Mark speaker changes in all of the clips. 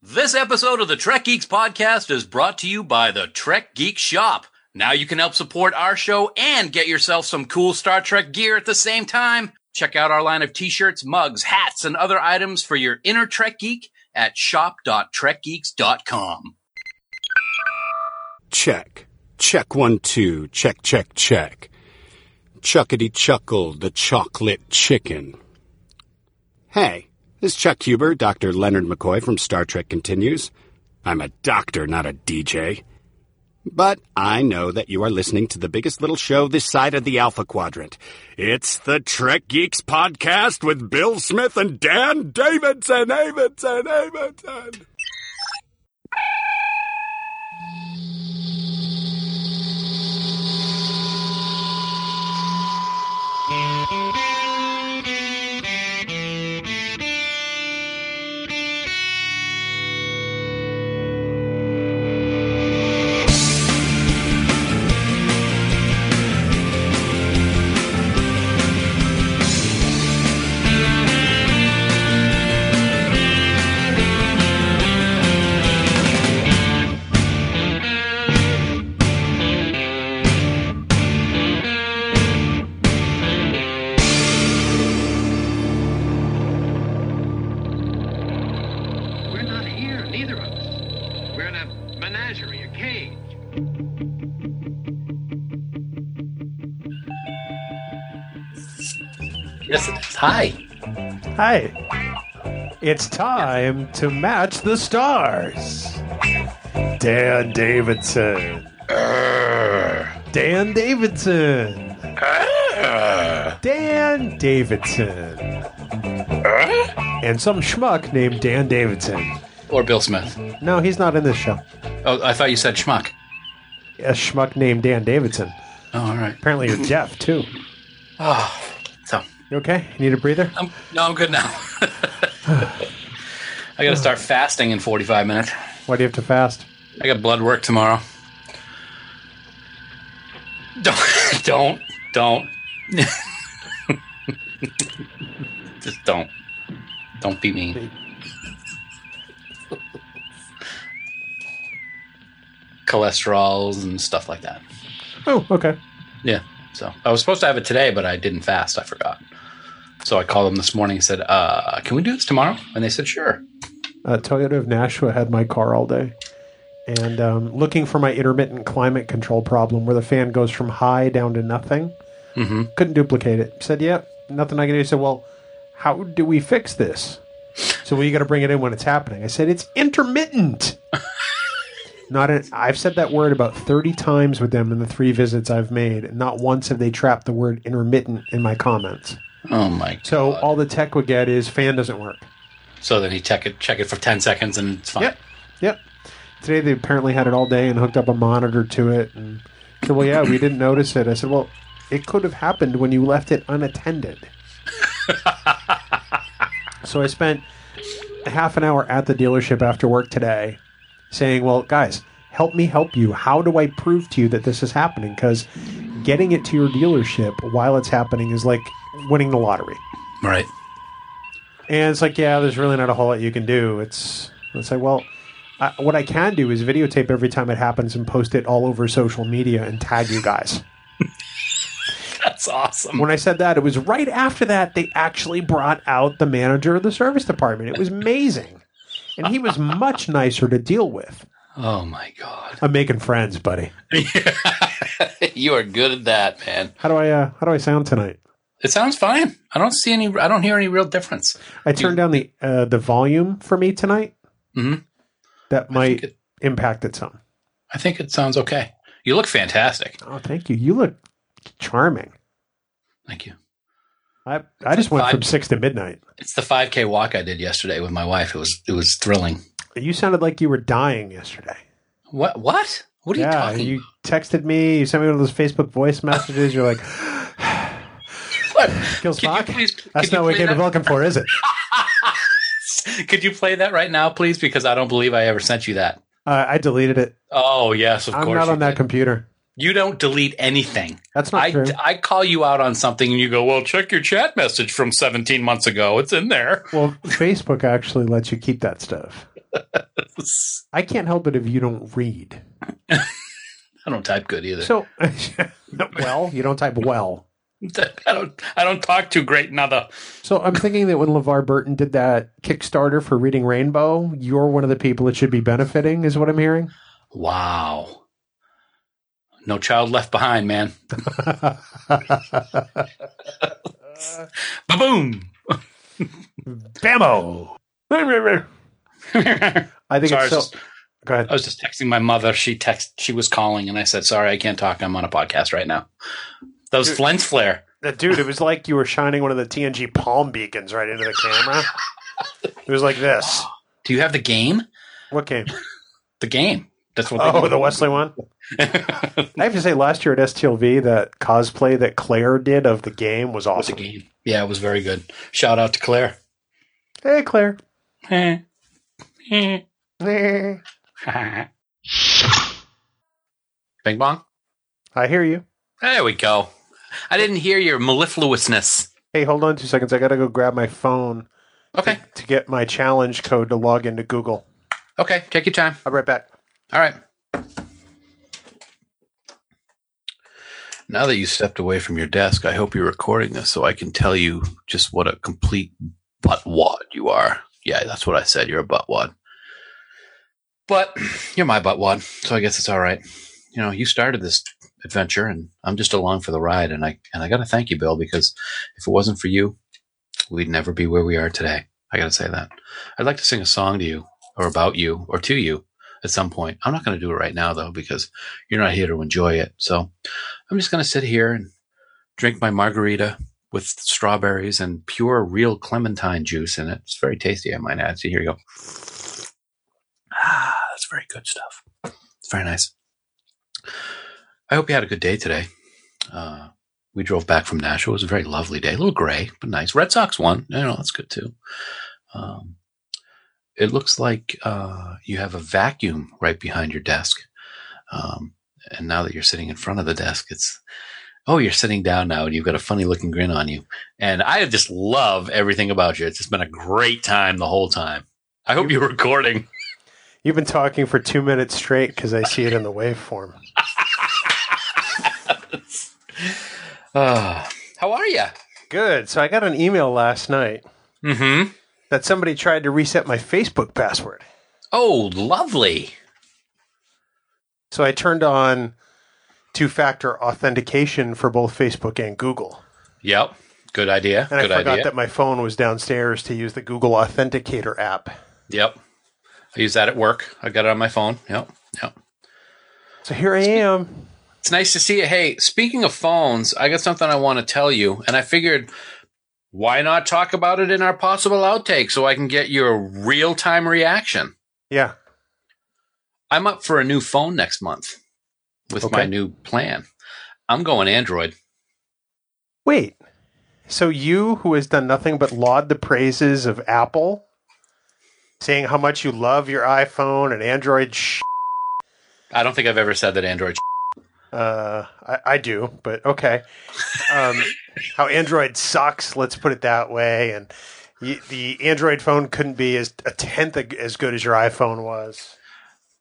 Speaker 1: This episode of the Trek Geeks podcast is brought to you by the Trek Geek Shop. Now you can help support our show and get yourself some cool Star Trek gear at the same time. Check out our line of t-shirts, mugs, hats, and other items for your inner Trek geek at shop.trekgeeks.com.
Speaker 2: Check. Check one, two. Check, check, check. Chuckity chuckle, the chocolate chicken. Hey, this is Chuck Huber, Dr. Leonard McCoy from Star Trek Continues. I'm a doctor, not a DJ. But I know that you are listening to the biggest little show this side of the Alpha Quadrant. It's the Trek Geeks podcast with Bill Smith and Dan Davidson, Davidson, Davidson.
Speaker 3: We're not here, neither of us. We're in a menagerie, a cage.
Speaker 1: Yes, it is. Hi.
Speaker 4: Hi. It's time to match the stars. Dan Davidson. Dan Davidson. Dan Davidson. And some schmuck named Dan Davidson.
Speaker 1: Or Bill Smith.
Speaker 4: No, he's not in this show.
Speaker 1: Oh, I thought you said schmuck.
Speaker 4: A schmuck named Dan Davidson.
Speaker 1: Oh, all right.
Speaker 4: Apparently you're deaf too.
Speaker 1: So,
Speaker 4: You okay? You need a breather?
Speaker 1: I'm, no, I'm good now. I got to start fasting in 45 minutes.
Speaker 4: Why do you have to fast?
Speaker 1: I got blood work tomorrow. Don't, don't, don't. Just don't. Don't be mean. Cholesterols and stuff like that.
Speaker 4: Oh, okay.
Speaker 1: Yeah. So I was supposed to have it today, but I didn't fast. I forgot. So I called them this morning and said, uh, can we do this tomorrow? And they said, sure.
Speaker 4: uh, Toyota of Nashua had my car all day, and um, looking for my intermittent climate control problem, where the fan goes from high down to nothing. Mm-hmm. Couldn't duplicate it. Said, "Yep, nothing I can do." He Said, "Well, how do we fix this?" So well, you got to bring it in when it's happening. I said, "It's intermittent." Not an, I've said that word about 30 times with them in the three visits I've made, and not once have they trapped the word intermittent in my comments.
Speaker 1: Oh my god.
Speaker 4: So all the tech would get is fan doesn't work.
Speaker 1: So then he check it, check it for 10 seconds and it's fine.
Speaker 4: Yep. Yep. Today they apparently had it all day and hooked up a monitor to it and said, Well yeah, we didn't notice it. I said, Well, it could have happened when you left it unattended. so I spent a half an hour at the dealership after work today saying, Well, guys, help me help you. How do I prove to you that this is happening? Because getting it to your dealership while it's happening is like winning the lottery.
Speaker 1: Right.
Speaker 4: And it's like, yeah, there's really not a whole lot you can do. It's it's like, well, I, what I can do is videotape every time it happens and post it all over social media and tag you guys.
Speaker 1: That's awesome.
Speaker 4: When I said that, it was right after that they actually brought out the manager of the service department. It was amazing, and he was much nicer to deal with.
Speaker 1: Oh my god.
Speaker 4: I'm making friends, buddy.
Speaker 1: you are good at that, man.
Speaker 4: How do I uh, how do I sound tonight?
Speaker 1: It sounds fine. I don't see any I don't hear any real difference.
Speaker 4: I turned down the uh, the volume for me tonight.
Speaker 1: Mhm.
Speaker 4: That might
Speaker 1: it-
Speaker 4: impact it some.
Speaker 1: I think it sounds okay. You look fantastic.
Speaker 4: Oh, thank you. You look charming.
Speaker 1: Thank you.
Speaker 4: I I just went
Speaker 1: Five.
Speaker 4: from six to midnight.
Speaker 1: It's the 5k walk I did yesterday with my wife. It was it was thrilling.
Speaker 4: You sounded like you were dying yesterday.
Speaker 1: What what? What are you
Speaker 4: yeah,
Speaker 1: talking
Speaker 4: you texted me. You sent me one of those Facebook voice messages. You're like,
Speaker 1: about? Can you
Speaker 4: "Kill Spock."
Speaker 1: please-
Speaker 4: That's
Speaker 1: can you play
Speaker 4: not what we came to
Speaker 1: that?
Speaker 4: Vulcan for, is it?
Speaker 1: Could you play that right now, please? Because I don't believe I ever sent you that.
Speaker 4: Uh, I deleted it.
Speaker 1: Oh yes, of
Speaker 4: I'm
Speaker 1: course.
Speaker 4: not
Speaker 1: you
Speaker 4: on that
Speaker 1: did.
Speaker 4: computer.
Speaker 1: You don't delete anything.
Speaker 4: That's not
Speaker 1: I,
Speaker 4: true.
Speaker 1: I call you out on something and you go, well, check your chat message from 17 months ago. It's in there.
Speaker 4: well, Facebook actually lets you keep that stuff.
Speaker 1: those.
Speaker 4: I can't help it if you don't read.
Speaker 1: I don't type good either.
Speaker 4: So, well, you don't type well.
Speaker 1: I don't. I don't talk too great another.
Speaker 4: So I'm thinking that when LeVar Burton did that Kickstarter for Reading Rainbow, you're one of the people that should be benefiting, is what I'm hearing.
Speaker 1: Wow. No child left behind, man. Ba boom.
Speaker 4: Bammo. I
Speaker 1: I
Speaker 4: think
Speaker 1: Sorry, I was
Speaker 4: it's so.
Speaker 1: just-
Speaker 4: Go ahead.
Speaker 1: was just texting my mother. She text. She was calling, and I said, "Sorry, I can't talk. I'm on a podcast right now." That was
Speaker 4: Dude.
Speaker 1: lens flare.
Speaker 4: Uh, Dude, it was like you were shining one of the TNG palm beacons right into the camera. It was like this.
Speaker 1: Do you have the game?
Speaker 4: What game?
Speaker 1: The game. That's what.
Speaker 4: Oh,
Speaker 1: they do.
Speaker 4: the Wesley one. I have to say, last year at STLV, that cosplay that Claire did of the game
Speaker 1: was
Speaker 4: was
Speaker 1: a
Speaker 4: awesome.
Speaker 1: game. Yeah, it was very good. Shout out to Claire.
Speaker 4: Hey, Claire.
Speaker 1: Eh. Eh.
Speaker 4: Eh.
Speaker 1: Bing bong.
Speaker 4: I hear you.
Speaker 1: There we go. I didn't hear your mellifluousness.
Speaker 4: Hey, hold on two seconds. I got to go grab my phone
Speaker 1: Okay.
Speaker 4: to get my challenge code to log into Google.
Speaker 1: Okay. Take your time.
Speaker 4: I'll be right back.
Speaker 1: All right. Now that you stepped away from your desk, I hope you're recording this so I can tell you just what a complete buttwad you are. Yeah, that's what I said. You're a buttwad. But you're my buttwad, so I guess it's all right. You know, you started this adventure, and I'm just along for the ride. And I and I got to thank you, Bill, because if it wasn't for you, we'd never be where we are today. I got to say that. I'd like to sing a song to you, or about you, or to you at some point. I'm not going to do it right now though because you're not here to enjoy it. So I'm just going to sit here and drink my margarita with strawberries and pure real clementine juice in it. It's very tasty, I might add. So here you go. Ah, that's very good stuff. It's very nice. I hope you had a good day today. Uh, we drove back from Nashville. It was a very lovely day. A little gray, but nice. Red Sox won. You know, that's good too. Um, it looks like uh, you have a vacuum right behind your desk. Um, and now that you're sitting in front of the desk, it's, oh, you're sitting down now and you've got a funny looking grin on you. And I just love everything about you. It's just been a great time the whole time. I hope you're recording.
Speaker 4: You've been talking for two minutes straight because I see it in the waveform.
Speaker 1: Uh, how are you?
Speaker 4: Good. So I got an email last night
Speaker 1: Mm hmm.
Speaker 4: that somebody tried to reset my Facebook password.
Speaker 1: Oh, lovely.
Speaker 4: So I turned on two factor authentication for both Facebook and Google.
Speaker 1: Yep. Good idea.
Speaker 4: And
Speaker 1: Good
Speaker 4: I forgot
Speaker 1: idea.
Speaker 4: that my phone was downstairs to use the Google Authenticator app.
Speaker 1: Yep. I use that at work. I got it on my phone. Yep. Yep.
Speaker 4: So here I am.
Speaker 1: It's nice to see you. Hey, speaking of phones, I got something I want to tell you, and I figured why not talk about it in our possible outtake so I can get your real time reaction.
Speaker 4: Yeah.
Speaker 1: I'm up for a new phone next month with my
Speaker 4: Okay.
Speaker 1: new plan. I'm going Android.
Speaker 4: Wait. So you, who has done nothing but laud the praises of Apple, saying how much you love your iPhone and Android. Sh-
Speaker 1: I don't think I've ever said that Android.
Speaker 4: uh, I, I do, but okay. Um, how Android sucks. Let's put it that way. And y- the Android phone couldn't be as a tenth ag- as good as your iPhone was.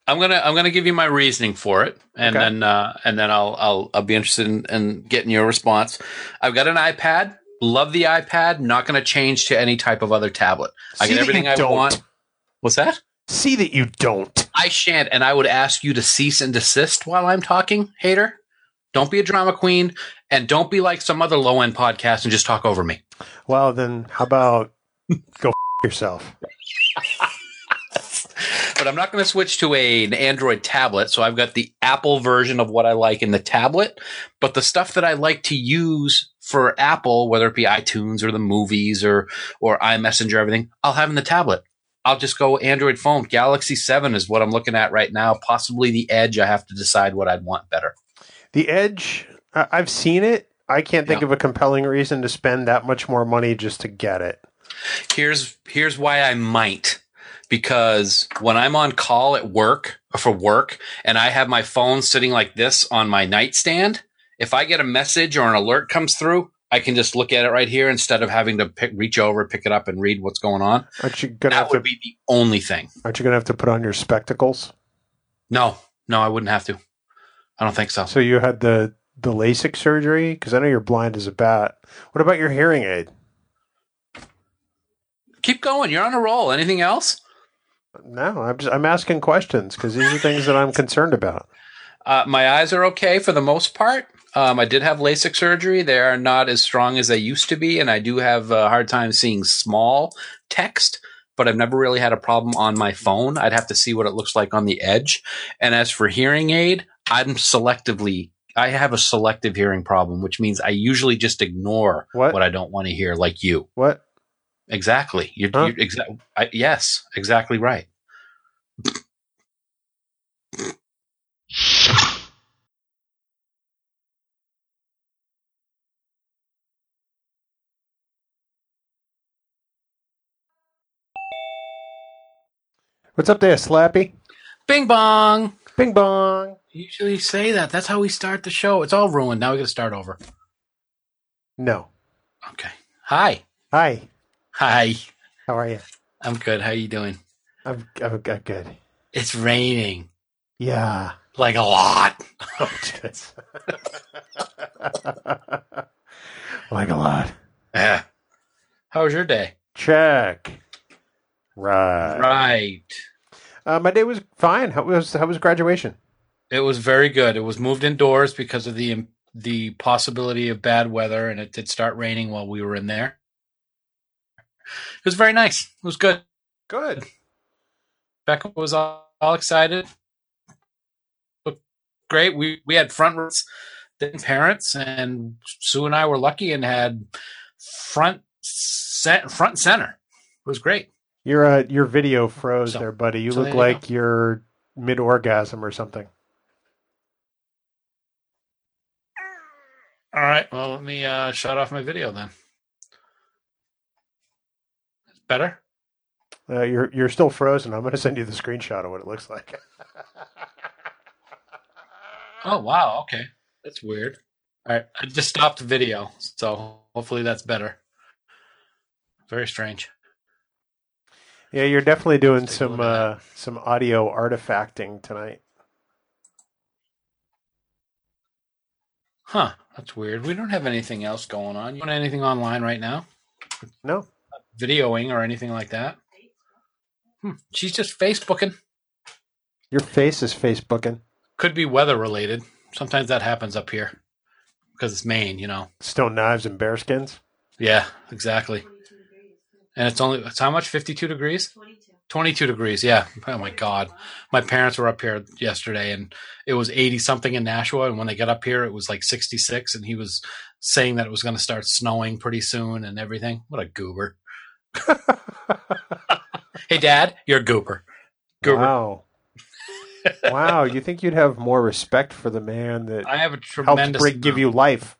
Speaker 1: I'm gonna I'm gonna give you my reasoning for it, and
Speaker 4: Okay.
Speaker 1: then uh, and then I'll I'll I'll be interested in, in getting your response. I've got an iPad. Love the iPad. Not gonna change to any type of other tablet. I
Speaker 4: See
Speaker 1: get
Speaker 4: that
Speaker 1: everything
Speaker 4: you
Speaker 1: I
Speaker 4: don't.
Speaker 1: want. What's that?
Speaker 4: See that you don't.
Speaker 1: I shan't, and I would ask you to cease and desist while I'm talking, hater. Don't be a drama queen, and don't be like some other low end podcast and just talk over me.
Speaker 4: Well, then how about go f- yourself?
Speaker 1: But I'm not going to switch to a, an Android tablet, so I've got the Apple version of what I like in the tablet. But the stuff that I like to use for Apple, whether it be iTunes or the movies or or iMessenger, everything, I'll have in the tablet. I'll just go Android phone. Galaxy Seven is what I'm looking at right now. Possibly the Edge. I have to decide what I'd want better.
Speaker 4: The Edge, I- I've seen it. I can't think
Speaker 1: Yeah.
Speaker 4: of a compelling reason to spend that much more money just to get it.
Speaker 1: here's here's why I might because when I'm on call at work or for work and I have my phone sitting like this on my nightstand, if I get a message or an alert comes through, I can just look at it right here instead of having to pick, reach over, pick it up, and read what's going on.
Speaker 4: Aren't you gonna have
Speaker 1: That
Speaker 4: to?
Speaker 1: would be the only thing.
Speaker 4: aren't you gonna have to put on your spectacles?
Speaker 1: No, no, I wouldn't have to. I don't think so.
Speaker 4: So you had the the LASIK surgery because I know you're blind as a bat. What about your hearing aid?
Speaker 1: Keep going. You're on a roll. Anything else?
Speaker 4: No, I'm just I'm asking questions because these are things that I'm concerned about.
Speaker 1: Uh, my eyes are okay for the most part. Um, I did have LASIK surgery. They are not as strong as they used to be, and I do have a hard time seeing small text. But I've never really had a problem on my phone. I'd have to see what it looks like on the edge. And as for hearing aid, I'm selectively. I have a selective hearing problem, which means I usually just ignore
Speaker 4: What?
Speaker 1: what I don't want to hear, like you.
Speaker 4: What?
Speaker 1: Exactly. You're,
Speaker 4: Huh?
Speaker 1: you're exa- I, yes, exactly right.
Speaker 4: What's up there, Slappy?
Speaker 1: Bing bong.
Speaker 4: Bing bong.
Speaker 1: Usually say that. That's how we start the show. It's all ruined. Now we got to start over.
Speaker 4: No.
Speaker 1: Okay. Hi.
Speaker 4: Hi.
Speaker 1: Hi.
Speaker 4: How are you?
Speaker 1: I'm good. How you doing?
Speaker 4: I'm I'm, I'm good.
Speaker 1: It's raining
Speaker 4: Yeah.
Speaker 1: like a lot.
Speaker 4: like a lot.
Speaker 1: Yeah. How was your day?
Speaker 4: Check. Right.
Speaker 1: Right.
Speaker 4: Uh, my day was fine. How was how was graduation?
Speaker 1: It was very good. It was moved indoors because of the the possibility of bad weather, and it did start raining while we were in there. It was very nice. It was good.
Speaker 4: Good.
Speaker 1: Becca was all, all excited. Looked great. We we had front rows, then parents, and Sue and I were lucky and had front set, front and center. It was great.
Speaker 4: Your uh, your video froze
Speaker 1: So-
Speaker 4: there, buddy. You
Speaker 1: so there
Speaker 4: look
Speaker 1: you
Speaker 4: like you're mid orgasm or something.
Speaker 1: All right. Well, let me uh, shut off my video then. That's better.
Speaker 4: Uh, you're you're still frozen. I'm going to send you the screenshot of what it looks like.
Speaker 1: Oh wow. Okay. That's weird. All right. I just stopped the video, so hopefully that's better. Very strange.
Speaker 4: yeah, you're definitely doing
Speaker 1: Let's take a
Speaker 4: some
Speaker 1: look at
Speaker 4: uh, some audio artifacting tonight.
Speaker 1: Huh. That's weird. We don't have anything else going on. You want anything online right now?
Speaker 4: No,
Speaker 1: videoing or anything like that. Hmm. She's just Facebooking.
Speaker 4: your face is Facebooking.
Speaker 1: Could be weather related. Sometimes that happens up here because it's Maine, you know.
Speaker 4: Stone knives and bearskins.
Speaker 1: Yeah, exactly. And it's only it's how much? Fifty two degrees. Twenty two degrees. Yeah. Oh my God. My parents were up here yesterday, and it was eighty something in Nashua. And when they got up here, it was like sixty six. And he was saying that it was going to start snowing pretty soon and everything. What a goober. hey, Dad, you're a goober. Goober.
Speaker 4: Wow. wow, you think you'd have more respect for the man that
Speaker 1: I have a
Speaker 4: helped
Speaker 1: tremendous
Speaker 4: break, give you life?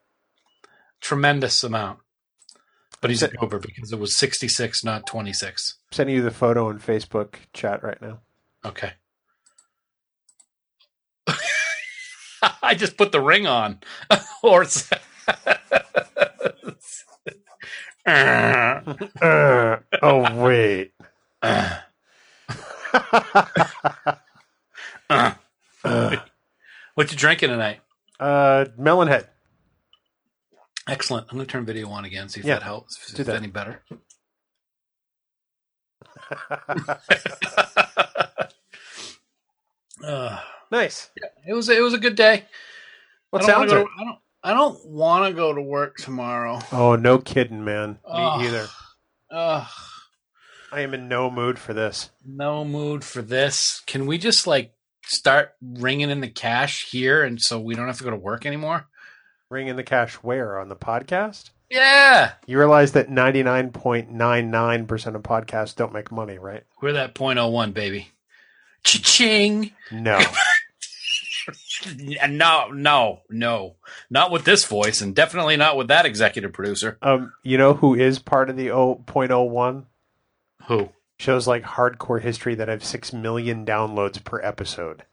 Speaker 1: tremendous amount. But he's
Speaker 4: Is
Speaker 1: a
Speaker 4: it-
Speaker 1: goober because it was 66, not 26.
Speaker 4: sending you the photo in Facebook chat right now.
Speaker 1: Okay. I just put the ring on. or it's- Uh,
Speaker 4: Uh, oh wait.
Speaker 1: uh,
Speaker 4: uh, uh,
Speaker 1: what you drinking tonight?
Speaker 4: melon head.
Speaker 1: Excellent. I'm going to turn video on again, see if
Speaker 4: Yeah,
Speaker 1: that helps. If
Speaker 4: do
Speaker 1: it's
Speaker 4: that.
Speaker 1: any better. Uh,
Speaker 4: nice.
Speaker 1: it was it was a good day.
Speaker 4: What
Speaker 1: I don't wanna
Speaker 4: sounds
Speaker 1: go
Speaker 4: it?
Speaker 1: to- I don't I don't want to go to work tomorrow.
Speaker 4: Oh, no kidding, man.
Speaker 1: Oh.
Speaker 4: Me either.
Speaker 1: Ugh,
Speaker 4: I am in no mood for this.
Speaker 1: no mood for this. Can we just like start ringing in the cash here, and so we don't have to go to work anymore?
Speaker 4: Ring in the cash where on the podcast?
Speaker 1: Yeah,
Speaker 4: You realize that 99.99% of podcasts don't make money, right?
Speaker 1: we're that point oh one baby. Cha-ching!
Speaker 4: No.
Speaker 1: No, no, no, not with this voice, and definitely not with that executive producer.
Speaker 4: um, you know who is part of the 0.01?
Speaker 1: Who?
Speaker 4: Shows like Hardcore History that have 6 million downloads per episode.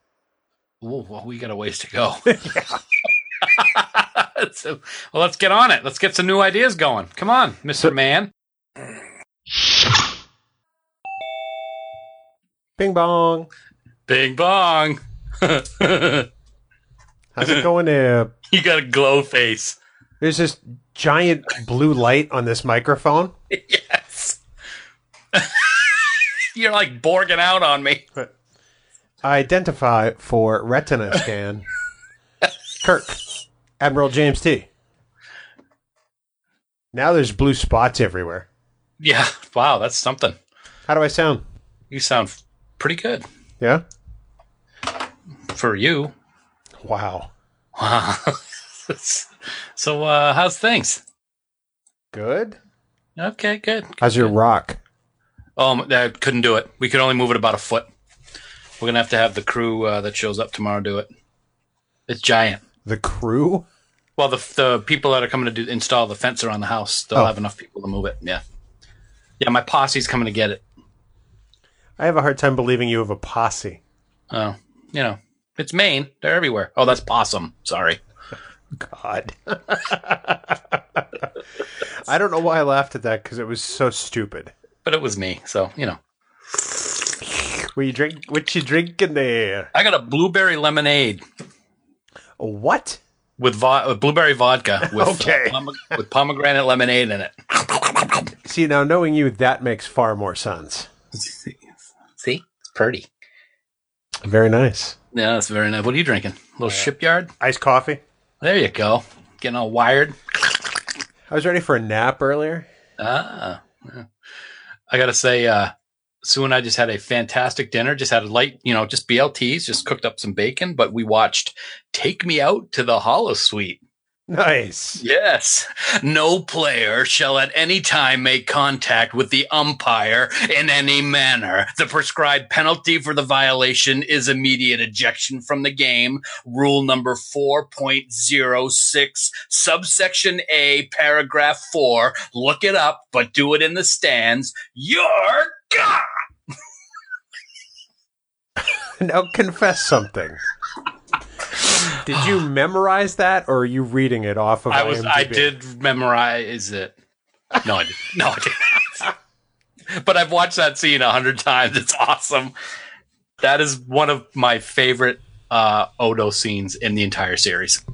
Speaker 1: Ooh, well, we got a ways to go. so, well, let's get on it. Let's get some new ideas going. Come on, Mister Man.
Speaker 4: Bing bong.
Speaker 1: Bing bong. you
Speaker 4: How's it going there?
Speaker 1: got a glow face.
Speaker 4: There's this giant blue light on this microphone.
Speaker 1: Yes. You're like borging out on me.
Speaker 4: Identify for retina scan. Kirk, Admiral James T. Now there's blue spots everywhere.
Speaker 1: Yeah. Wow, that's something.
Speaker 4: How do I sound?
Speaker 1: You sound f- pretty good
Speaker 4: Yeah?
Speaker 1: for you.
Speaker 4: Wow.
Speaker 1: Wow. so, uh, how's things?
Speaker 4: Good?
Speaker 1: Okay, good.
Speaker 4: How's your rock?
Speaker 1: Um, I couldn't do it. We could only move it about a foot. We're gonna have to have the crew uh, that shows up tomorrow do it. It's giant.
Speaker 4: The crew?
Speaker 1: Well, the the people that are coming to do, install the fence around the house, they'll
Speaker 4: Oh.
Speaker 1: have enough people to move it. Yeah, yeah. My posse's coming to get it.
Speaker 4: I have a hard time believing you have a posse.
Speaker 1: Oh, you know, it's Maine. They're everywhere. Oh, that's possum. Sorry.
Speaker 4: God. I don't know why I laughed at that because it was so stupid.
Speaker 1: But it was me, so you know.
Speaker 4: What you drink? What you drinking there?
Speaker 1: I got a blueberry lemonade
Speaker 4: What?
Speaker 1: with vo- uh, blueberry vodka with uh,
Speaker 4: Okay.
Speaker 1: pome- with pomegranate lemonade in it.
Speaker 4: See, now knowing you, that makes far more sense.
Speaker 1: See, it's pretty.
Speaker 4: Very nice.
Speaker 1: Yeah, that's very nice. What are you drinking? A little shipyard.
Speaker 4: Iced coffee.
Speaker 1: There you go. Getting all wired.
Speaker 4: I was ready for a nap earlier.
Speaker 1: Ah. yeah. I got to say, uh, Sue and I just had a fantastic dinner. Just had a light, you know, just BLTs, just cooked up some bacon, but we watched Take Me Out to the Hollow Suite.
Speaker 4: Nice.
Speaker 1: Yes. No player shall at any time make contact with the umpire in any manner. The prescribed penalty for the violation is immediate ejection from the game. Rule number 4.06, subsection A, paragraph 4. Look it up, but do it in the stands. You're God!
Speaker 4: Now confess something. Did you memorize that, or are you reading it off of?
Speaker 1: I was, I
Speaker 4: IMDb?
Speaker 1: did memorize it. No, I did. No, I did. not. but I've watched that scene a hundred times. It's awesome. That is one of my favorite uh, Odo scenes in the entire series.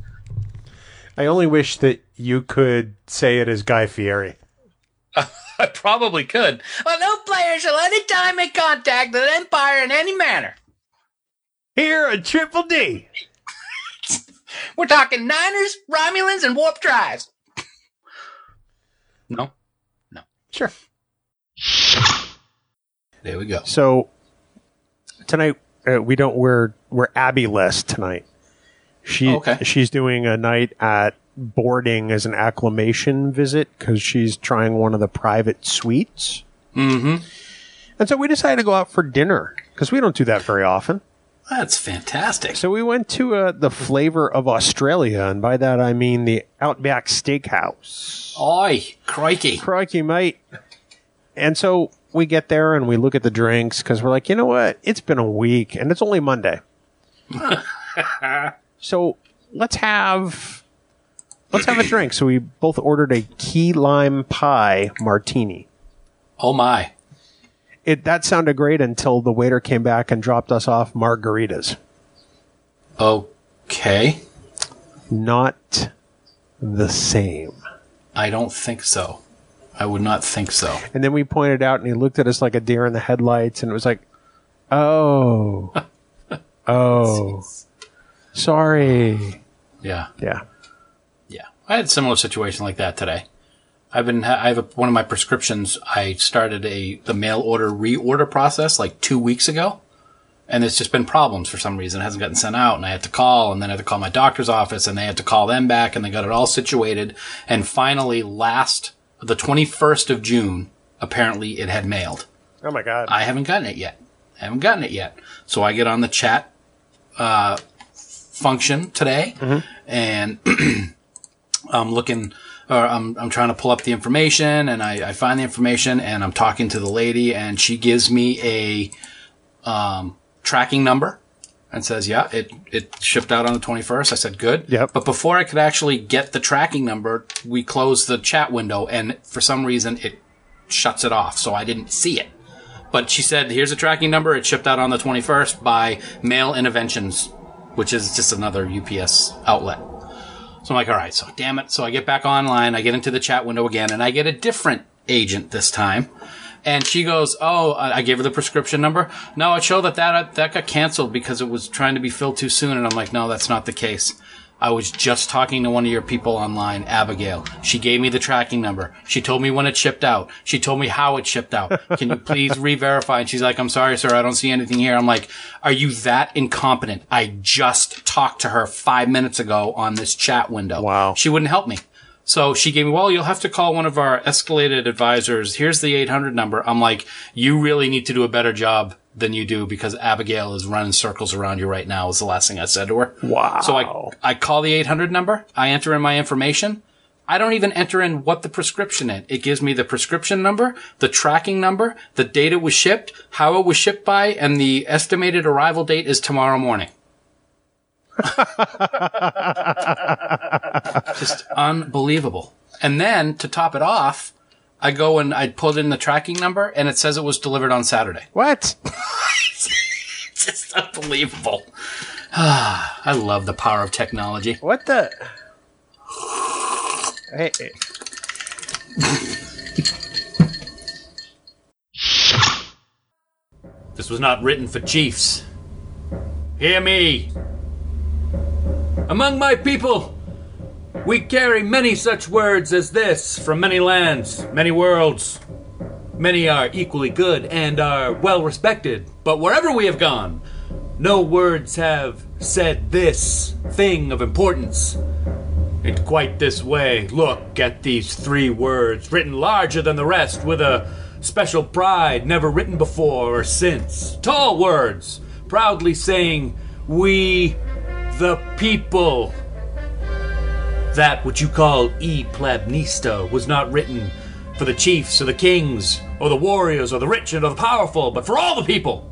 Speaker 4: I only wish that you could say it as Guy Fieri.
Speaker 1: I probably could. Well, no player shall any time make contact with an empire in any manner.
Speaker 4: Here, a triple D.
Speaker 1: We're talking Niners, Romulans, and Warp Drives. No,
Speaker 4: Sure.
Speaker 1: there we go.
Speaker 4: So tonight uh, we don't we're we're Abby less tonight. She
Speaker 1: Okay.
Speaker 4: she's doing a night at boarding as an acclimation visit because she's trying one of the private suites.
Speaker 1: Mm-hmm.
Speaker 4: And so we decided to go out for dinner because we don't do that very often.
Speaker 1: That's fantastic.
Speaker 4: So we went to uh, the flavor of Australia, and by that I mean the Outback Steakhouse.
Speaker 1: Oi, crikey!
Speaker 4: crikey, mate. And so we get there and we look at the drinks because we're like, you know what? It's been a week and it's only Monday. so let's have let's have a drink. So we both ordered a key lime pie martini.
Speaker 1: Oh my!
Speaker 4: It that sounded great until the waiter came back and dropped us off margaritas.
Speaker 1: Okay,
Speaker 4: Not the same.
Speaker 1: I don't think so. I would not think so.
Speaker 4: And then we pointed out, and he looked at us like a deer in the headlights, and it was like, oh, oh, sorry.
Speaker 1: Yeah,
Speaker 4: Yeah.
Speaker 1: yeah. I had a similar situation like that today. I've been. I have a, one of my prescriptions. I started a the mail order reorder process like two weeks ago, and it's just been problems for some reason. It hasn't gotten sent out, and I had to call, and then I had to call my doctor's office, and they had to call them back, and they got it all situated, and finally, last the twenty first of June, apparently it had mailed.
Speaker 4: Oh my God.
Speaker 1: I haven't gotten it yet. I haven't gotten it yet. So I get on the chat uh, function today, and I'm looking, or I'm, I'm trying to pull up the information, and I, I find the information, and I'm talking to the lady, and she gives me a um, tracking number, and says, "Yeah, it it shipped out on the 21st." I said, "Good."
Speaker 5: Yep.
Speaker 1: But before I could actually get the tracking number, we closed the chat window, and for some reason it shuts it off, so I didn't see it. But she said, "Here's a tracking number. It shipped out on the 21st by Mail Interventions, which is just another UPS outlet." So I'm like, "All right." So damn it. So I get back online. I get into the chat window again, and I get a different agent this time. And she goes, "Oh, I I gave her the prescription number. No, it showed that that that got canceled because it was trying to be filled too soon." And I'm like, "No, that's not the case. I was just talking to one of your people online, Abigail. She gave me the tracking number. She told me when it shipped out. She told me how it shipped out. Can you please re-verify?" And she's like, "I'm sorry, sir. I don't see anything here." I'm like, "Are you that incompetent? I just talked to her five minutes ago on this chat window.
Speaker 5: Wow.
Speaker 1: She wouldn't help me." So she gave me, well, you'll have to call one of our escalated advisors. Here's the 800 number. I'm like, you really need to do a better job than you do because Abigail is running circles around you right now is the last thing I said to her.
Speaker 5: Wow.
Speaker 1: So I, I call the 800 number. I enter in my information. I don't even enter in what the prescription is. It gives me the prescription number, the tracking number, the date it was shipped, how it was shipped by, and the estimated arrival date is tomorrow morning. Just unbelievable. And then to top it off, I go and I put in the tracking number and it says it was delivered on Saturday.
Speaker 5: What?
Speaker 1: It's just unbelievable. I love the power of technology.
Speaker 5: What the? Hey, hey.
Speaker 1: This was not written for chiefs. Hear me. Among my people, we carry many such words as this from many lands, many worlds. Many are equally good and are well respected, but wherever we have gone, no words have said this thing of importance in quite this way. Look at these three words, written larger than the rest, with a special pride never written before or since. Tall words, proudly saying, We the people. That which you call E Plebnista was not written for the chiefs or the kings or the warriors or the rich and or the powerful, but for all the people.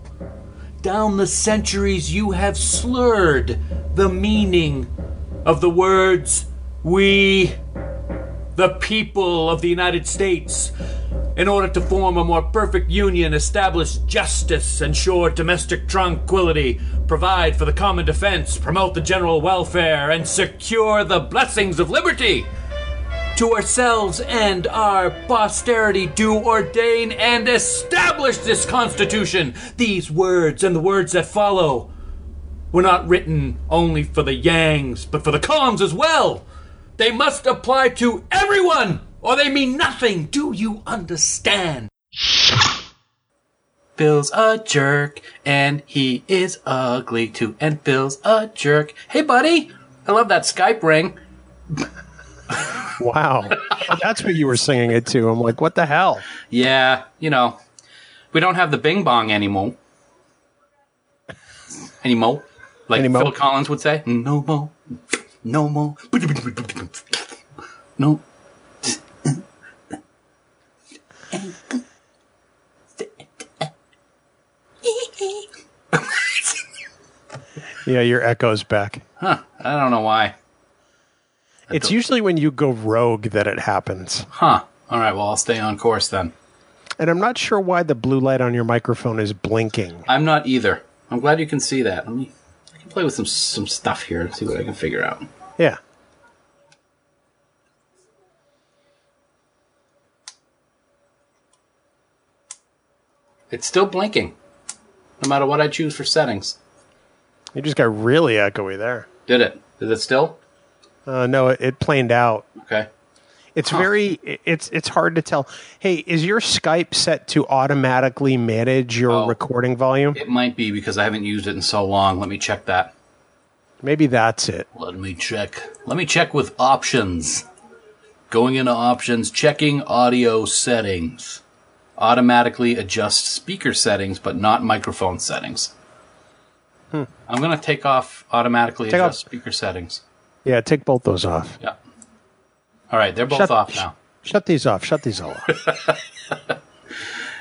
Speaker 1: Down the centuries, you have slurred the meaning of the words we, the people of the United States, in order to form a more perfect union, establish justice, ensure domestic tranquility, provide for the common defense, promote the general welfare, and secure the blessings of liberty. To ourselves and our posterity do ordain and establish this Constitution. These words and the words that follow were not written only for the Yangs, but for the Coms as well. They must apply to everyone, or they mean nothing. Do you understand? Bill's a jerk, and he is ugly too, and Bill's a jerk. Hey, buddy! I love that Skype ring.
Speaker 5: wow. That's what you were singing it to. I'm like, what the hell?
Speaker 1: Yeah, you know, we don't have the bing bong anymore. Anymore? Like
Speaker 5: Anymore.
Speaker 1: Phil Collins would say, no more, no more, no.
Speaker 5: Yeah, your echo's back.
Speaker 1: I don't know why.
Speaker 5: It's usually when you go rogue that it happens.
Speaker 1: Huh. All right, well, I'll stay on course then.
Speaker 5: And I'm not sure why the blue light on your microphone is blinking.
Speaker 1: I'm not either. I'm glad you can see that. Let me, I can play with some, some stuff here and see what I can figure out.
Speaker 5: Yeah.
Speaker 1: It's still blinking, no matter what I choose for settings.
Speaker 5: You just got really echoey there.
Speaker 1: Did it? Is it still?
Speaker 5: Uh, no, it, it planed out.
Speaker 1: Okay.
Speaker 5: It's very i- it's it's hard to tell. Hey, is your Skype set to automatically manage your
Speaker 1: Oh.
Speaker 5: recording volume?
Speaker 1: It might be because I haven't used it in so long. Let me check that.
Speaker 5: Maybe that's it.
Speaker 1: Let me check. Let me check with options. Going into options, checking audio settings. Automatically adjust speaker settings, but not microphone settings. I'm going to Hmm. take off automatically
Speaker 5: Take
Speaker 1: adjust
Speaker 5: off-
Speaker 1: speaker settings.
Speaker 5: Yeah, take both those off.
Speaker 1: Yeah. All right, they're both
Speaker 5: Shut-
Speaker 1: off now.
Speaker 5: Shut these off. Shut these all off.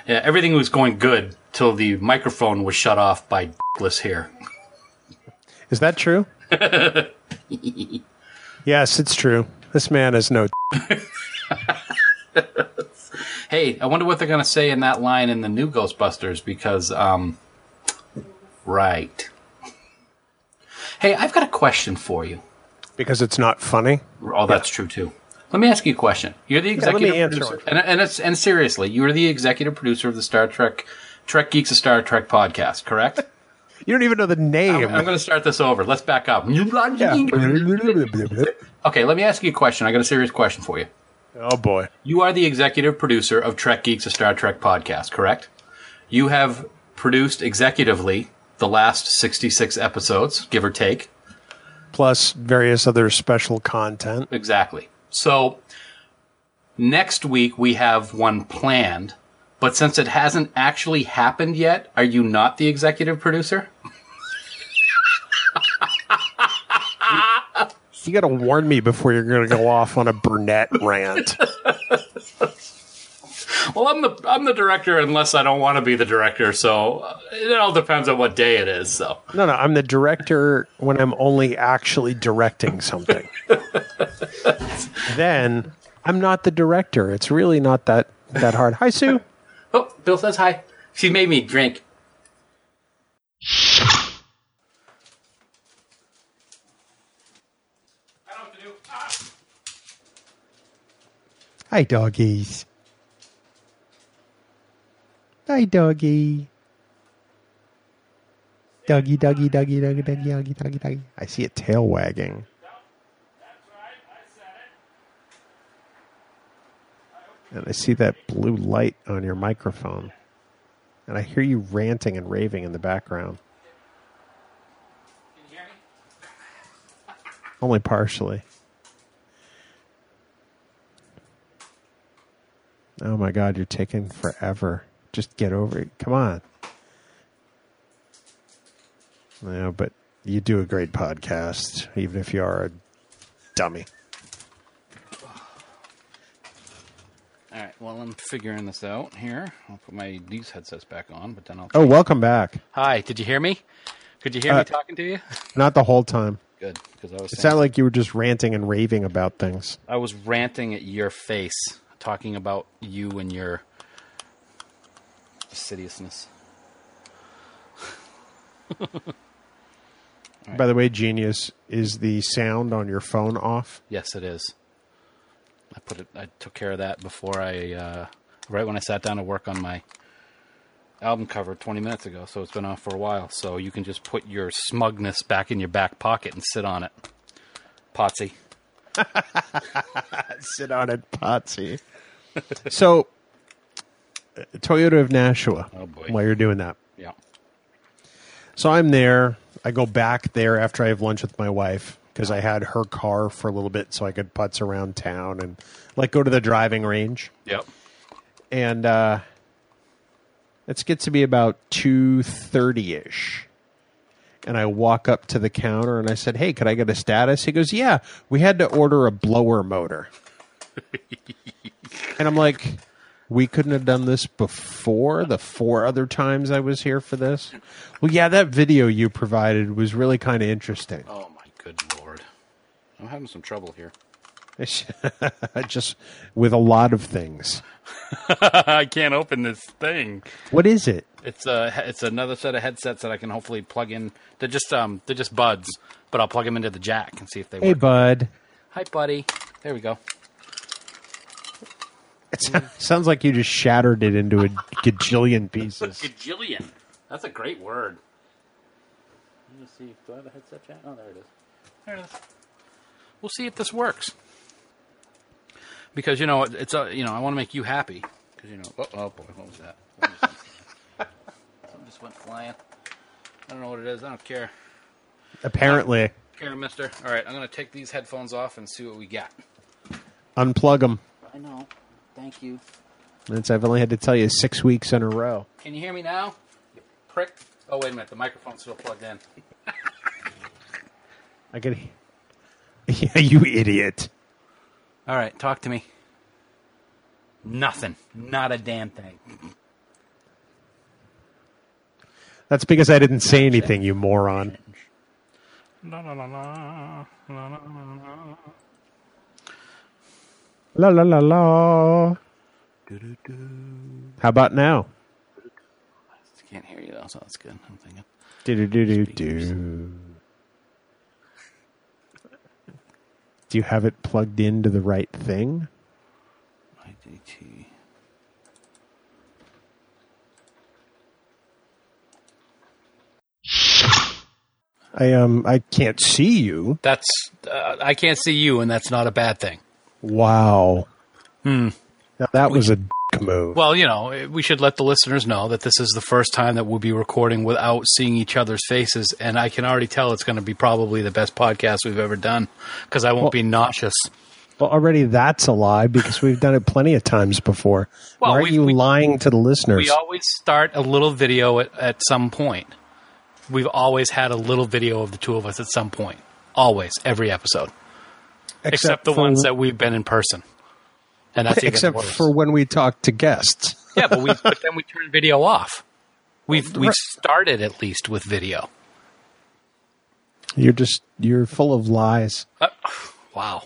Speaker 1: Yeah, everything was going good till the microphone was shut off by Dickless here.
Speaker 5: Is that true? yes, it's true. This man is no.
Speaker 1: Hey, I wonder what they're going to say in that line in the new Ghostbusters because, um, right. Hey, I've got a question for you.
Speaker 5: because it's not funny.
Speaker 1: Oh, that's true too. Let me ask you a question. You're the
Speaker 5: let me
Speaker 1: executive
Speaker 5: answer
Speaker 1: producer,
Speaker 5: it.
Speaker 1: and and, it's, and seriously, you're the executive producer of the Star Trek Trek Geeks of Star Trek podcast, correct?
Speaker 5: You don't even know the name.
Speaker 1: I'm going to start this over. Let's back up. Okay, let me ask you a question. I got a serious question for you.
Speaker 5: oh boy.
Speaker 1: You are the executive producer of Trek Geeks, a Star Trek podcast, correct? You have produced executively the last 66 episodes, give or take.
Speaker 5: Plus various other special content.
Speaker 1: Exactly. So next week we have one planned, but since it hasn't actually happened yet, are you not the executive producer?
Speaker 5: You got to warn me before you're going to go off on a Burnett rant.
Speaker 1: Well, I'm the I'm the director unless I don't want to be the director, so uh, it all depends on what day it is, so.
Speaker 5: No, no, I'm the director when I'm only actually directing something. then I'm not the director. It's really not that that hard. Hi, Sue.
Speaker 1: Oh, Bill says hi. She made me drink.
Speaker 4: Hi, doggies. Hi, doggy. Doggy, doggy, doggy, doggy, doggy, doggy, doggy, doggy. I see it tail wagging. And I see that blue light on your microphone. And I hear you ranting and raving in the background. Only partially. Oh my God, you're taking forever. Just get over it. Come on. No, but you do a great podcast, even if you are a dummy.
Speaker 1: All right. Well, I'm figuring this out here. I'll put my these headsets back on, but then I'll.
Speaker 4: Oh, welcome back.
Speaker 1: Hi. Did you hear me? Could you hear me
Speaker 4: Uh,
Speaker 1: talking to you?
Speaker 4: Not the whole time.
Speaker 1: Good, because I was
Speaker 4: It
Speaker 1: saying-
Speaker 4: sounded like you were just ranting and raving about things.
Speaker 1: I was ranting at your face, talking about you and your fastidiousness.
Speaker 4: By the way, genius, is the sound on your phone off?
Speaker 1: Yes, it is. I put it. I took care of that before I, uh, right when I sat down to work on my album cover 20 minutes ago. So it's been off for a while. So you can just put your smugness back in your back pocket and sit on it, Potsy.
Speaker 4: Sit on it, Potsy. so, uh, Toyota of Nashua,
Speaker 1: Oh, boy.
Speaker 4: while you're doing that.
Speaker 1: Yeah.
Speaker 4: So I'm there. I go back there after I have lunch with my wife because I had her car for a little bit so I could putz around town and like go to the driving range.
Speaker 1: Yep.
Speaker 4: And uh, it gets to be about two thirty ish. And I walk up to the counter and I said, "Hey, could I get a status?" He goes, "Yeah, we had to order a blower motor." and I'm like, "We couldn't have done this before the four other times I was here for this." Well, yeah, that video you provided was really kind of interesting.
Speaker 1: Oh my good lord. I'm having some trouble here.
Speaker 4: Just with a lot of things.
Speaker 1: I can't open this thing.
Speaker 4: What is it?
Speaker 1: It's a it's another set of headsets that I can hopefully plug in. They're just um they're just buds, but I'll plug them into the jack and see if they
Speaker 4: Hey,
Speaker 1: work.
Speaker 4: bud.
Speaker 1: Hi, buddy. There we go.
Speaker 4: It so- sounds like you just shattered it into a gajillion pieces.
Speaker 1: Gajillion. That's a great word. Let me see. Do I have a headset jack? Oh, there it is. There it is. We'll see if this works. Because you know it- it's a you know I want to make you happy. Because you know oh, oh boy what was that? What was that? Something just went flying. I don't know what it is. I don't care.
Speaker 4: Apparently,
Speaker 1: Care, mister. All right, I'm going to take these headphones off and see what we got.
Speaker 4: unplug them.
Speaker 1: I know. Thank you.
Speaker 4: That's I've only had to tell you six weeks in a row.
Speaker 1: Can you hear me now? You prick. Oh, wait a minute. The microphone's still plugged in.
Speaker 4: I could. Yeah, you idiot.
Speaker 1: All right, talk to me. Nothing. Not a damn thing.
Speaker 4: That's because I didn't say anything, you moron.
Speaker 6: La la la la. La la la la.
Speaker 4: La la la la. How about now?
Speaker 1: Can't hear you though, so that's good. I'm thinking.
Speaker 4: Do do do do do. Do you have it plugged into the right thing?
Speaker 1: IDT.
Speaker 4: I um I can't see you.
Speaker 6: That's. Uh, I can't see you, and that's not a bad thing.
Speaker 4: Wow. Hmm. Now that was a d- move.
Speaker 6: Well, you know, eh, we should let the listeners know that this is the first time that we'll be recording without seeing each other's faces, and I can already tell it's going to be probably the best podcast we've ever done because I won't be nauseous.
Speaker 4: Well, already that's a lie because we've done it plenty of times before.
Speaker 6: Well,
Speaker 4: Why are
Speaker 6: we-
Speaker 4: you
Speaker 6: we-
Speaker 4: lying to the listeners?
Speaker 6: We always start a little video at, at some point. We've always had a little video of the two of us at some point. Always, every episode, except, the
Speaker 4: for-
Speaker 6: ones that we've been in person, and that's even
Speaker 4: except
Speaker 6: worse.
Speaker 4: for when we talk to guests.
Speaker 6: yeah, but we but then we turn video off. We've we've started at least with video.
Speaker 4: You're just you're full of lies.
Speaker 6: Wow.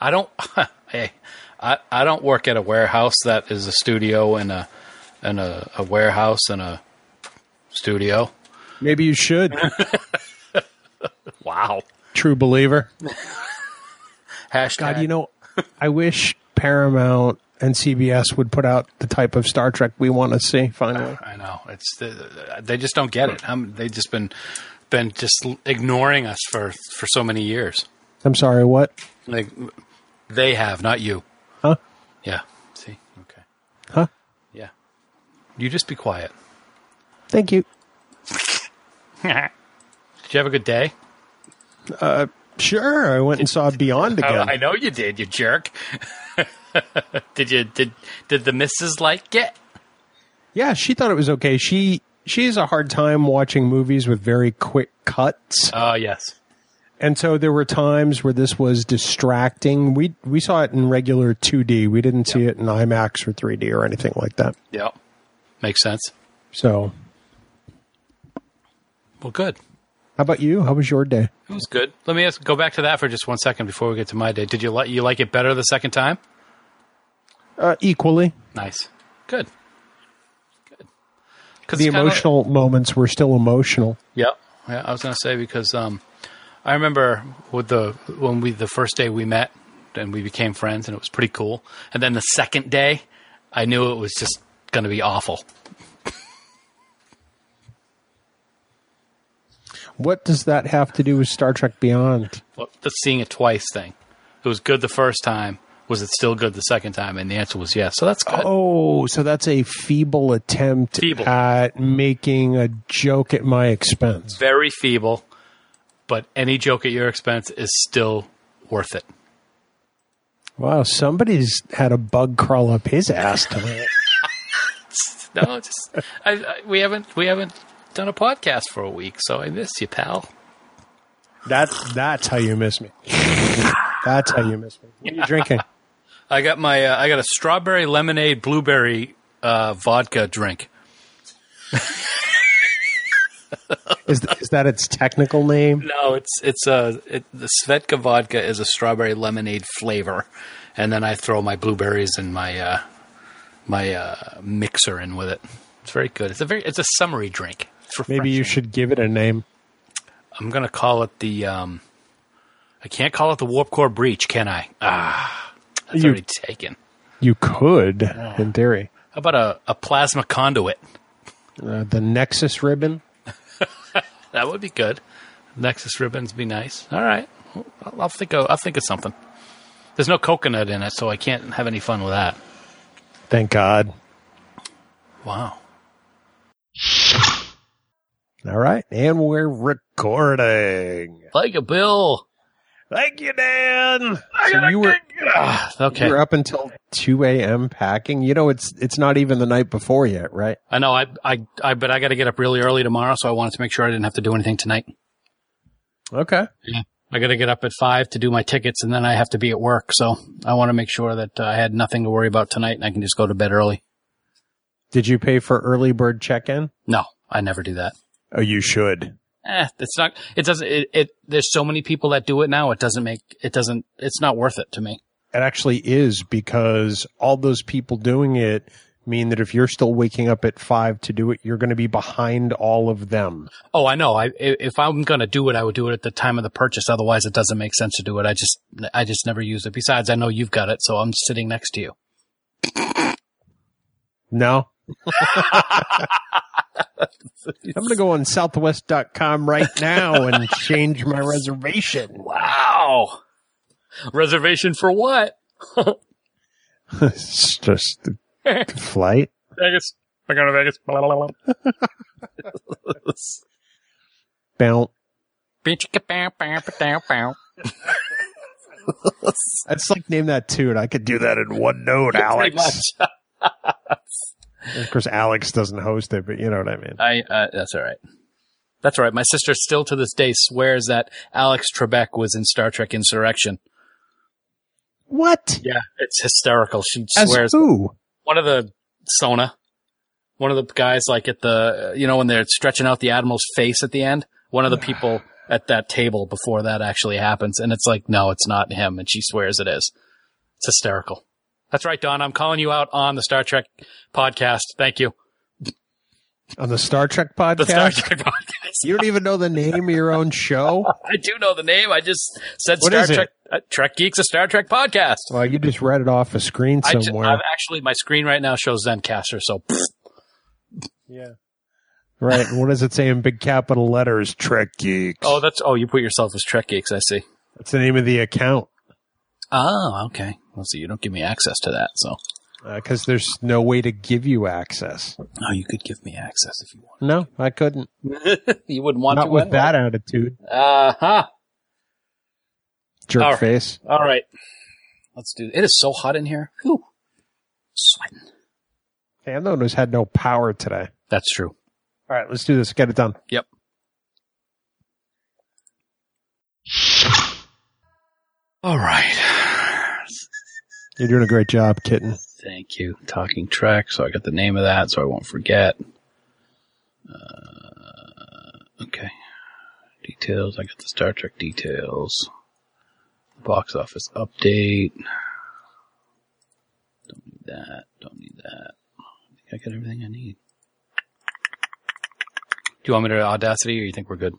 Speaker 6: I don't. hey, I, I don't work at a warehouse that is a studio and a and a, a warehouse and a studio.
Speaker 4: Maybe you should,
Speaker 6: Wow.
Speaker 4: true believer.
Speaker 6: Hashtag.
Speaker 4: God, you know, I wish Paramount and CBS would put out the type of Star Trek we want to see finally.
Speaker 6: I know it's the, they just don't get it. Um they've just been been just ignoring us for for so many years.
Speaker 4: I'm sorry, what?
Speaker 6: Like they have, not you.
Speaker 4: Huh?
Speaker 6: Yeah. See. Okay.
Speaker 4: Huh?
Speaker 6: Yeah. You just be quiet.
Speaker 4: Thank you.
Speaker 6: Did you have a good day?
Speaker 4: Sure, I went and saw Beyond
Speaker 6: Oh,
Speaker 4: again.
Speaker 6: I know you did, you jerk. did you did did the missus like it?
Speaker 4: yeah, she thought it was okay. She she has a hard time watching movies with very quick cuts.
Speaker 6: Oh yes.
Speaker 4: And so there were times where this was distracting. We we saw it in regular 2D. We didn't see it in IMAX or 3D or anything like that.
Speaker 6: Yep. Makes sense.
Speaker 4: So,
Speaker 6: Well, good.
Speaker 4: how about you? How was your day?
Speaker 6: It was good. Let me ask, go back to that for just one second before we get to my day. Did you like you like it better the second time?
Speaker 4: Uh, equally,
Speaker 6: Nice. Good. Good. Because
Speaker 4: the emotional moments were still emotional.
Speaker 6: Yep. Yeah, I was gonna say because um, I remember with the when we the first day we met and we became friends and it was pretty cool. And then the second day, I knew it was just gonna be awful.
Speaker 4: What does that have to do with Star Trek Beyond?
Speaker 6: Well, the seeing it twice thing. It was good the first time. Was it still good the second time? And the answer was yes. So that's good.
Speaker 4: Oh, so that's a feeble attempt
Speaker 6: Feeble.
Speaker 4: at making a joke at my expense.
Speaker 6: Very feeble, but any joke at your expense is still worth it.
Speaker 4: Wow, somebody's had a bug crawl up his ass tonight.
Speaker 6: No, just I, I, we haven't we haven't done a podcast for a week, so I missed you, pal.
Speaker 4: that's that's how you miss me. That's how you miss me. What are you drinking?
Speaker 6: I got my uh, I got a strawberry lemonade blueberry uh, vodka drink.
Speaker 4: Is, is that its technical name?
Speaker 6: No, it's it's a it, the Svetka vodka is a strawberry lemonade flavor, and then I throw my blueberries and my uh, my uh, mixer in with it. It's very good. It's a very it's a summery drink. It's
Speaker 4: Maybe you
Speaker 6: refreshing.
Speaker 4: should give it a name.
Speaker 6: I'm gonna call it the. Um, I can't call it the warp core breach, can I? Ah, that's
Speaker 4: You-
Speaker 6: already taken.
Speaker 4: You could, in theory.
Speaker 6: How about a, a plasma conduit?
Speaker 4: Uh, the Nexus ribbon.
Speaker 6: That would be good. Nexus ribbons be nice. All right, I'll, I'll think of I'll think of something. There's no coconut in it, so I can't have any fun with that.
Speaker 4: Thank God.
Speaker 6: Wow.
Speaker 4: All right, and we're recording.
Speaker 6: Like a bill.
Speaker 4: Thank you, Dan. So you were
Speaker 6: Okay.
Speaker 4: you were up until two a.m. packing. You know, it's it's not even the night before yet, right?
Speaker 6: I know. I I I but I got to get up really early tomorrow, so I wanted to make sure I didn't have to do anything tonight.
Speaker 4: Okay.
Speaker 6: I got to get up at five to do my tickets, and then I have to be at work. So I want to make sure that uh, I had nothing to worry about tonight, and I can just go to bed early.
Speaker 4: Did you pay for early bird check-in?
Speaker 6: No, I never do that.
Speaker 4: Oh, you should.
Speaker 6: eh, it's not. It doesn't. It, it there's so many people that do it now. It doesn't make. It doesn't. It's not worth it to me.
Speaker 4: It actually is because all those people doing it mean that if you're still waking up at five to do it, you're going to be behind all of them.
Speaker 6: Oh, I know. I i- if I'm gonna do it, I would do it at the time of the purchase. Otherwise, it doesn't make sense to do it. I just I just never use it. Besides, I know you've got it, so I'm sitting next to you.
Speaker 4: No? I'm going to go on southwest.com right now and change my reservation.
Speaker 6: Wow. Reservation for what?
Speaker 4: it's just the flight.
Speaker 6: Vegas. We're going to Vegas. Blah, blah, blah, blah.
Speaker 4: Bounce.
Speaker 6: Bitch-a-bow-bow-bow-bow.
Speaker 4: It's like name that tune. I could do that in one note, Alex.
Speaker 6: Pretty much.
Speaker 4: Of course, Alex doesn't host it, but you know what I mean.
Speaker 6: I, uh, that's all right. That's all right. My sister still to this day swears that Alex Trebek was in Star Trek Insurrection.
Speaker 4: What?
Speaker 6: Yeah, it's hysterical. She
Speaker 4: As
Speaker 6: swears
Speaker 4: who?
Speaker 6: one of the Sona, one of the guys like at the you know when they're stretching out the admiral's face at the end. One of the people at that table before that actually happens, and it's like, no, it's not him, and she swears it is. It's hysterical. That's right, Don. I'm calling you out on the Star Trek podcast. Thank you.
Speaker 4: On the Star Trek podcast?
Speaker 6: The Star Trek podcast.
Speaker 4: You don't even know the name of your own show?
Speaker 6: I do know the name. I just said
Speaker 4: What
Speaker 6: Star
Speaker 4: is it?
Speaker 6: Trek. Uh, Trek Geeks, a Star Trek podcast.
Speaker 4: Well, you just read it off a screen
Speaker 6: I just,
Speaker 4: somewhere.
Speaker 6: I've actually my screen right now shows Zencaster, so
Speaker 4: right. What does it say in big capital letters? Trek Geeks.
Speaker 6: oh, that's oh, you put yourself as Trek Geeks. I see.
Speaker 4: That's the name of the account.
Speaker 6: Oh, okay. Well, see, you don't give me access to that, so.
Speaker 4: Because Uh, there's no way to give you access.
Speaker 6: Oh, you could give me access if you want.
Speaker 4: No, I couldn't.
Speaker 6: you wouldn't want
Speaker 4: Not
Speaker 6: to.
Speaker 4: with that attitude.
Speaker 6: Uh huh.
Speaker 4: Jerk
Speaker 6: All right.
Speaker 4: face.
Speaker 6: All right. Let's do. It is so hot in here. Whew. Sweating.
Speaker 4: Fan has had no power today.
Speaker 6: That's true.
Speaker 4: All right, let's do this. Get it done.
Speaker 6: Yep. All right.
Speaker 4: You're doing a great job, kitten.
Speaker 6: Thank you. Talking Trek. So I got the name of that, so I won't forget. Uh, okay. Details. I got the Star Trek details. Box office update. Don't need that. Don't need that. I think I got everything I need. Do you want me to Audacity, or you think we're good?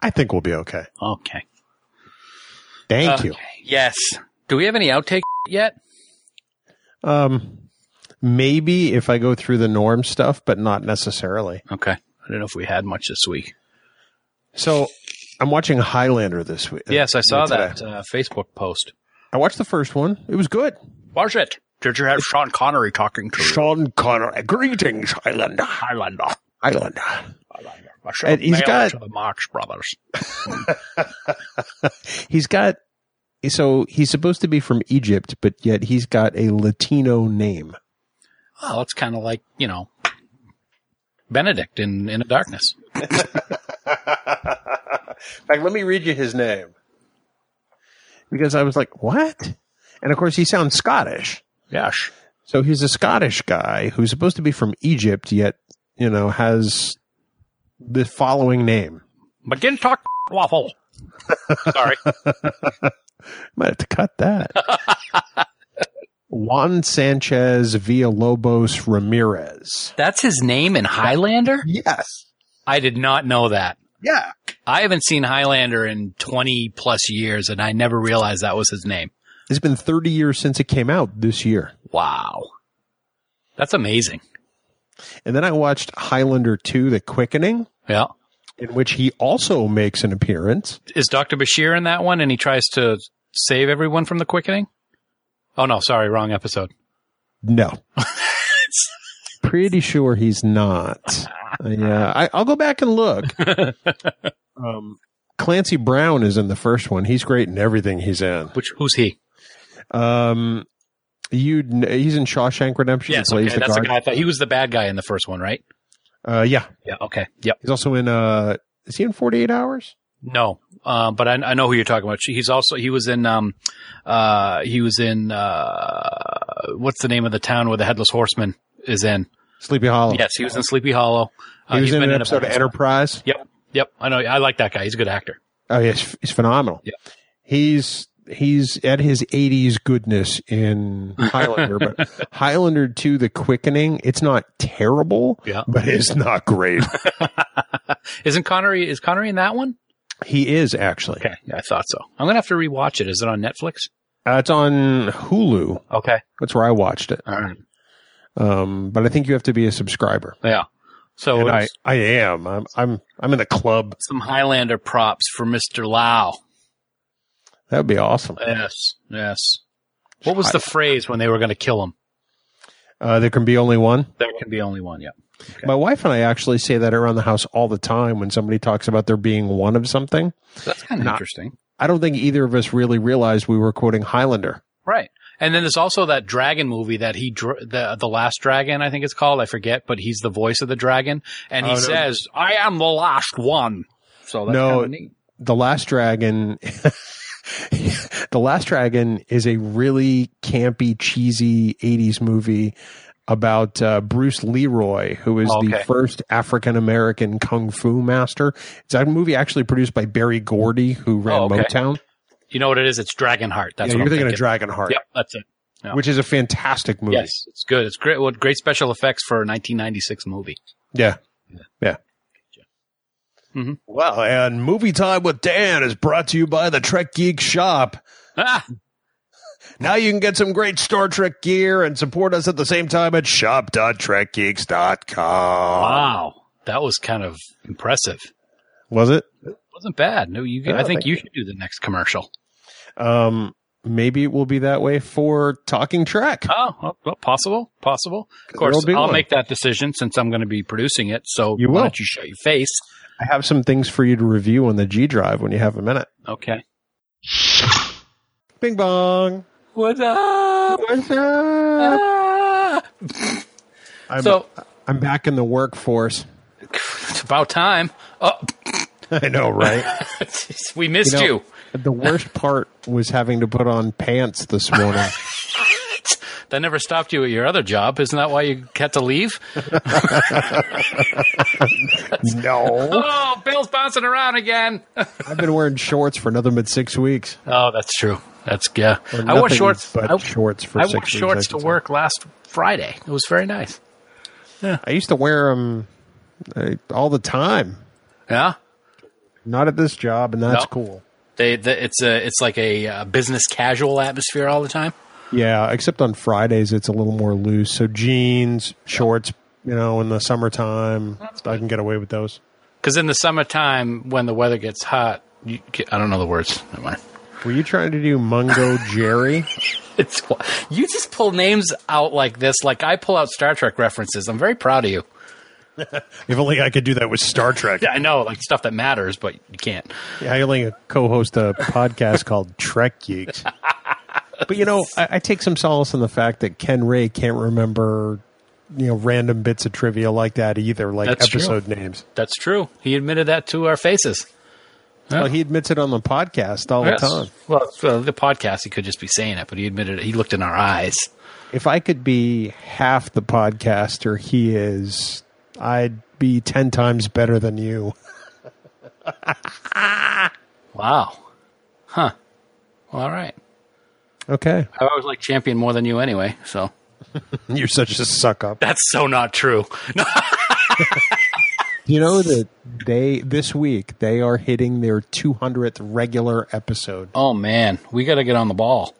Speaker 4: I think we'll be okay.
Speaker 6: Okay.
Speaker 4: Thank
Speaker 6: Uh.
Speaker 4: you.
Speaker 6: Yes. Do we have any outtake yet?
Speaker 4: Um, maybe if I go through the norm stuff, but not necessarily.
Speaker 6: Okay. I don't know if we had much this week.
Speaker 4: So I'm watching Highlander this week.
Speaker 6: Yes, I saw
Speaker 4: today.
Speaker 6: that uh, Facebook post.
Speaker 4: I watched the first one. It was good.
Speaker 6: Was it? Did you have Sean Connery talking to you?
Speaker 4: Sean Connery. Greetings, Highlander. Highlander. Highlander.
Speaker 6: I should have
Speaker 4: And he's
Speaker 6: mailed it
Speaker 4: got-
Speaker 6: to the Marx Brothers.
Speaker 4: He's got so he's supposed to be from Egypt, but yet he's got a Latino name.
Speaker 6: Oh, it's kind of like you know Benedict in in the darkness.
Speaker 4: In fact, let me read you his name. Because I was like, what? And of course he sounds Scottish.
Speaker 6: Yes.
Speaker 4: So he's a Scottish guy who's supposed to be from Egypt, yet, you know, has the following name.
Speaker 6: Begin talk waffle. Sorry.
Speaker 4: Might have to cut that. Juan Sanchez Villalobos Ramirez.
Speaker 6: That's his name in Highlander?
Speaker 4: Yes.
Speaker 6: I did not know that.
Speaker 4: Yeah.
Speaker 6: I haven't seen Highlander in 20 plus years and I never realized that was his name.
Speaker 4: It's been 30 years since it came out this year.
Speaker 6: Wow. That's amazing.
Speaker 4: And then I watched Highlander 2 The Quickening,
Speaker 6: Yeah.
Speaker 4: in which he also makes an appearance.
Speaker 6: is Dr. Bashir in that one and he tries to save everyone from the quickening? Oh no, sorry, wrong episode.
Speaker 4: No. Pretty sure he's not. Yeah, I, I'll go back and look. um, Clancy Brown is in the first one. He's great in everything he's in.
Speaker 6: Which who's he?
Speaker 4: Um, you kn- he's in Shawshank Redemption. He
Speaker 6: Yes,
Speaker 4: plays
Speaker 6: okay, that's the
Speaker 4: guard.
Speaker 6: guy I thought he was the bad guy in the first one, right?
Speaker 4: Uh, yeah,
Speaker 6: Yeah, okay. Yep.
Speaker 4: he's also in. Uh, is he in Forty Eight Hours?
Speaker 6: No. Uh, but I, I know who you're talking about. He's also he was in um uh he was in uh what's the name of the town where the headless horseman is in?
Speaker 4: Sleepy Hollow.
Speaker 6: Yes, he was in Sleepy Hollow. Uh,
Speaker 4: he was
Speaker 6: he's
Speaker 4: in
Speaker 6: been
Speaker 4: an
Speaker 6: a
Speaker 4: episode of
Speaker 6: bunch-
Speaker 4: Enterprise.
Speaker 6: Yep. Yep, I know. I like that guy. He's a good actor.
Speaker 4: Oh yes, he's phenomenal.
Speaker 6: Yeah.
Speaker 4: He's he's at his 80s goodness in Highlander, but Highlander 2 The Quickening, it's not terrible,
Speaker 6: Yeah.
Speaker 4: but it's not great.
Speaker 6: Isn't Connery? Is Connery in that one?
Speaker 4: he is actually.
Speaker 6: Okay, yeah, I thought so. I'm gonna have to rewatch it. Is it on Netflix?
Speaker 4: Uh, it's on Hulu.
Speaker 6: Okay,
Speaker 4: That's where I watched it.
Speaker 6: all right.
Speaker 4: Um, but I think you have to be a subscriber.
Speaker 6: Yeah. So
Speaker 4: And I,
Speaker 6: Oh, it's
Speaker 4: I am. I'm I'm I'm in the club.
Speaker 6: some Highlander props for Mr. Lau.
Speaker 4: That would be awesome.
Speaker 6: Uh, Yes, yes. What was the phrase when they were going to kill him?
Speaker 4: Uh, there can be only one.
Speaker 6: There can be only one. Yeah.
Speaker 4: My wife and I actually say that around the house all the time when somebody talks about there being one of something.
Speaker 6: That's kind of
Speaker 4: Not-
Speaker 6: interesting.
Speaker 4: I don't think either of us really realized we were quoting Highlander.
Speaker 6: Right. And then there's also that dragon movie that he dr- the the last dragon I think it's called I forget but he's the voice of the dragon and he
Speaker 4: Oh, no.
Speaker 6: says I am the last one. So that's
Speaker 4: No.
Speaker 6: kind of neat.
Speaker 4: The Last Dragon. the Last Dragon is a really campy, cheesy 80s movie about uh, Bruce Leroy, who is
Speaker 6: Okay.
Speaker 4: the first African American kung fu master. It's a movie actually produced by Barry Gordy, who ran
Speaker 6: Oh, okay.
Speaker 4: Motown.
Speaker 6: You know what it is? It's Dragonheart. That's
Speaker 4: yeah,
Speaker 6: what
Speaker 4: you're
Speaker 6: I'm
Speaker 4: thinking,
Speaker 6: thinking
Speaker 4: of Dragonheart,
Speaker 6: Yep, that's it. Yeah.
Speaker 4: which is a fantastic movie.
Speaker 6: Yes, it's good. It's great. What great special effects for a 1996 movie.
Speaker 4: Yeah. Yeah.
Speaker 6: Mhm.
Speaker 4: Well, and Movie Time with Dan is brought to you by the Trek Geek Shop.
Speaker 6: Ah,
Speaker 4: Now you can get some great Star Trek gear and support us at the same time at shop.trekgeeks.com.
Speaker 6: wow, that was kind of impressive.
Speaker 4: Was it?
Speaker 6: wasn't bad. No, you.
Speaker 4: Yeah,
Speaker 6: I think
Speaker 4: thank
Speaker 6: you should do the next commercial.
Speaker 4: Um, maybe it will be that way for Talking Trek.
Speaker 6: Oh, well, well, possible, possible. Of
Speaker 4: There
Speaker 6: course,
Speaker 4: will be
Speaker 6: I'll
Speaker 4: one.
Speaker 6: make that decision since I'm going to be producing it. So
Speaker 4: You
Speaker 6: why
Speaker 4: will.
Speaker 6: don't you show your face?
Speaker 4: I have some things for you to review on the G Drive when you have a minute.
Speaker 6: Okay.
Speaker 4: Bing bong.
Speaker 6: What's up?
Speaker 4: What's up? I'm,
Speaker 6: So
Speaker 4: I'm back in the workforce.
Speaker 6: it's about time. Oh,
Speaker 4: I know, right?
Speaker 6: we missed
Speaker 4: know,
Speaker 6: you.
Speaker 4: The worst part was having to put on pants this morning.
Speaker 6: That never stopped you at your other job. Isn't that why you had to leave?
Speaker 4: no.
Speaker 6: Oh, Bill's bouncing around again.
Speaker 4: I've been wearing shorts for nothing but six weeks.
Speaker 6: Oh, that's true. That's yeah.
Speaker 4: Or
Speaker 6: I wore
Speaker 4: nothing
Speaker 6: shorts.
Speaker 4: But
Speaker 6: I,
Speaker 4: shorts for
Speaker 6: I
Speaker 4: six
Speaker 6: wore
Speaker 4: weeks,
Speaker 6: shorts
Speaker 4: I
Speaker 6: to
Speaker 4: should say.
Speaker 6: work last Friday. It was very nice.
Speaker 4: I used to wear them all the time.
Speaker 6: Yeah.
Speaker 4: Not at this job, and that's
Speaker 6: No.
Speaker 4: cool.
Speaker 6: They, the it's a, it's like a uh, business casual atmosphere all the time.
Speaker 4: Yeah, except on Fridays it's a little more loose. So jeans, shorts, you know, in the summertime, I can get away with those.
Speaker 6: Because in the summertime, when the weather gets hot, you, ca- I don't know the words. Never mind.
Speaker 4: Were you trying to do Mungo Jerry?
Speaker 6: It's you just pull names out like this, like I pull out Star Trek references. I'm very proud of you.
Speaker 4: if only I could do that with Star Trek.
Speaker 6: Yeah, I know, like stuff that matters, but you can't.
Speaker 4: I only co-host a podcast called Trek Geeks. But you know, I, I take some solace in the fact that Ken Ray can't remember, you know, random bits of trivia like that either, like
Speaker 6: That's true.
Speaker 4: episode names.
Speaker 6: That's true. He admitted that to our faces
Speaker 4: Well, he admits it on the podcast all the time.
Speaker 6: Well, it's, uh, the podcast, he could just be saying it, but he admitted it. He looked in our eyes.
Speaker 4: If I could be half the podcaster he is, I'd be ten times better than you.
Speaker 6: Wow. Huh. Well, all right.
Speaker 4: Okay,
Speaker 6: I always like champion more than you anyway. So.
Speaker 4: you're such a suck up.
Speaker 6: That's so not true. No,
Speaker 4: You know that they this week they are hitting their 200th regular episode.
Speaker 6: oh man, we got to get on the ball.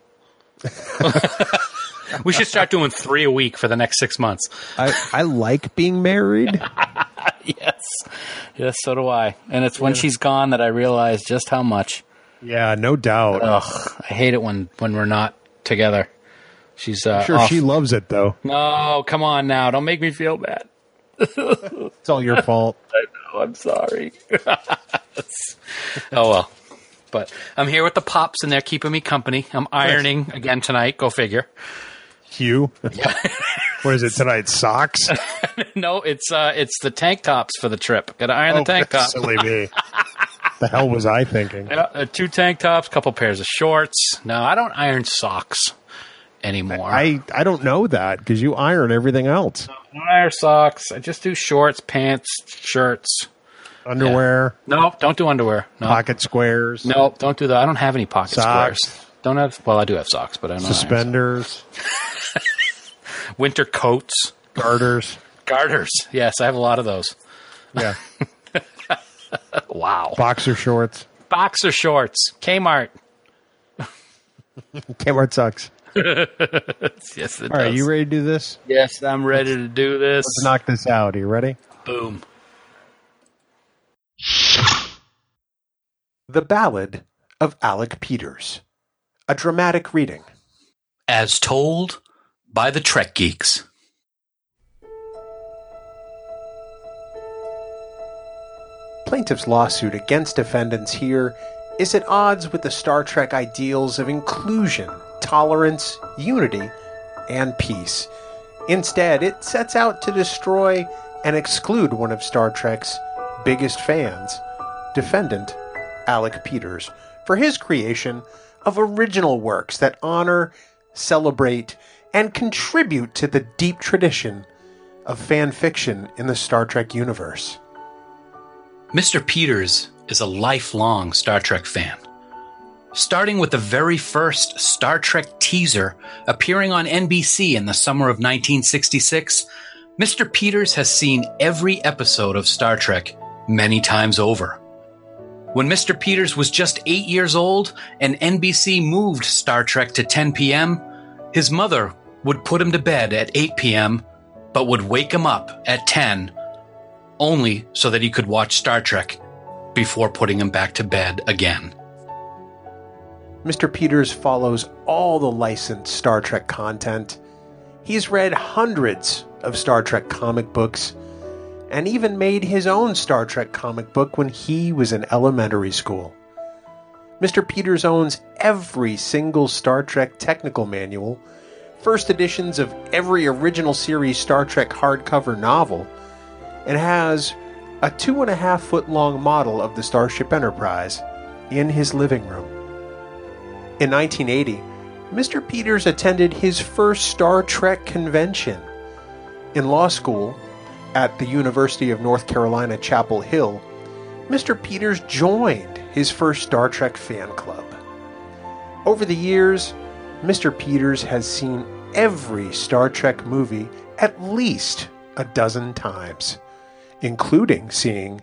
Speaker 6: we should start doing three a week for the next six months.
Speaker 4: I, I like being married.
Speaker 6: Yes, yes, so do I. And it's when she's gone that I realize just how much.
Speaker 4: Yeah, no doubt.
Speaker 6: Ugh, I hate it when when we're not together. She's uh,
Speaker 4: sure,
Speaker 6: off.
Speaker 4: she loves it though.
Speaker 6: no, Oh, come on now, don't make me feel bad.
Speaker 4: It's all your fault.
Speaker 6: Oh, I'm sorry. oh well, but I'm here with the pops, and they're keeping me company. I'm ironing again tonight. Go figure.
Speaker 4: Hugh. what is it tonight? Socks?
Speaker 1: Oh,
Speaker 6: No, it's uh, it's the tank tops for the trip. Got to iron
Speaker 7: Oh,
Speaker 6: the tank top.
Speaker 4: silly me. the hell was I thinking?
Speaker 6: Yeah, uh, two tank tops, couple pairs of shorts. No, I don't iron socks anymore. I,
Speaker 4: I, I don't know that because you iron everything else.
Speaker 6: don't iron socks. I just do shorts, pants, shirts.
Speaker 7: underwear,
Speaker 1: No, don't do underwear. No,
Speaker 7: pocket squares,
Speaker 1: no, don't do that. I don't have any pocket
Speaker 7: Socks.
Speaker 1: squares. Don't have. Well, I do have socks, but I don't have
Speaker 7: suspenders,
Speaker 1: winter coats,
Speaker 7: garters.
Speaker 1: garters. Yes, I have a lot of those.
Speaker 7: Yeah,
Speaker 1: Wow,
Speaker 7: boxer shorts.
Speaker 1: boxer shorts, Kmart.
Speaker 7: Kmart sucks.
Speaker 1: Yes, it
Speaker 7: All right,
Speaker 1: does.
Speaker 7: you ready to do this?
Speaker 1: yes, I'm ready to do this.
Speaker 7: Let's knock this out. Are you ready?
Speaker 1: Boom.
Speaker 4: The Ballad of Alec Peters. A dramatic reading.
Speaker 6: As told by the Trek Geeks.
Speaker 4: Plaintiff's lawsuit against defendants here is at odds with the Star Trek ideals of inclusion, tolerance, unity, and peace. Instead, it sets out to destroy and exclude one of Star Trek's biggest fans, defendant Alec Peters, for his creation of original works that honor, celebrate, and contribute to the deep tradition of fan fiction in the Star Trek universe.
Speaker 6: Mr. Peters is a lifelong Star Trek fan. Starting with the very first Star Trek teaser appearing on NBC in the summer of 1966, Mr. Peters has seen every episode of Star Trek many times over. When Mr. Peters was just eight years old and NBC moved Star Trek to 10 p.m., his mother would put him to bed at 8 p.m., but would wake him up at 10 only so that he could watch Star Trek before putting him back to bed again.
Speaker 4: Mr. Peters follows all the licensed Star Trek content. He's read hundreds of Star Trek comic books and even made his own Star Trek comic book when he was in elementary school. Mr. Peters owns every single Star Trek technical manual, first editions of every original series Star Trek hardcover novel, and has a two and a half foot long model of the Starship Enterprise in his living room. In 1980, Mr. Peters attended his first Star Trek convention. In law school at the University of North Carolina, Chapel Hill, Mr. Peters joined his first Star Trek fan club. Over the years, Mr. Peters has seen every Star Trek movie at least a dozen times, including seeing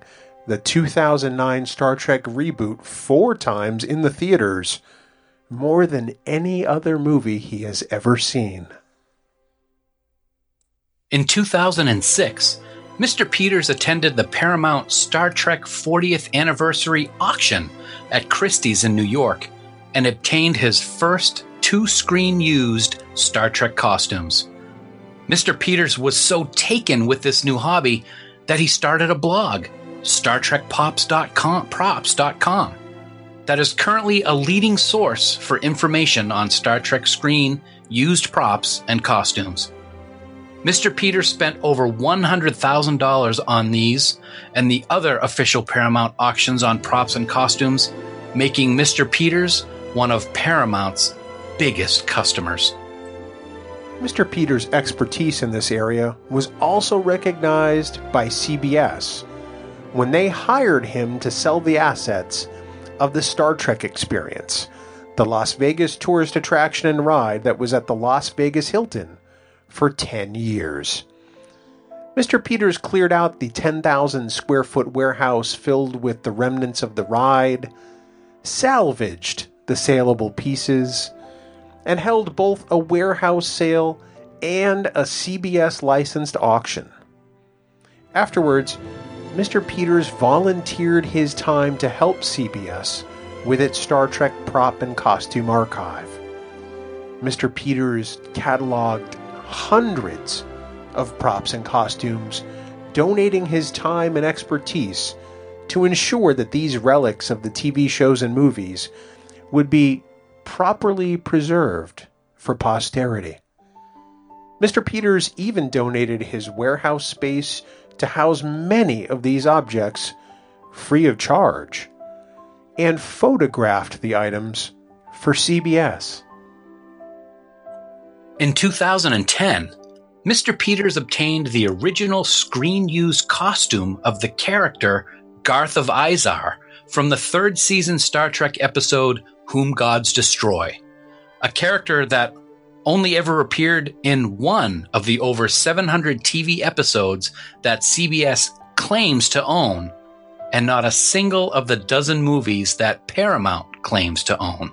Speaker 4: the 2009 Star Trek reboot four times in the theaters more than any other movie he has ever seen.
Speaker 6: In 2006, Mr. Peters attended the Paramount Star Trek 40th anniversary auction at Christie's in New York and obtained his first two screen used Star Trek costumes. Mr. Peters was so taken with this new hobby that he started a blog, Star Trek props.com, that is currently a leading source for information on Star Trek screen, used props, and costumes. Mr. Peters spent over $100,000 on these and the other official Paramount auctions on props and costumes, making Mr. Peters one of Paramount's biggest customers.
Speaker 4: Mr. Peters' expertise in this area was also recognized by CBS when they hired him to sell the assets of the Star Trek experience, the Las Vegas tourist attraction and ride that was at the Las Vegas Hilton for 10 years. Mr. Peters cleared out the 10,000 square foot warehouse filled with the remnants of the ride, salvaged the saleable pieces, and held both a warehouse sale and a CBS licensed auction. Afterwards, Mr. Peters volunteered his time to help CBS with its Star Trek prop and costume archive. Mr. Peters cataloged hundreds of props and costumes, donating his time and expertise to ensure that these relics of the TV shows and movies would be properly preserved for posterity. Mr. Peters even donated his warehouse space to house many of these objects free of charge and photographed the items for CBS.
Speaker 6: In 2010, Mr. Peters obtained the original screen used costume of the character Garth of Izar from the third season Star Trek episode Whom Gods Destroy, a character that only ever appeared in one of the over 700 TV episodes that CBS claims to own, and not a single of the dozen movies that Paramount claims to own,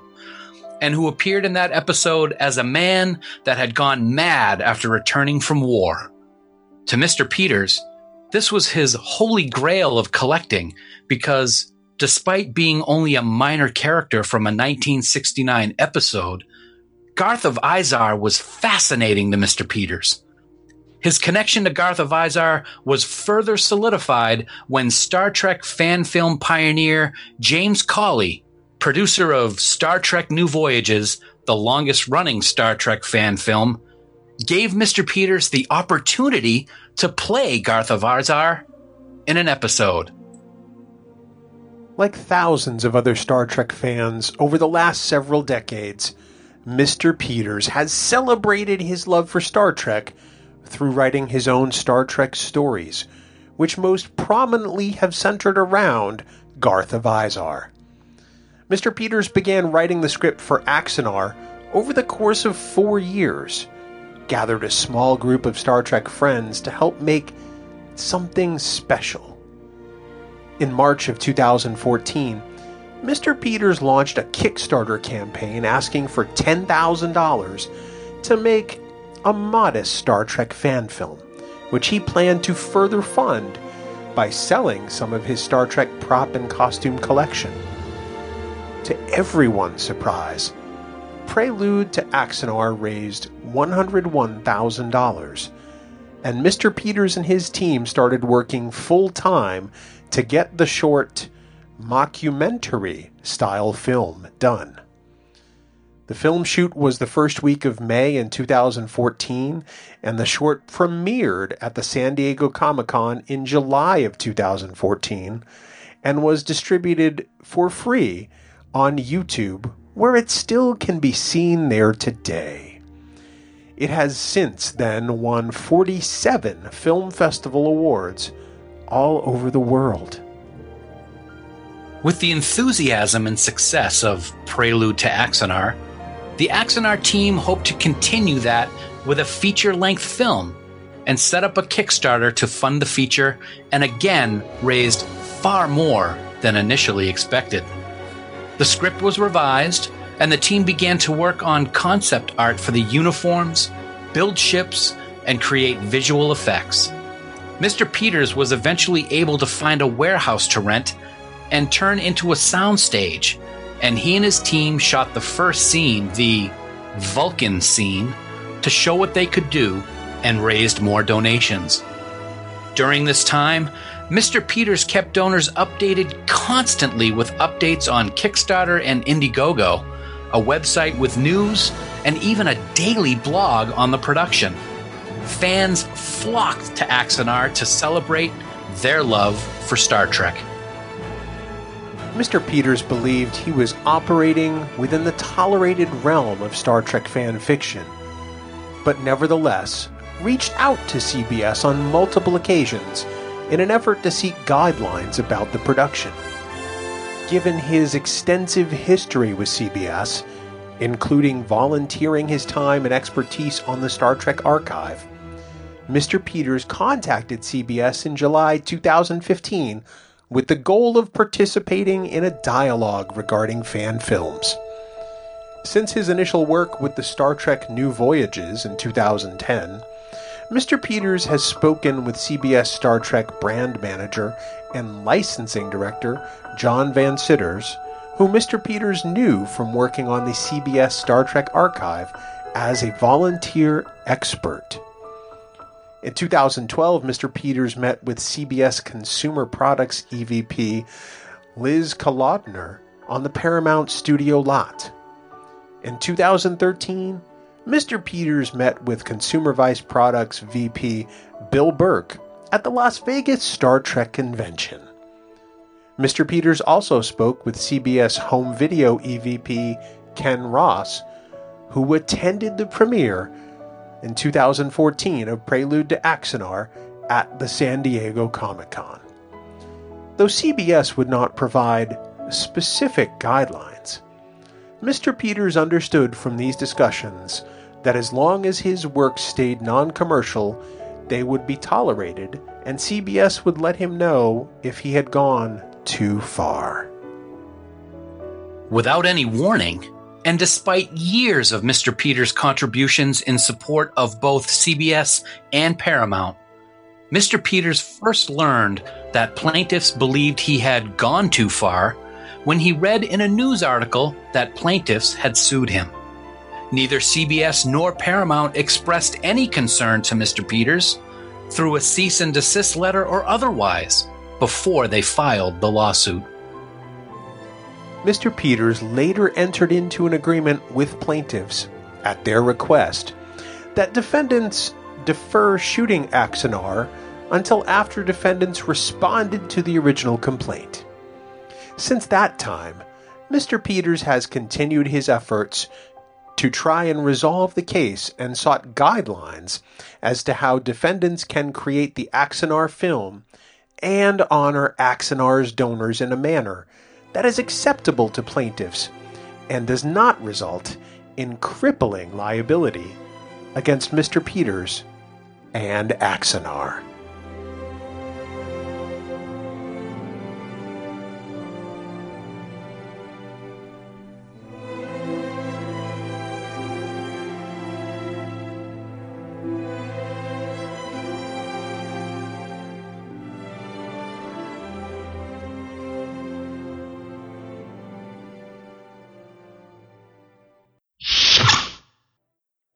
Speaker 6: and who appeared in that episode as a man that had gone mad after returning from war. To Mr. Peters, this was his holy grail of collecting because despite being only a minor character from a 1969 episode, Garth of Izar was fascinating to Mr. Peters. His connection to Garth of Izar was further solidified when Star Trek fan film pioneer James Cawley, producer of Star Trek New Voyages, the longest running Star Trek fan film, gave Mr. Peters the opportunity to play Garth of Izar in an episode.
Speaker 4: Like thousands of other Star Trek fans over the last several decades, Mr. Peters has celebrated his love for Star Trek through writing his own Star Trek stories, which most prominently have centered around Garth of Izar. Mr. Peters began writing the script for Axanar over the course of four years, gathered a small group of Star Trek friends to help make something special. In March of 2014, Mr. Peters launched a Kickstarter campaign asking for $10,000 to make a modest Star Trek fan film, which he planned to further fund by selling some of his Star Trek prop and costume collection. To everyone's surprise, Prelude to Axanar raised $101,000, and Mr. Peters and his team started working full time to get the short mockumentary style film done. The film shoot was the first week of May in 2014, and the short premiered at the San Diego Comic Con in July of 2014 and was distributed for free on YouTube, where it still can be seen there today. It has since then won 47 film festival awards all over the world.
Speaker 6: With the enthusiasm and success of Prelude to Axonar, the Axonar team hoped to continue that with a feature length film and set up a Kickstarter to fund the feature and again raised far more than initially expected. The script was revised, and the team began to work on concept art for the uniforms, build ships, and create visual effects. Mr. Peters was eventually able to find a warehouse to rent and turn into a soundstage, and he and his team shot the first scene, the Vulcan scene, to show what they could do and raised more donations. During this time, Mr. Peters kept donors updated constantly with updates on Kickstarter and Indiegogo, a website with news, and even a daily blog on the production. Fans flocked to Axanar to celebrate their love for Star Trek.
Speaker 4: Mr. Peters believed he was operating within the tolerated realm of Star Trek fan fiction, but nevertheless reached out to CBS on multiple occasions in an effort to seek guidelines about the production. Given his extensive history with CBS, including volunteering his time and expertise on the Star Trek archive, Mr. Peters contacted CBS in July 2015 with the goal of participating in a dialogue regarding fan films. Since his initial work with the Star Trek New Voyages in 2010, Mr. Peters has spoken with CBS Star Trek brand manager and licensing director John Van Sitters, who Mr. Peters knew from working on the CBS Star Trek archive as a volunteer expert. In 2012, Mr. Peters met with CBS Consumer Products EVP Liz Kalodner on the Paramount Studio lot. In 2013, Mr. Peters met with Consumer Vice Products VP Bill Burke at the Las Vegas Star Trek convention. Mr. Peters also spoke with CBS Home Video EVP Ken Ross, who attended the premiere in 2014 of Prelude to Axanar at the San Diego Comic Con. Though CBS would not provide specific guidelines, Mr. Peters understood from these discussions that as long as his work stayed non commercial, they would be tolerated, and CBS would let him know if he had gone too far.
Speaker 6: Without any warning, and despite years of Mr. Peters' contributions in support of both CBS and Paramount, Mr. Peters first learned that plaintiffs believed he had gone too far when he read in a news article that plaintiffs had sued him. Neither CBS nor Paramount expressed any concern to Mr. Peters through a cease and desist letter or otherwise before they filed the lawsuit.
Speaker 4: Mr. Peters later entered into an agreement with plaintiffs, at their request, that defendants defer shooting Axonar until after defendants responded to the original complaint. Since that time, Mr. Peters has continued his efforts to try and resolve the case and sought guidelines as to how defendants can create the Axonar film and honor Axonar's donors in a manner that is acceptable to plaintiffs and does not result in crippling liability against Mr. Peters and Axonar.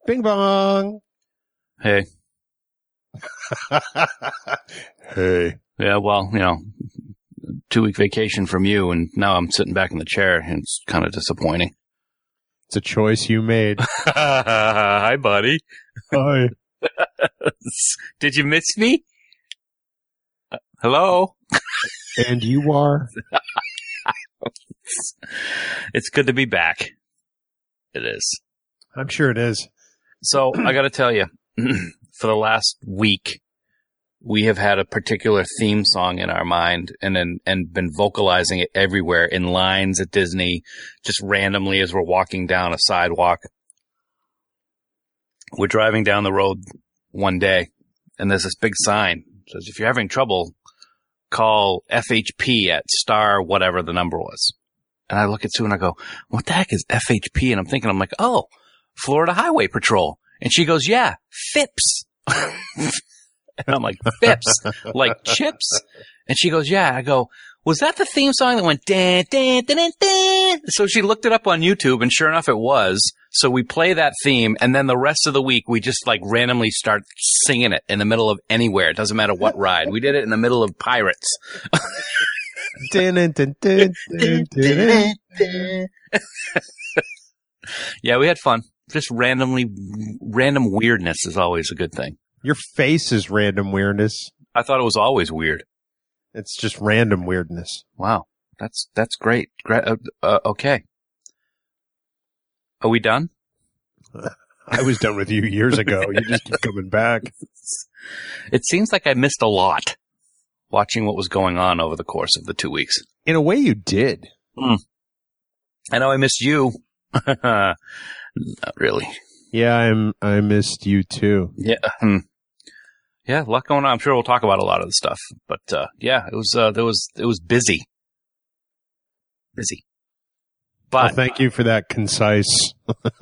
Speaker 8: Bing bong.
Speaker 9: Hey.
Speaker 8: Hey.
Speaker 9: Yeah, well, you know, two week vacation from you, and now I'm sitting back in the chair, and it's kind of disappointing.
Speaker 8: It's a choice you made.
Speaker 9: Hi, buddy.
Speaker 8: Hi.
Speaker 9: Did you miss me? Uh, hello.
Speaker 8: And you are.
Speaker 9: It's good to be back. It is.
Speaker 8: I'm sure it is.
Speaker 9: So I got to tell you, for the last week, we have had a particular theme song in our mind and and, and been vocalizing it everywhere in lines at Disney, just randomly as we're walking down a sidewalk. We're driving down the road one day, and there's this big sign that says, "If you're having trouble, call FHP at star whatever the number was." And I look at Sue and I go, "What the heck is FHP?" And I'm thinking, I'm like, "Oh." Florida Highway Patrol. And she goes, yeah, FIPS. and I'm like, FIPS, like chips. And she goes, yeah. I go, was that the theme song that went dan, dan, dan, dan, dan? So she looked it up on YouTube and sure enough it was. So we play that theme and then the rest of the week we just like randomly start singing it in the middle of anywhere. It doesn't matter what ride. We did it in the middle of pirates.
Speaker 8: Dun, dun, dun, dun, dun, dun, dun.
Speaker 9: Yeah, we had fun. Just randomly, random weirdness is always a good thing.
Speaker 8: Your face is random weirdness.
Speaker 9: I thought it was always weird.
Speaker 8: It's just random weirdness.
Speaker 9: Wow, that's that's great. Gra- uh, uh, okay, are we done?
Speaker 8: I was done with you years ago. You just keep coming back.
Speaker 9: It seems like I missed a lot watching what was going on over the course of the two weeks.
Speaker 8: In a way, you did.
Speaker 9: I know I missed you. Not really.
Speaker 8: Yeah, I'm. I missed you too.
Speaker 9: Yeah. hmm. Yeah, a lot going on. I'm sure we'll talk about a lot of the stuff, but uh, yeah, it was uh, there was it was busy, busy.
Speaker 8: Well,
Speaker 9: But
Speaker 8: thank you for that concise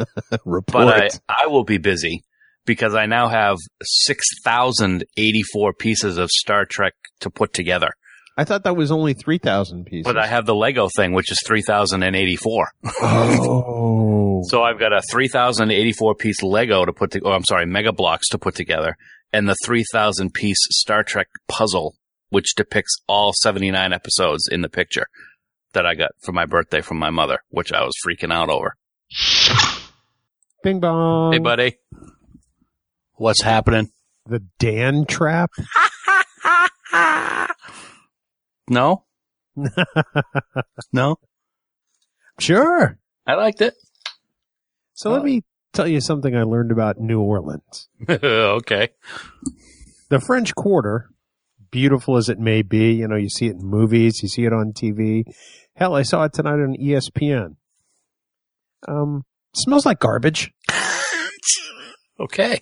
Speaker 8: report.
Speaker 9: but I, I will be busy because I now have 6,084 pieces of Star Trek to put together.
Speaker 8: I thought that was only three thousand pieces.
Speaker 9: But I have the Lego thing, which is 3,084.
Speaker 8: oh,
Speaker 9: So I've got a 3,084 piece Lego to put, to, oh, I'm sorry, Mega Blocks to put together and the 3,000 piece Star Trek puzzle, which depicts all 79 episodes in the picture that I got for my birthday from my mother, which I was freaking out over.
Speaker 8: bing bong.
Speaker 6: Mm.
Speaker 9: Hey, buddy. What's happening?
Speaker 8: The Dan trap.
Speaker 9: No? no?
Speaker 8: Sure.
Speaker 9: I liked it.
Speaker 8: So let me tell you something I learned about New Orleans.
Speaker 9: okay.
Speaker 8: The French Quarter, beautiful as it may be, you know, you see it in movies, you see it on TV. Hell, I saw it tonight on E ESPN. Um, smells like garbage,
Speaker 6: Okay.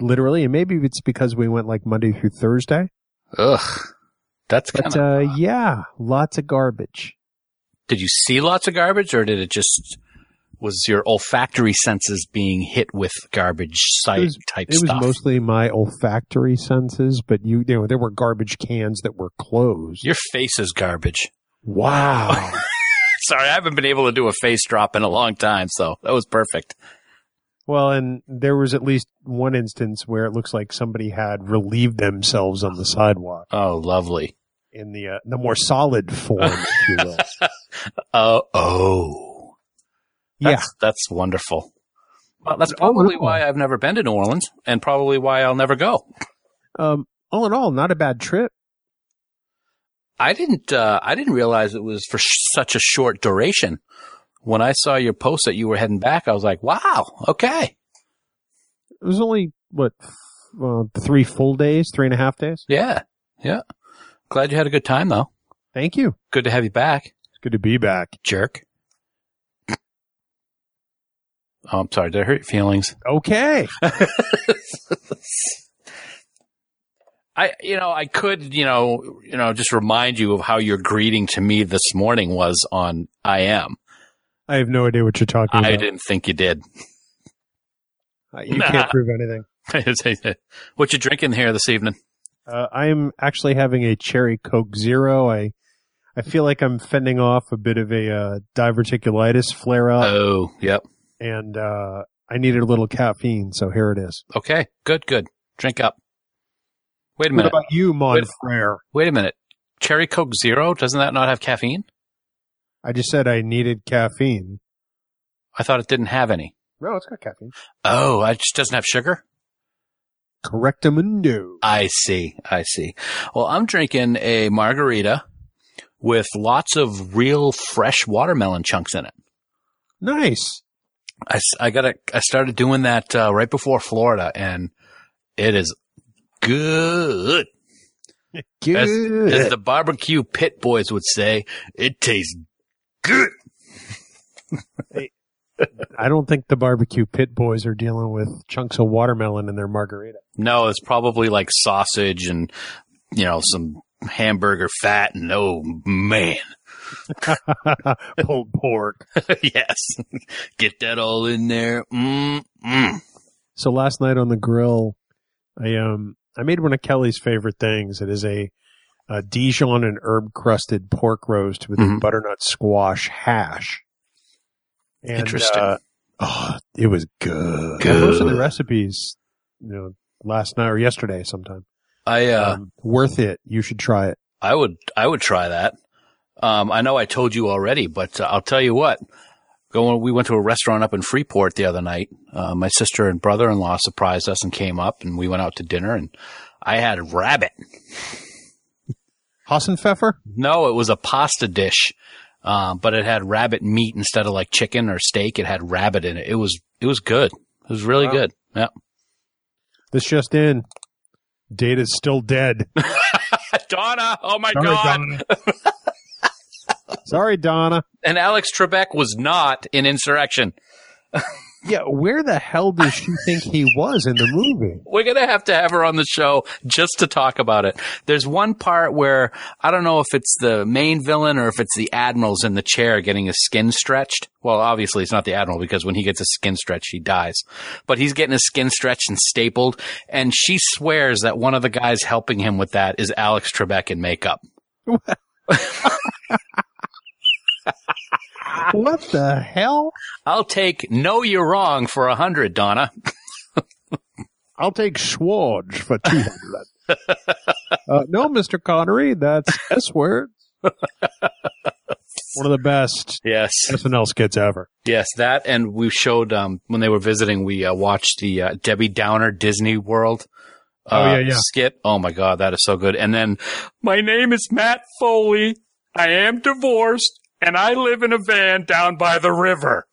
Speaker 8: literally, and maybe it's because we went like Monday through Thursday.
Speaker 6: Ugh. That's kind
Speaker 8: But
Speaker 6: of.
Speaker 8: uh, yeah, lots of garbage.
Speaker 6: did you see lots of garbage, or did it just was your olfactory senses being hit with garbage
Speaker 8: It
Speaker 6: sight
Speaker 8: was-
Speaker 6: type
Speaker 8: It was
Speaker 6: stuff?
Speaker 8: mostly my olfactory senses, but you, you know, there were garbage cans that were closed.
Speaker 6: your face is garbage.
Speaker 8: wow.
Speaker 6: Sorry, I haven't been able to do a face drop in a long time, so that was perfect.
Speaker 8: Well, and there was at least one instance where it looks like somebody had relieved themselves on the sidewalk
Speaker 6: Oh, lovely.
Speaker 8: in the uh, the more solid form, if you will.
Speaker 6: Uh, oh,
Speaker 8: yeah,
Speaker 6: That's- that's wonderful. Oh, Well, that's probably why I've never been to New Orleans, and probably why I'll never go.
Speaker 8: um, all in all, not a bad trip.
Speaker 6: I didn't. Uh, I didn't realize it was for sh- such a short duration. When I saw your post that you were heading back, I was like, "Wow, okay,
Speaker 8: It was only what f- uh, three full days, three and a half days.
Speaker 6: yeah, yeah." Glad you had a good time, though.
Speaker 8: Thank you.
Speaker 6: Good to have you back,
Speaker 8: It's good to be back.
Speaker 6: jerk. Oh, I'm sorry. Did I hurt your feelings?
Speaker 8: Okay.
Speaker 6: I, you know, I could, you know, you know, just remind you of how your greeting to me this morning was on I am.
Speaker 8: I have no idea what you're talking
Speaker 6: I
Speaker 8: about.
Speaker 6: didn't think you did.
Speaker 8: Uh, You can't prove anything.
Speaker 6: what you drinking here this evening?
Speaker 8: Uh, I'm actually having a cherry Coke Zero. I I feel like I'm fending off a bit of a uh, diverticulitis flare up.
Speaker 6: Oh, yep.
Speaker 8: and uh, I needed a little caffeine, so here it is.
Speaker 6: Okay, good, good. Drink up. Wait a
Speaker 8: What
Speaker 6: minute.
Speaker 8: about you, Monfrere?
Speaker 6: Wait a minute. Cherry Coke Zero doesn't that not have caffeine?
Speaker 8: I just said I needed caffeine.
Speaker 6: I thought it didn't have any.
Speaker 8: No, it's got caffeine.
Speaker 6: Oh, it just doesn't have sugar.
Speaker 8: Correctamundo.
Speaker 6: I see. I see. Well, I'm drinking a margarita with lots of real fresh watermelon chunks in it.
Speaker 8: Nice.
Speaker 6: I, s- I got a, I started doing that uh, right before Florida, and it is good.
Speaker 8: Good.
Speaker 6: As, as the barbecue pit boys would say, it tastes good.
Speaker 8: I don't think the barbecue pit boys are dealing with chunks of watermelon in their margarita.
Speaker 6: No, it's probably like sausage and you know some hamburger fat, and oh man,
Speaker 8: Pulled pork.
Speaker 6: yes, get that all in there. Mm mm.
Speaker 8: So last night on the grill, I um I made one of Kelly's favorite things. It is a, a Dijon and herb crusted pork roast with
Speaker 6: Mhm.
Speaker 8: a butternut squash hash. And,
Speaker 6: Interesting.
Speaker 8: uh, oh, it was good.
Speaker 6: Good.
Speaker 8: Most of the recipes, you know, last night or yesterday, sometime.
Speaker 6: I uh,
Speaker 8: Um, worth it. You should try it.
Speaker 6: I would I would try that. Um, I know I told you already, but uh, I'll tell you what. Going, we went to a restaurant up in Freeport the other night. Uh, my sister and brother-in-law surprised us and came up, and we went out to dinner. And I had rabbit.
Speaker 8: Hassenpfeffer?
Speaker 6: No, it was a pasta dish, um, but it had rabbit meat instead of like chicken or steak. It had rabbit in it. It was it was good. It was really
Speaker 8: Wow.
Speaker 6: good. Yeah.
Speaker 8: This just in. Data's still dead.
Speaker 6: Donna, oh my
Speaker 8: Sorry,
Speaker 6: god!
Speaker 8: Donna. Sorry, Donna.
Speaker 6: And Alex Trebek was not in Insurrection.
Speaker 8: Yeah, where the hell does she think he was in the movie?
Speaker 6: We're going to have to have her on the show just to talk about it. There's one part where I don't know if it's the main villain or if it's the admiral's in the chair getting his skin stretched. Well, obviously it's not the admiral because when he gets his skin stretched, he dies, but he's getting his skin stretched and stapled. And she swears that one of the guys helping him with that is Alex Trebek in makeup.
Speaker 8: What the hell?
Speaker 6: I'll take no, you're wrong for a hundred, Donna.
Speaker 8: I'll take Schwarz for 200. uh, no, Mr. Connery, that's S word. One of the best
Speaker 6: Yes.
Speaker 8: SNL skits ever.
Speaker 6: Yes, that, and we showed um, when they were visiting. We uh, watched the uh, Debbie Downer Disney World.
Speaker 8: Oh,
Speaker 6: uh,
Speaker 8: yeah, yeah.
Speaker 6: Skit. Oh my God, that is so good. And then, my name is Matt Foley. I am divorced, and I live in a van down by the river.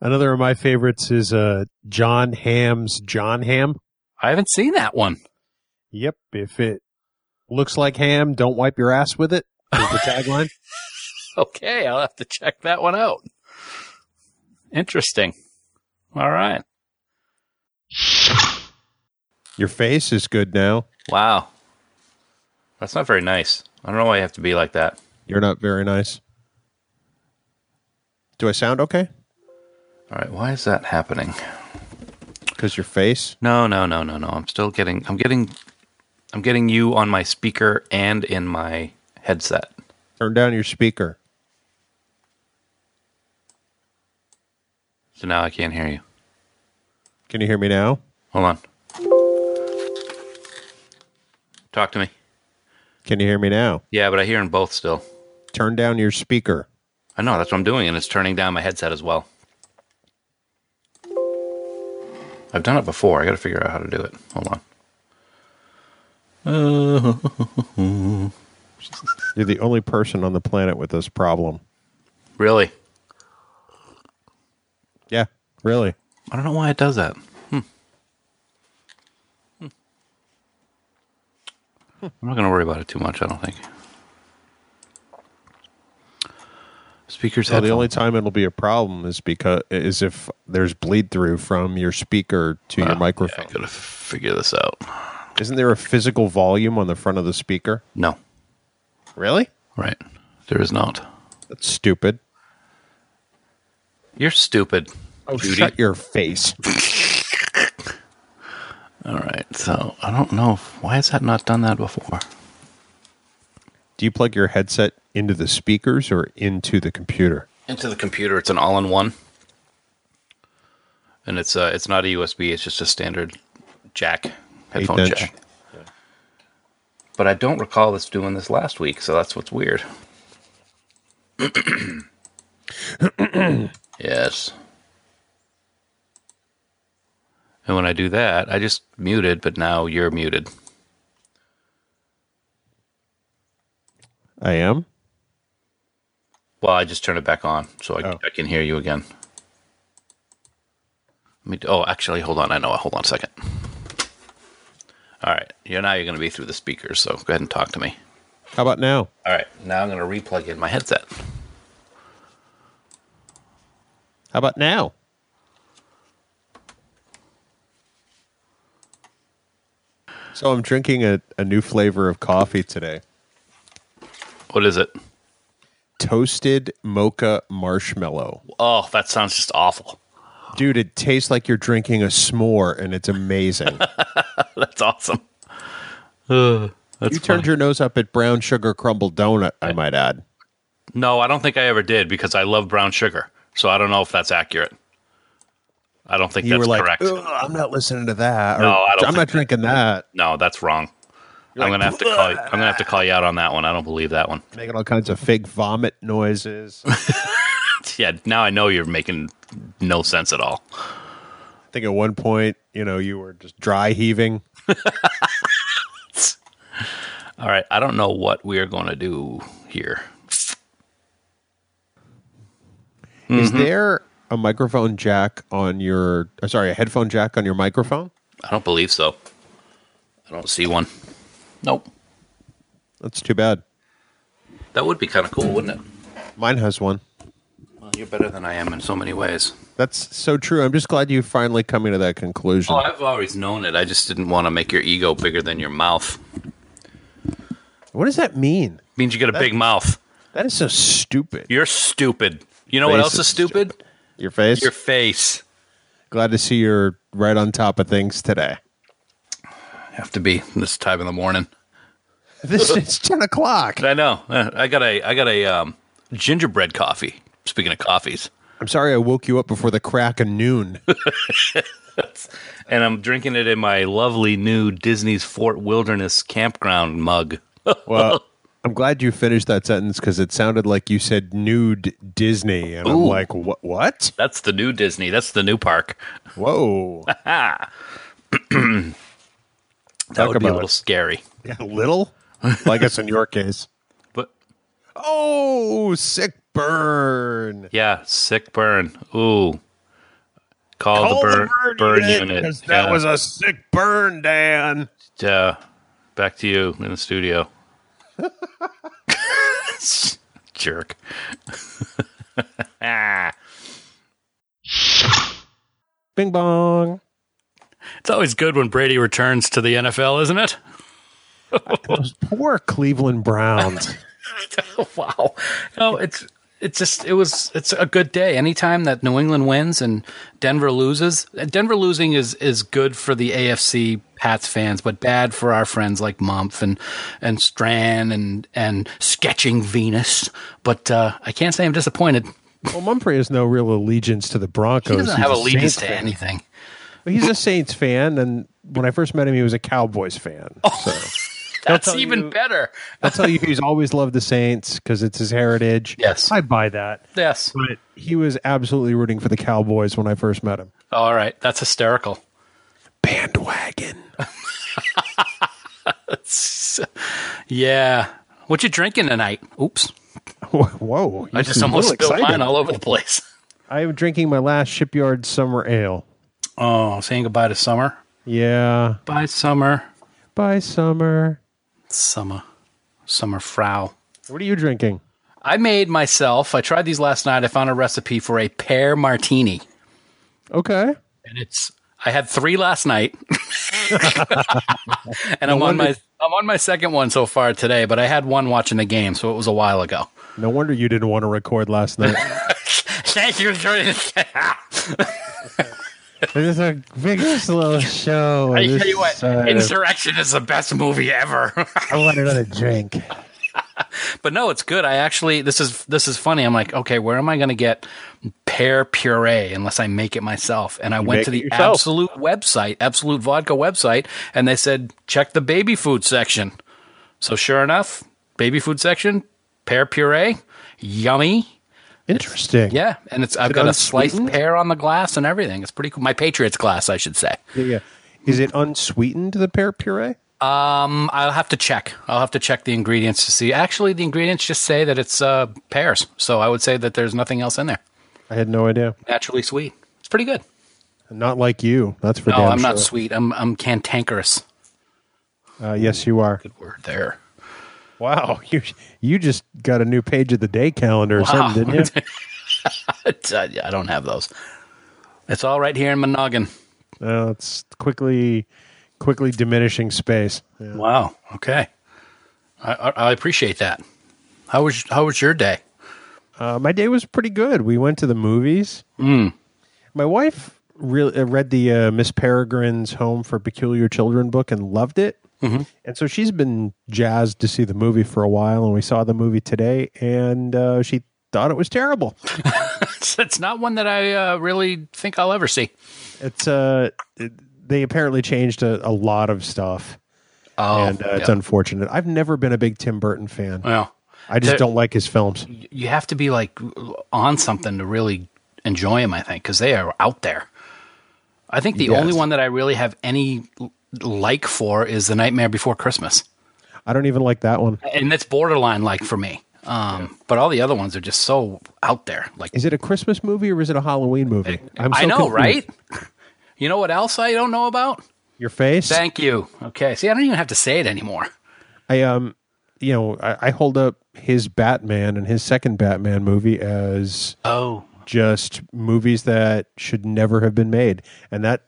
Speaker 8: Another of my favorites is uh, John Ham's John Ham.
Speaker 6: I haven't seen that one.
Speaker 8: Yep, if it
Speaker 4: Looks like ham. Don't wipe your ass with it. Is the tagline.
Speaker 6: Okay, I'll have to check that one out. Interesting. All right.
Speaker 4: Your face is good now.
Speaker 6: Wow. That's not very nice. I don't know why you have to be like that.
Speaker 4: You're not very nice. Do I sound okay?
Speaker 6: All right, why is that happening?
Speaker 4: Because your face.
Speaker 6: No, no, no, no, no. I'm still getting I'm getting I'm getting you on my speaker and in my headset.
Speaker 4: Turn down your speaker.
Speaker 6: So now I can't hear you.
Speaker 4: Can you hear me now?
Speaker 6: Hold on. Talk to me.
Speaker 4: Can you hear me now?
Speaker 6: Yeah, but I hear them both still.
Speaker 4: Turn down your speaker.
Speaker 6: I know that's what I'm doing, and it's turning down my headset as well. I've done it before. I got to figure out how to do it. Hold on.
Speaker 4: You're the only person on the planet with this problem.
Speaker 6: Really?
Speaker 4: Yeah, really.
Speaker 6: I don't know why it does that. Hmm. Hmm. I'm not going to worry about it too much. I don't think. Speakers.
Speaker 4: So the
Speaker 6: headphone-
Speaker 4: only time it'll be a problem is because is if there's bleed through from your speaker to your
Speaker 6: Ah, I
Speaker 4: microphone.
Speaker 6: got to figure this out.
Speaker 4: Isn't there a physical volume on the front of the speaker?
Speaker 6: No.
Speaker 4: Really?
Speaker 6: Right. There is not.
Speaker 4: That's stupid.
Speaker 6: You're stupid.
Speaker 4: Oh,
Speaker 6: Judy.
Speaker 4: shut your face.
Speaker 6: All right. So I don't know. If, why has that not done that before?
Speaker 4: Do you plug your headset into the speakers or into the computer?
Speaker 6: Into the computer. It's an all-in-one, and it's uh, it's not a USB. It's just a standard jack, headphone
Speaker 4: Eighth inch.
Speaker 6: jack. But I don't recall us doing this last week, so that's what's weird. yes. And when I do that, I just muted, but now you're muted.
Speaker 4: I am.
Speaker 6: Well, I just turned it back on, so I,
Speaker 4: Oh.
Speaker 6: I can hear you again. Let me. Oh, actually, hold on. I know. Hold on a second. All right. You're now you're going to be through the speakers, so go ahead and talk to me.
Speaker 4: How about now?
Speaker 6: All right. Now I'm going to replug in my headset.
Speaker 4: How about now? So I'm drinking a, a new flavor of coffee today.
Speaker 6: What is it?
Speaker 4: Toasted mocha marshmallow.
Speaker 6: Oh, that sounds just awful.
Speaker 4: Dude, it tastes like you're drinking a s'more and it's amazing.
Speaker 6: That's awesome. Ugh, that's
Speaker 4: you turned
Speaker 6: funny.
Speaker 4: your nose up at brown sugar crumble donut, I might add.
Speaker 6: no, I don't think I ever did because I love brown sugar. So I don't know if that's accurate. I don't think
Speaker 4: You
Speaker 6: that's
Speaker 4: were like,
Speaker 6: correct.
Speaker 4: "Ugh, I'm not listening to that. or,
Speaker 6: No, I don't
Speaker 4: I'm not
Speaker 6: think
Speaker 4: drinking that.
Speaker 6: No, that's wrong. I'm gonna have to call. You, I'm gonna have to call you out on that one. I don't believe that one.
Speaker 4: Making all kinds of fake vomit noises. I
Speaker 6: Yeah, now I know you're making no sense at all.
Speaker 4: think at one point, you know, you were just dry heaving.
Speaker 6: All right, I don't know what we are going to do here.
Speaker 4: Is there a microphone jack on your, uh, sorry, a headphone jack on your microphone?
Speaker 6: I don't believe so. I don't see one. Nope.
Speaker 4: That's too bad.
Speaker 6: That would be kind of cool, wouldn't it?
Speaker 4: Mine has one.
Speaker 6: Well, you're better than I am in so many ways.
Speaker 4: That's so true. I'm just glad you finally coming to that conclusion.
Speaker 6: Oh, I've always known it. I just didn't want to make your ego bigger than your mouth.
Speaker 4: what does that mean?
Speaker 6: means you got a big mouth.
Speaker 4: That is so stupid.
Speaker 6: You're stupid. You know what
Speaker 4: Face
Speaker 6: else is
Speaker 4: is
Speaker 6: stupid?
Speaker 4: Your face.
Speaker 6: Your face.
Speaker 4: glad to see you're right on top of things today.
Speaker 6: Have to be this time in the morning.
Speaker 4: This is ten o'clock.
Speaker 6: I know. Uh, I got a I got a um, gingerbread coffee. Speaking of coffees,
Speaker 4: I'm sorry I woke you up before the crack of noon.
Speaker 6: and I'm drinking it in my lovely new Disney's Fort Wilderness campground mug.
Speaker 4: Well, I'm glad you finished that sentence because it sounded like you said nude Disney, and I'm like, what? What?
Speaker 6: That's the new Disney. That's the new park.
Speaker 4: Whoa!
Speaker 6: That
Speaker 4: Talk
Speaker 6: would be a
Speaker 4: about
Speaker 6: little
Speaker 4: it.
Speaker 6: scary.
Speaker 4: Yeah, little. Well, I guess in your case.
Speaker 6: But
Speaker 4: Oh, sick burn!
Speaker 6: yeah, sick burn. Ooh, call, the burn burn, unit.
Speaker 4: because that
Speaker 6: Yeah,
Speaker 4: was a sick burn, Dan.
Speaker 6: uh, Back to you in the studio. Jerk.
Speaker 4: Bing bong.
Speaker 6: It's always good when Brady returns to the NFL, isn't it?
Speaker 4: Those poor Cleveland Browns.
Speaker 6: wow. No, it's it's just it was it's a good day. Anytime that New England wins and Denver loses, Denver losing is is good for the AFC Pats fans, but bad for our friends like Mumph and and Strand and and sketching Venus. But uh, I can't say I'm disappointed.
Speaker 4: well, Mumphrey has no real allegiance to the Broncos.
Speaker 6: He doesn't
Speaker 4: He's
Speaker 6: have allegiance
Speaker 4: Saints
Speaker 6: to
Speaker 4: fan.
Speaker 6: anything.
Speaker 4: But He's a Saints fan, and when I first met him, he was a Cowboys fan.
Speaker 6: Oh.
Speaker 4: So
Speaker 6: That's
Speaker 4: tell
Speaker 6: even
Speaker 4: you-
Speaker 6: better.
Speaker 4: I'll tell you, he's always loved the Saints because it's his heritage.
Speaker 6: Yes.
Speaker 4: I buy that.
Speaker 6: Yes.
Speaker 4: But he was absolutely rooting for the Cowboys when I first met him.
Speaker 6: All right. That's hysterical.
Speaker 4: Bandwagon.
Speaker 6: Yeah. What you drinking tonight? Oops.
Speaker 4: Whoa!
Speaker 6: I
Speaker 4: you
Speaker 6: just
Speaker 4: seem
Speaker 6: almost
Speaker 4: real
Speaker 6: spilled
Speaker 4: excited.
Speaker 6: mine all over the place.
Speaker 4: I am drinking my last Shipyard Summer Ale.
Speaker 6: Oh, saying goodbye to summer.
Speaker 4: Yeah.
Speaker 6: Bye, summer.
Speaker 4: Bye, summer.
Speaker 6: Summer. Summer Frau.
Speaker 4: What are you drinking?
Speaker 6: I made myself, I tried these last night. I found a recipe for a pear martini.
Speaker 4: Okay.
Speaker 6: And it's, I had three last night. and I'm on my, I'm on my second one so far today, but I had one watching the game, so it was a while ago.
Speaker 4: No wonder you didn't want to record last night.
Speaker 6: Thank you, Jordan.
Speaker 4: It's a biggest little show.
Speaker 6: I tell you what, Insurrection is the best movie ever.
Speaker 4: I want another drink.
Speaker 6: But no, it's good. I actually this is this is funny. I'm like, okay, where am I going to get pear puree unless I make it myself? And I went
Speaker 2: make
Speaker 6: to
Speaker 2: it
Speaker 6: the
Speaker 2: yourself.
Speaker 6: Absolute website, Absolute Vodka website, and they said check the baby food section. So sure enough, baby food section, pear puree, yummy.
Speaker 4: Interesting.
Speaker 6: Yeah, and it's I've
Speaker 4: it
Speaker 6: got a sliced
Speaker 4: unsweetened?
Speaker 6: pear on the glass and everything. It's pretty cool. My Patriots glass, I should say.
Speaker 4: Yeah, yeah. Is it unsweetened, the pear puree?
Speaker 6: Um, I'll have to check. I'll have to check the ingredients to see. Actually, the ingredients just say that it's uh, pears, so I would say that there's nothing else in there.
Speaker 4: I had no idea.
Speaker 6: naturally sweet. It's pretty good.
Speaker 4: Not like you. That's for
Speaker 6: No,
Speaker 4: damn
Speaker 6: I'm
Speaker 4: sure.
Speaker 6: not sweet. I'm I'm cantankerous.
Speaker 4: Uh, yes, you are.
Speaker 6: Good word there.
Speaker 4: Wow, you you just got a new page of the day calendar or something, didn't you?
Speaker 6: It's, uh, yeah, I don't have those. It's all right here in my noggin.
Speaker 4: Uh, it's quickly quickly diminishing space. Yeah.
Speaker 6: Wow. Okay. I, I, I appreciate that. How was how was your day?
Speaker 4: Uh, my day was pretty good. We went to the movies.
Speaker 6: Mm.
Speaker 4: My wife really uh, read the uh, Miss Peregrine's Home for Peculiar Children book and loved it.
Speaker 6: Mm-hmm.
Speaker 4: And so she's been jazzed to see the movie for a while. And we saw the movie today, and uh, she thought it was terrible.
Speaker 6: It's, it's not one that I uh, really think I'll ever see.
Speaker 4: It's uh, it- they apparently changed a, a lot of stuff,
Speaker 6: Oh,
Speaker 4: and uh, it's
Speaker 6: yeah.
Speaker 4: unfortunate. I've never been a big Tim Burton fan.
Speaker 6: well,
Speaker 4: I just
Speaker 6: there-
Speaker 4: don't like his films.
Speaker 6: you have to be like on something to really enjoy them. I think because they are out there. I think the
Speaker 4: Yes.
Speaker 6: only one that I really have any l- like for is the Nightmare Before Christmas.
Speaker 4: I don't even like that one.
Speaker 6: and that's borderline like for me. Um, But all the other ones are just so out there. Like
Speaker 4: Is it a Christmas movie or is it a Halloween movie? I'm
Speaker 6: I
Speaker 4: so
Speaker 6: know,
Speaker 4: confused.
Speaker 6: right? You know what else I don't know about?
Speaker 4: Your face.
Speaker 6: Thank you. Okay, see, I don't even have to say it anymore.
Speaker 4: I um, you know, I, I hold up his Batman and his second Batman movie as
Speaker 6: Oh,
Speaker 4: just movies that should never have been made, and that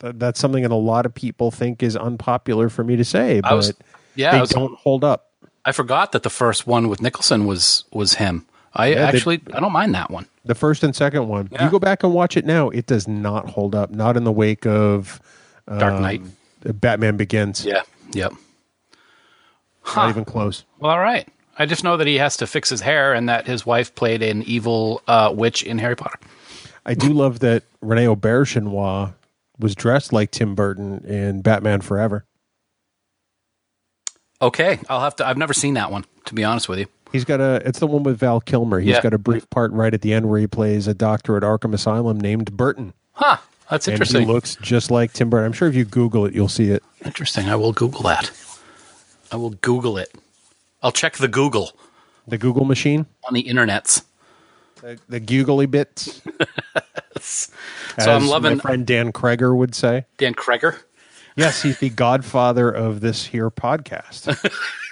Speaker 4: that- that's something that a lot of people think is unpopular for me to say, but
Speaker 6: I was. Yeah,
Speaker 4: they
Speaker 6: I, was-
Speaker 4: don't hold up.
Speaker 6: I forgot that the first one with Nicholson was was him. I
Speaker 4: they-
Speaker 6: actually I don't mind that one.
Speaker 4: The first and second one, you go back and watch it now, it does not hold up. Not in the wake of um,
Speaker 6: Dark Knight.
Speaker 4: Batman Begins.
Speaker 6: Yeah. Yep.
Speaker 4: Not even close.
Speaker 6: Well, all right. I just know that he has to fix his hair and that his wife played an evil uh, witch in Harry Potter.
Speaker 4: I do love that Rene Auberginois was dressed like Tim Burton in Batman Forever.
Speaker 6: Okay, I'll have to. I've never seen that one to be honest with you.
Speaker 4: He's got a. It's the one with Val Kilmer. He's
Speaker 6: Yeah.
Speaker 4: got a brief part right at the end where he plays a doctor at Arkham Asylum named Burton,
Speaker 6: Huh? That's
Speaker 4: and he
Speaker 6: interesting.
Speaker 4: looks just like Tim Burton. I'm sure if you Google it, you'll see it.
Speaker 6: Interesting. I will Google that. I will Google it. I'll check the Google
Speaker 4: The Google machine,
Speaker 6: on the internets.
Speaker 4: the, the googly bits.
Speaker 6: So I'm loving
Speaker 4: My friend Dan Kreger would say.
Speaker 6: Dan Kreger.
Speaker 4: Yes, he's the godfather of this here podcast.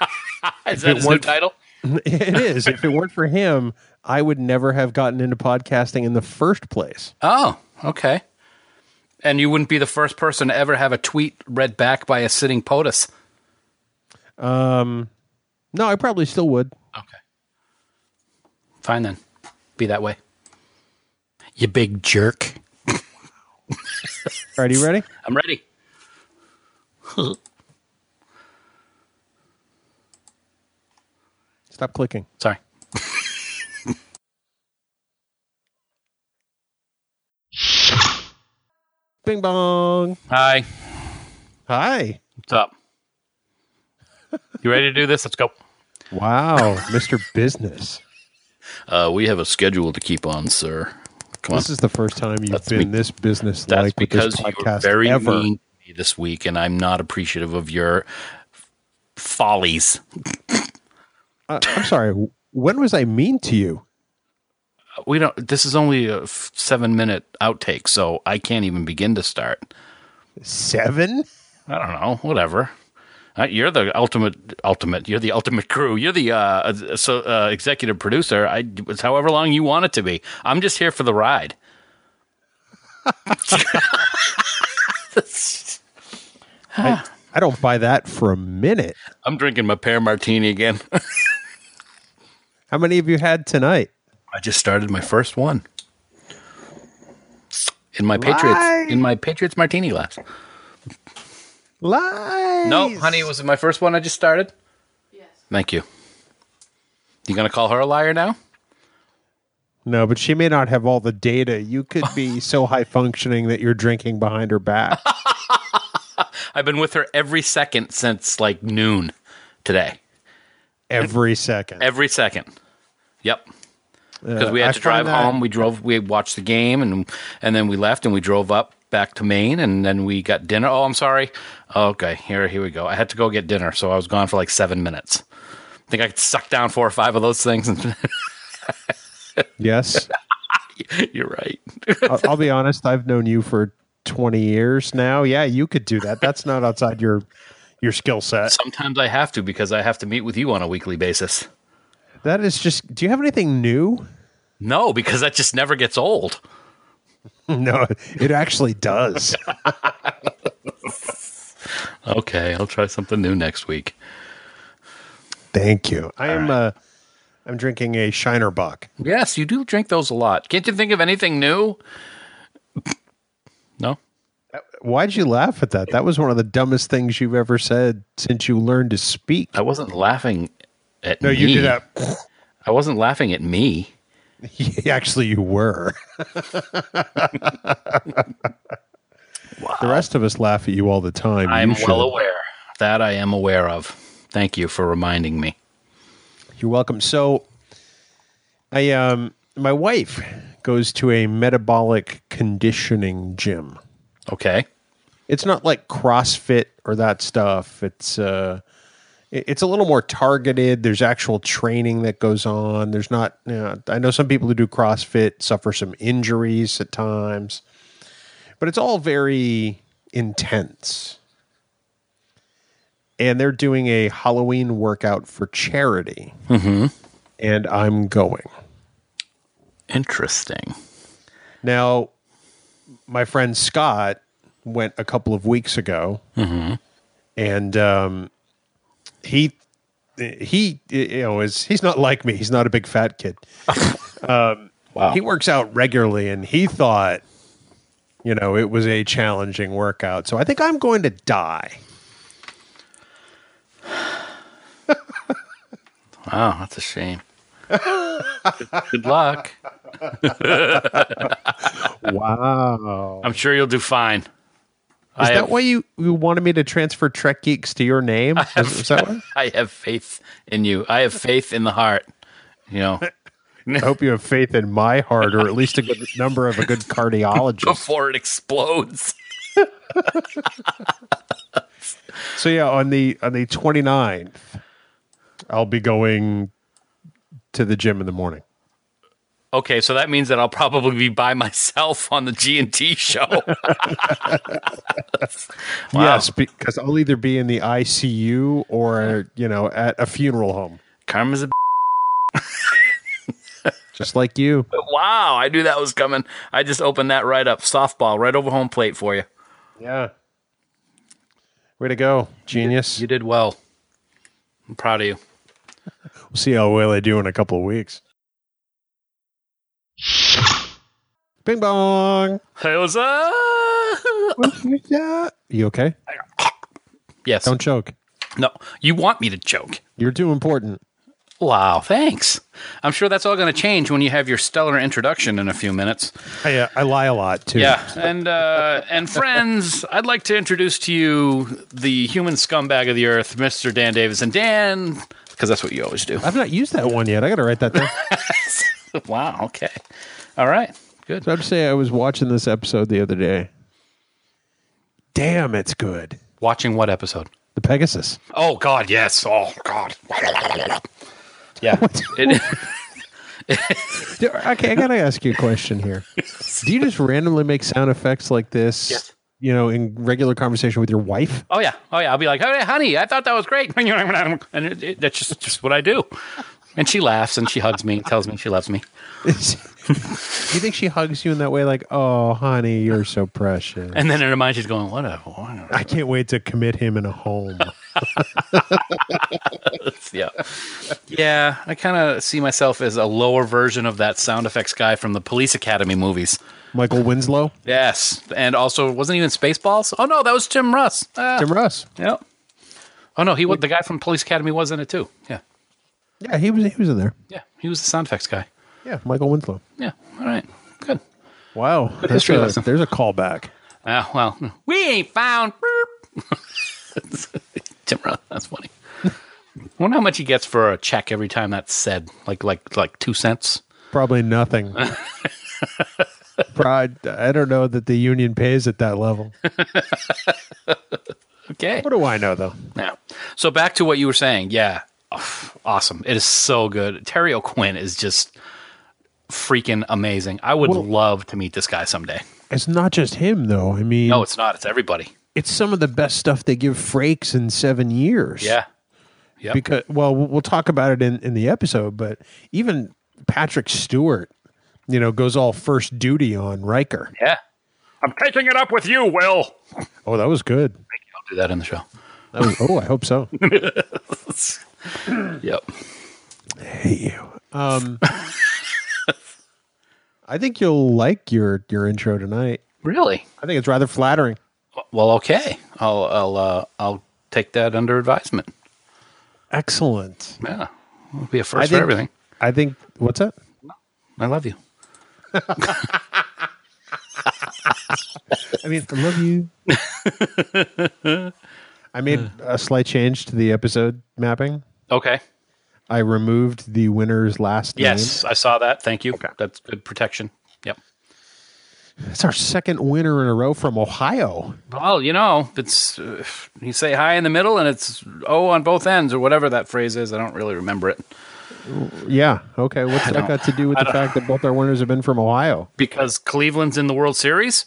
Speaker 6: Is that his new
Speaker 4: weren't-
Speaker 6: title?
Speaker 4: it is. If it weren't for him, I would never have gotten into podcasting in the first place.
Speaker 6: Oh, okay. And you wouldn't be the first person to ever have a tweet read back by a sitting POTUS.
Speaker 4: Um, No, I probably still would.
Speaker 6: Okay. Fine then. Be that way. You big jerk.
Speaker 4: All right, you ready?
Speaker 6: I'm ready.
Speaker 4: Stop clicking.
Speaker 6: Sorry.
Speaker 4: Bing bong.
Speaker 6: Hi.
Speaker 4: Hi.
Speaker 6: What's up? You ready to do this? Let's go.
Speaker 4: Wow, Mr. Business.
Speaker 6: Uh, we have a schedule to keep on, sir. Come
Speaker 4: This is the first time you've
Speaker 6: That's
Speaker 4: been
Speaker 6: be-
Speaker 4: this business
Speaker 6: That's
Speaker 4: like with
Speaker 6: because
Speaker 4: this
Speaker 6: you were
Speaker 4: podcast
Speaker 6: very
Speaker 4: ever.
Speaker 6: mean to me this week, and I'm not appreciative of your follies.
Speaker 4: I- Uh, I'm sorry. When was I mean to you?
Speaker 6: We don't. This is only a f- seven minute outtake, so I can't even begin to start.
Speaker 4: Seven?
Speaker 6: I don't know. Oh, Whatever. Uh, you're the ultimate, ultimate. You're the ultimate crew. You're the uh, so uh, executive producer. I it's however long you want it to be. I'm just here for the ride.
Speaker 4: I don't buy that for a minute.
Speaker 6: I'm drinking my pear martini again.
Speaker 4: How many of you had tonight?
Speaker 6: I just started my first one in my Patriots in my Patriots martini glass.
Speaker 4: Lies.
Speaker 6: No, honey, was it my first one I just started? Yes. Thank you. You gonna call her a liar now?
Speaker 4: No, but she may not have all the data. You could be so high functioning that you're drinking behind her back.
Speaker 6: I've been with her every second since like noon today.
Speaker 4: every second.
Speaker 6: Every second. Yep. Because we
Speaker 4: Uh, I
Speaker 6: had to drive
Speaker 4: find that-
Speaker 6: home. We drove. We watched the game, and and then we left, and we drove up back to Maine, and then we got dinner. Oh, I'm sorry. Okay, here here we go. I had to go get dinner, so I was gone for like seven minutes. I think I could suck down four or five of those things. And
Speaker 4: Yes.
Speaker 6: you're right.
Speaker 4: I'll, I'll be honest. I've known you for 20 years now. Yeah, you could do that. That's not outside your your skill set.
Speaker 6: Sometimes I have to because I have to meet with you on a weekly basis.
Speaker 4: That is just. Do you have anything new?
Speaker 6: No, because that just never gets old.
Speaker 4: No, it actually does.
Speaker 6: Okay, I'll try something new next week.
Speaker 4: Thank you. I am. Uh, I'm drinking a Shiner Buck.
Speaker 6: Yes, you do drink those a lot. Can't you think of anything new? No.
Speaker 4: Why'd you laugh at that? That was one of the dumbest things you've ever said since you learned to speak.
Speaker 6: I wasn't laughing at
Speaker 4: No, you
Speaker 6: Oh, me.
Speaker 4: did that.
Speaker 6: I wasn't laughing at me.
Speaker 4: Actually, you were. The rest of us laugh at you all the time. You
Speaker 6: I'm
Speaker 4: should.
Speaker 6: well aware. That I am aware of. Thank you for reminding me.
Speaker 4: You're welcome. So, I um, my wife goes to a metabolic conditioning gym.
Speaker 6: Okay.
Speaker 4: It's not like CrossFit or that stuff. It's uh, it- it's a little more targeted. There's actual training that goes on. There's not. You know, I know some people who do CrossFit suffer some injuries at times, but it's all very intense. And they're doing a Halloween workout for charity, and I'm going.
Speaker 6: Interesting.
Speaker 4: Now, my friend Scott went a couple of weeks ago, and um, he he you know is he's not like me. He's not a big fat kid. um, He works out regularly, and he thought you know it was a challenging workout. So I think I'm going to die.
Speaker 6: Wow, Ah, that's a shame. Good luck.
Speaker 4: Wow!
Speaker 6: I'm sure you'll do fine.
Speaker 4: Is
Speaker 6: I
Speaker 4: that
Speaker 6: have,
Speaker 4: why you, you wanted me to transfer Trek Geeks to your name? Is, is that why?
Speaker 6: I have faith in you. I have faith in the heart. You know,
Speaker 4: I hope you have faith in my heart, or at least a good number of a good cardiologist.
Speaker 6: before it explodes.
Speaker 4: So yeah, on the on the 29th, I'll be going to the gym in the morning.
Speaker 6: Okay, so that means that I'll probably be by myself on the G and T show. Wow.
Speaker 4: Yes, because I'll either be in the ICU or you know at a funeral home,
Speaker 6: Karma's a b-
Speaker 4: just like you.
Speaker 6: wow. I knew that was coming. I just opened that right up. Softball right over home plate for you.
Speaker 4: Yeah. Way to go, genius.
Speaker 6: You did well. I'm proud of you.
Speaker 4: We'll see how well I do in a couple of weeks. Bing bong.
Speaker 6: Hey, what's up?
Speaker 4: You okay?
Speaker 6: Yes.
Speaker 4: Don't choke.
Speaker 6: No, you want me to joke.
Speaker 4: You're too important.
Speaker 6: Wow, thanks. I'm sure that's all going to change when you have your stellar introduction in a few minutes.
Speaker 4: I, uh, I lie a lot too.
Speaker 6: Yeah, and uh, and friends, I'd like to introduce to you the human scumbag of the earth, Mr. Dan Davis, and Dan, because that's what you always do.
Speaker 4: I've not used that one yet. I got to write that down.
Speaker 6: wow. Okay. All right. Good.
Speaker 4: So I'd say I was watching this episode the other day. Damn, it's good.
Speaker 6: Watching what episode?
Speaker 4: The Pegasus.
Speaker 6: Oh God, yes. Oh God. yeah. It-
Speaker 4: Do- Okay, I gotta ask you a question here. Do you just randomly make sound effects like this?
Speaker 6: Yes.
Speaker 4: You know, in regular conversation with your wife?
Speaker 6: oh yeah. Oh yeah. I'll be like, "Hey, honey, I thought that was great," and it, it, that's just just what I do. And she laughs and she hugs me and tells me she loves me.
Speaker 4: Do you think she hugs you in that way? Like, oh, honey, you're so precious.
Speaker 6: And then in her mind, she's going, "What a." What a
Speaker 4: I can't wait to commit him in a home.
Speaker 6: yeah. Yeah, I kind of see myself as a lower version of that sound effects guy from the Police Academy movies.
Speaker 4: Michael Winslow,
Speaker 6: Yes, and also wasn't even Spaceballs. Oh no, that was Tim Russ. Ah,
Speaker 4: Tim Russ.
Speaker 6: Yep. Oh no, he was the guy from Police Academy was in it too. Yeah,
Speaker 4: Yeah, he was. He was in there.
Speaker 6: yeah, he was the sound effects guy.
Speaker 4: Yeah, Michael Winslow.
Speaker 6: Yeah, all right, good.
Speaker 4: Wow, that's
Speaker 6: history
Speaker 4: a,
Speaker 6: lesson.
Speaker 4: there's a callback.
Speaker 6: Ah, well, we ain't found. Boop. Tim Russ, that's funny. Wonder how much he gets for a check every time that's said. Like, like, like two cents.
Speaker 4: Probably nothing. Pride. I don't know that the union pays at that level.
Speaker 6: Okay.
Speaker 4: What do I know, though?
Speaker 6: Now, so back to what you were saying. Yeah, Ugh, awesome. It is so good. Terry O'Quinn is just freaking amazing. I would love to meet this guy someday.
Speaker 4: It's not just him, though. I mean,
Speaker 6: No, it's not. It's everybody.
Speaker 4: it's some of the best stuff they give Frakes in seven years.
Speaker 6: Yeah, Yep.
Speaker 4: Because, well, we'll we'll talk about it in, in the episode, but even Patrick Stewart, you know, goes all first duty on Riker.
Speaker 6: yeah. I'm taking it up with you, Will. I'll
Speaker 4: Oh, that was good.
Speaker 6: do that in the show.
Speaker 4: That was, oh, I hope so.
Speaker 6: Yep.
Speaker 4: Hate you. Um, I think you'll like your, your intro tonight.
Speaker 6: Really?
Speaker 4: I think it's rather flattering.
Speaker 6: Well, okay. I'll I'll uh, I'll take that under advisement.
Speaker 4: Excellent.
Speaker 6: Yeah, it'll be a
Speaker 4: I
Speaker 6: first
Speaker 4: think-
Speaker 6: for everything.
Speaker 4: I think, what's that?
Speaker 6: I love you.
Speaker 4: I mean, I love you. I made a slight change to the episode mapping.
Speaker 6: Okay.
Speaker 4: I removed the winner's last
Speaker 6: Yes, I saw that. Thank you. That's good protection. Yep.
Speaker 4: name. It's our second winner in a row from Ohio.
Speaker 6: Well, you know, it's uh, you say hi in the middle and it's O on both ends or whatever that phrase is. I don't really remember it
Speaker 4: Yeah. Okay. What's that
Speaker 6: don't-
Speaker 4: got to do with the fact that both our winners have been from Ohio?
Speaker 6: because Cleveland's in the World Series.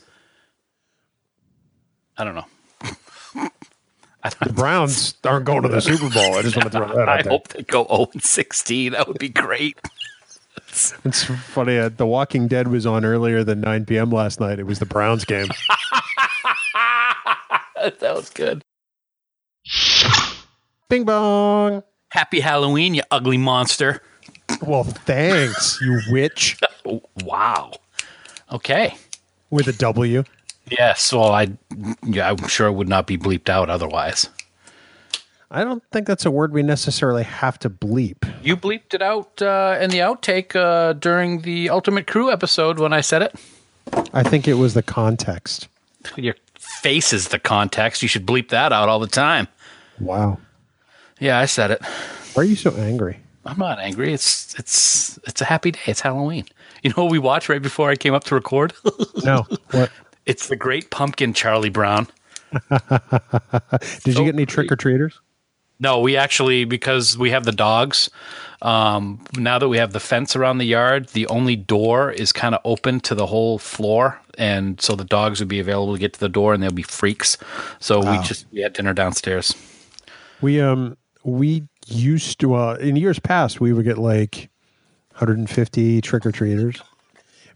Speaker 6: I don't know.
Speaker 4: The Browns aren't going to the Super Bowl. I just want to throw that
Speaker 6: I
Speaker 4: out there.
Speaker 6: hope they go 0 and 16. That would be great.
Speaker 4: It's funny. Uh, the Walking Dead was on earlier than 9 p.m. last night. It was the Browns game.
Speaker 6: that was good.
Speaker 4: Bing bong.
Speaker 6: Happy Halloween, you ugly monster.
Speaker 4: Well, thanks, you witch
Speaker 6: Oh, wow. Okay.
Speaker 4: with a W.
Speaker 6: Yes. Well, I, yeah, I'm sure it would not be bleeped out otherwise.
Speaker 4: I don't think that's a word we necessarily have to bleep.
Speaker 6: You bleeped it out uh, in the outtake uh, during the Ultimate Crew episode when I said it.
Speaker 4: I think it was the context.
Speaker 6: Your face is the context. You should bleep that out all the time.
Speaker 4: Wow.
Speaker 6: Yeah, I said it.
Speaker 4: Why are you so angry?
Speaker 6: I'm not angry. It's it's it's a happy day. It's Halloween. You know what we watched right before I came up to record?
Speaker 4: No. What?
Speaker 6: it's the Great Pumpkin, Charlie Brown.
Speaker 4: Did you get any trick or treaters?
Speaker 6: No, we actually because we have the dogs. Um, now that we have the fence around the yard, the only door is kind of open to the whole floor, and so the dogs would be available to get to the door, and they'll be freaks. So we just we had dinner downstairs.
Speaker 4: We um we used to uh, in years past we would get like 150 trick or treaters,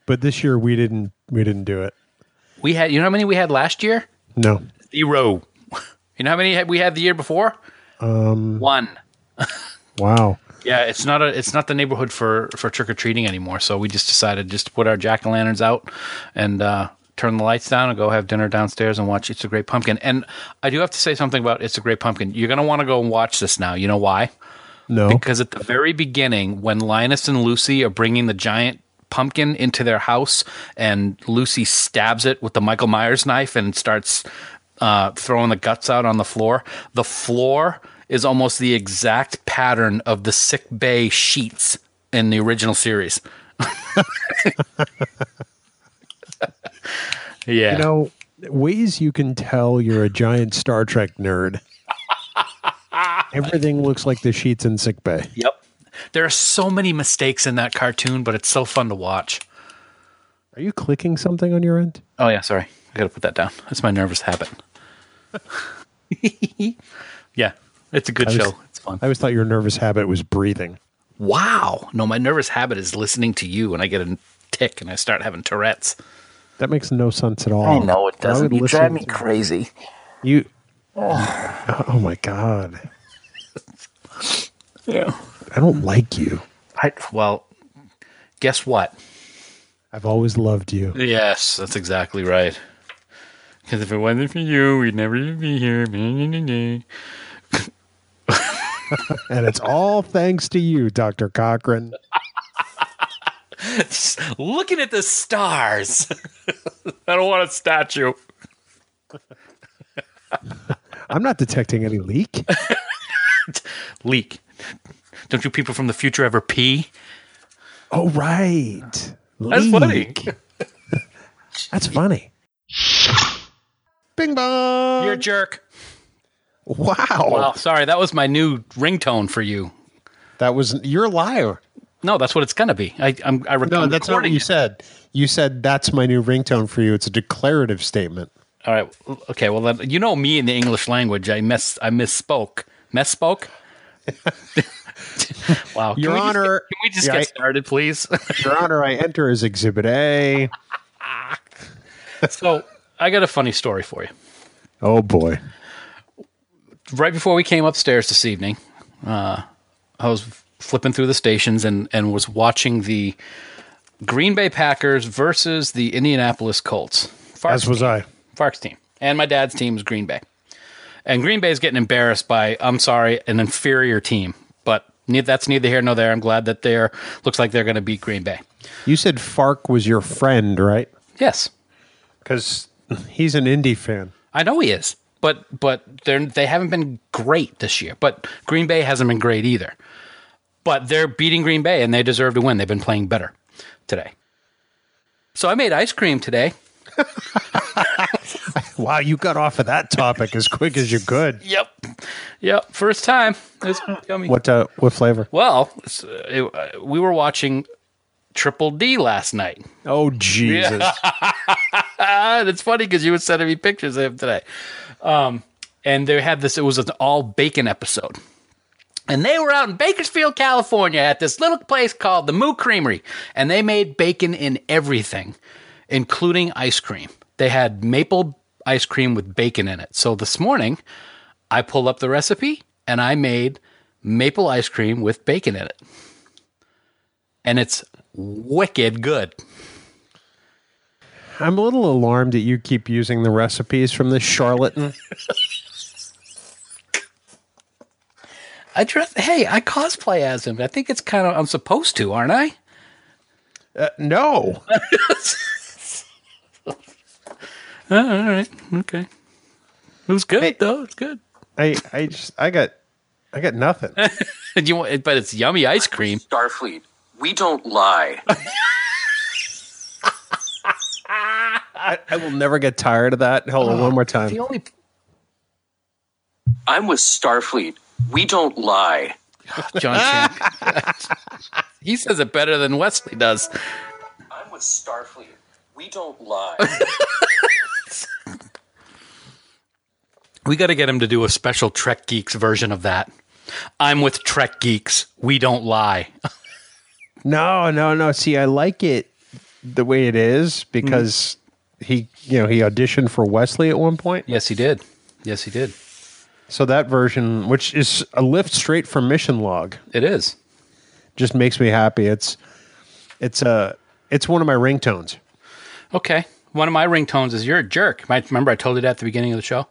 Speaker 4: but this year we didn't we didn't do it.
Speaker 6: We had you know how many we had last year?
Speaker 4: No,
Speaker 6: Zero. You know how many had- we had the year before? Um, One.
Speaker 4: wow.
Speaker 6: Yeah, it's not a it's not the neighborhood for for trick or treating anymore. So we just decided just to put our jack o' lanterns out and uh, turn the lights down and go have dinner downstairs and watch It's a Great Pumpkin. And I do have to say something about It's a Great Pumpkin. You're gonna want to go and watch this now. You know why?
Speaker 4: No,
Speaker 6: Because at the very beginning, when Linus and Lucy are bringing the giant pumpkin into their house, and Lucy stabs it with the Michael Myers knife and starts uh, throwing the guts out on the floor, the floor is almost the exact pattern of the sick bay sheets in the original series. yeah.
Speaker 4: you know ways you can tell you're a giant Star Trek nerd. Everything looks like the sheets in sick bay.
Speaker 6: yep. There are so many mistakes in that cartoon, but it's so fun to watch.
Speaker 4: Are you clicking something on your end?
Speaker 6: Oh yeah, sorry. I gotta put that down. That's my nervous habit. yeah, it's a good
Speaker 4: was-
Speaker 6: show. It's fun.
Speaker 4: I always thought your nervous habit was breathing.
Speaker 6: wow. No, my nervous habit is listening to you, and I get a tick, and I start having Tourette's.
Speaker 4: That makes no sense at all.
Speaker 3: I know it
Speaker 4: I would
Speaker 3: doesn't. You
Speaker 4: listen
Speaker 3: drive me
Speaker 4: to-
Speaker 3: crazy.
Speaker 4: You. Oh my god!
Speaker 6: Yeah.
Speaker 4: I don't like you.
Speaker 6: I, well, guess what?
Speaker 4: I've always loved you.
Speaker 6: Yes, that's exactly right. Because if it wasn't for you, we'd never even be here.
Speaker 4: And it's all thanks to you, Dr. Cochran.
Speaker 6: Looking at the stars. I don't want a statue.
Speaker 4: I'm not detecting any leak.
Speaker 6: Leak. Don't you people from the future ever pee?
Speaker 4: Oh, right.
Speaker 6: That's funny.
Speaker 4: Leak. That's funny. Bing bong.
Speaker 6: You're a jerk.
Speaker 4: wow.
Speaker 6: Wow, sorry, that was my new ringtone for you.
Speaker 4: That was, you're a liar.
Speaker 6: No, that's what it's gonna be. I, I'm, I rec-
Speaker 4: No,
Speaker 6: I'm
Speaker 4: that's not what
Speaker 6: recording
Speaker 4: you
Speaker 6: it.
Speaker 4: said. You said, that's my new ringtone for you. It's a declarative statement.
Speaker 6: All right, okay. Well, then, you know me in the English language. I mess, I misspoke. Misspoke. wow,
Speaker 4: Your
Speaker 6: can we just get-
Speaker 4: Honor-
Speaker 6: can we just
Speaker 4: Yeah,
Speaker 6: get
Speaker 4: I-
Speaker 6: started, please?
Speaker 4: Your Honor, I enter as Exhibit A.
Speaker 6: so, I got a funny story for you.
Speaker 4: Oh, boy.
Speaker 6: right before we came upstairs this evening, uh, I was flipping through the stations and, and was watching the Green Bay Packers versus the Indianapolis Colts. Fark's,
Speaker 4: As was I.
Speaker 6: Fark's team. And my dad's team is Green Bay. And Green Bay is getting embarrassed by, I'm sorry, an inferior team. But ne- that's neither here nor there. I'm glad that they're, looks like they're going to beat Green Bay.
Speaker 4: You said Fark was your friend, right?
Speaker 6: Yes.
Speaker 4: Because he's an indie fan.
Speaker 6: I know he is, but but they're they haven't been great this year. But Green Bay hasn't been great either. But they're beating Green Bay and they deserve to win. They've been playing better today. So I made ice cream today.
Speaker 4: Wow, you got off of that topic as quick as you could.
Speaker 6: Yep. Yep. First time. It's yummy.
Speaker 4: What uh, what flavor?
Speaker 6: Well, it's, uh, it- uh, we were watching Triple D last night.
Speaker 4: Oh Jesus!
Speaker 6: Ah, that's funny because you were sending me pictures of him today. Um, and they had this, it was an all bacon episode. And they were out in Bakersfield, California at this little place called the Moo Creamery. And they made bacon in everything, including ice cream. They had maple ice cream with bacon in it. So this morning, I pulled up the recipe and I made maple ice cream with bacon in it. And it's wicked good.
Speaker 4: I'm a little alarmed that you keep using the recipes from this charlatan.
Speaker 6: I dress. Hey, I cosplay as him. I think it's kind of. I'm supposed to, aren't I?
Speaker 4: Uh, no,
Speaker 6: Oh, all right. Okay. It was good though. It's good.
Speaker 4: I I just I got I got nothing.
Speaker 6: you want, but it's yummy ice cream.
Speaker 3: Starfleet, we don't lie.
Speaker 4: I, I will never get tired of that. Hold on, one more time.
Speaker 6: The only.
Speaker 3: I'm with Starfleet. We don't lie.
Speaker 6: John Champion. he says it better than Wesley does.
Speaker 3: I'm with Starfleet. We don't lie.
Speaker 6: We got to get him to do a special Trek Geeks version of that. I'm with Trek Geeks. We don't lie.
Speaker 4: No, no, no. See, I like it the way it is because he, you know, he auditioned for Wesley at one point.
Speaker 6: Yes, he did. Yes, he did.
Speaker 4: So that version, which is a lift straight from Mission Log,
Speaker 6: It is.
Speaker 4: just makes me happy. It's it's a it's one of my ringtones.
Speaker 6: Okay. One of my ringtones is "You're a jerk." My, remember, I told you that at the beginning of the show.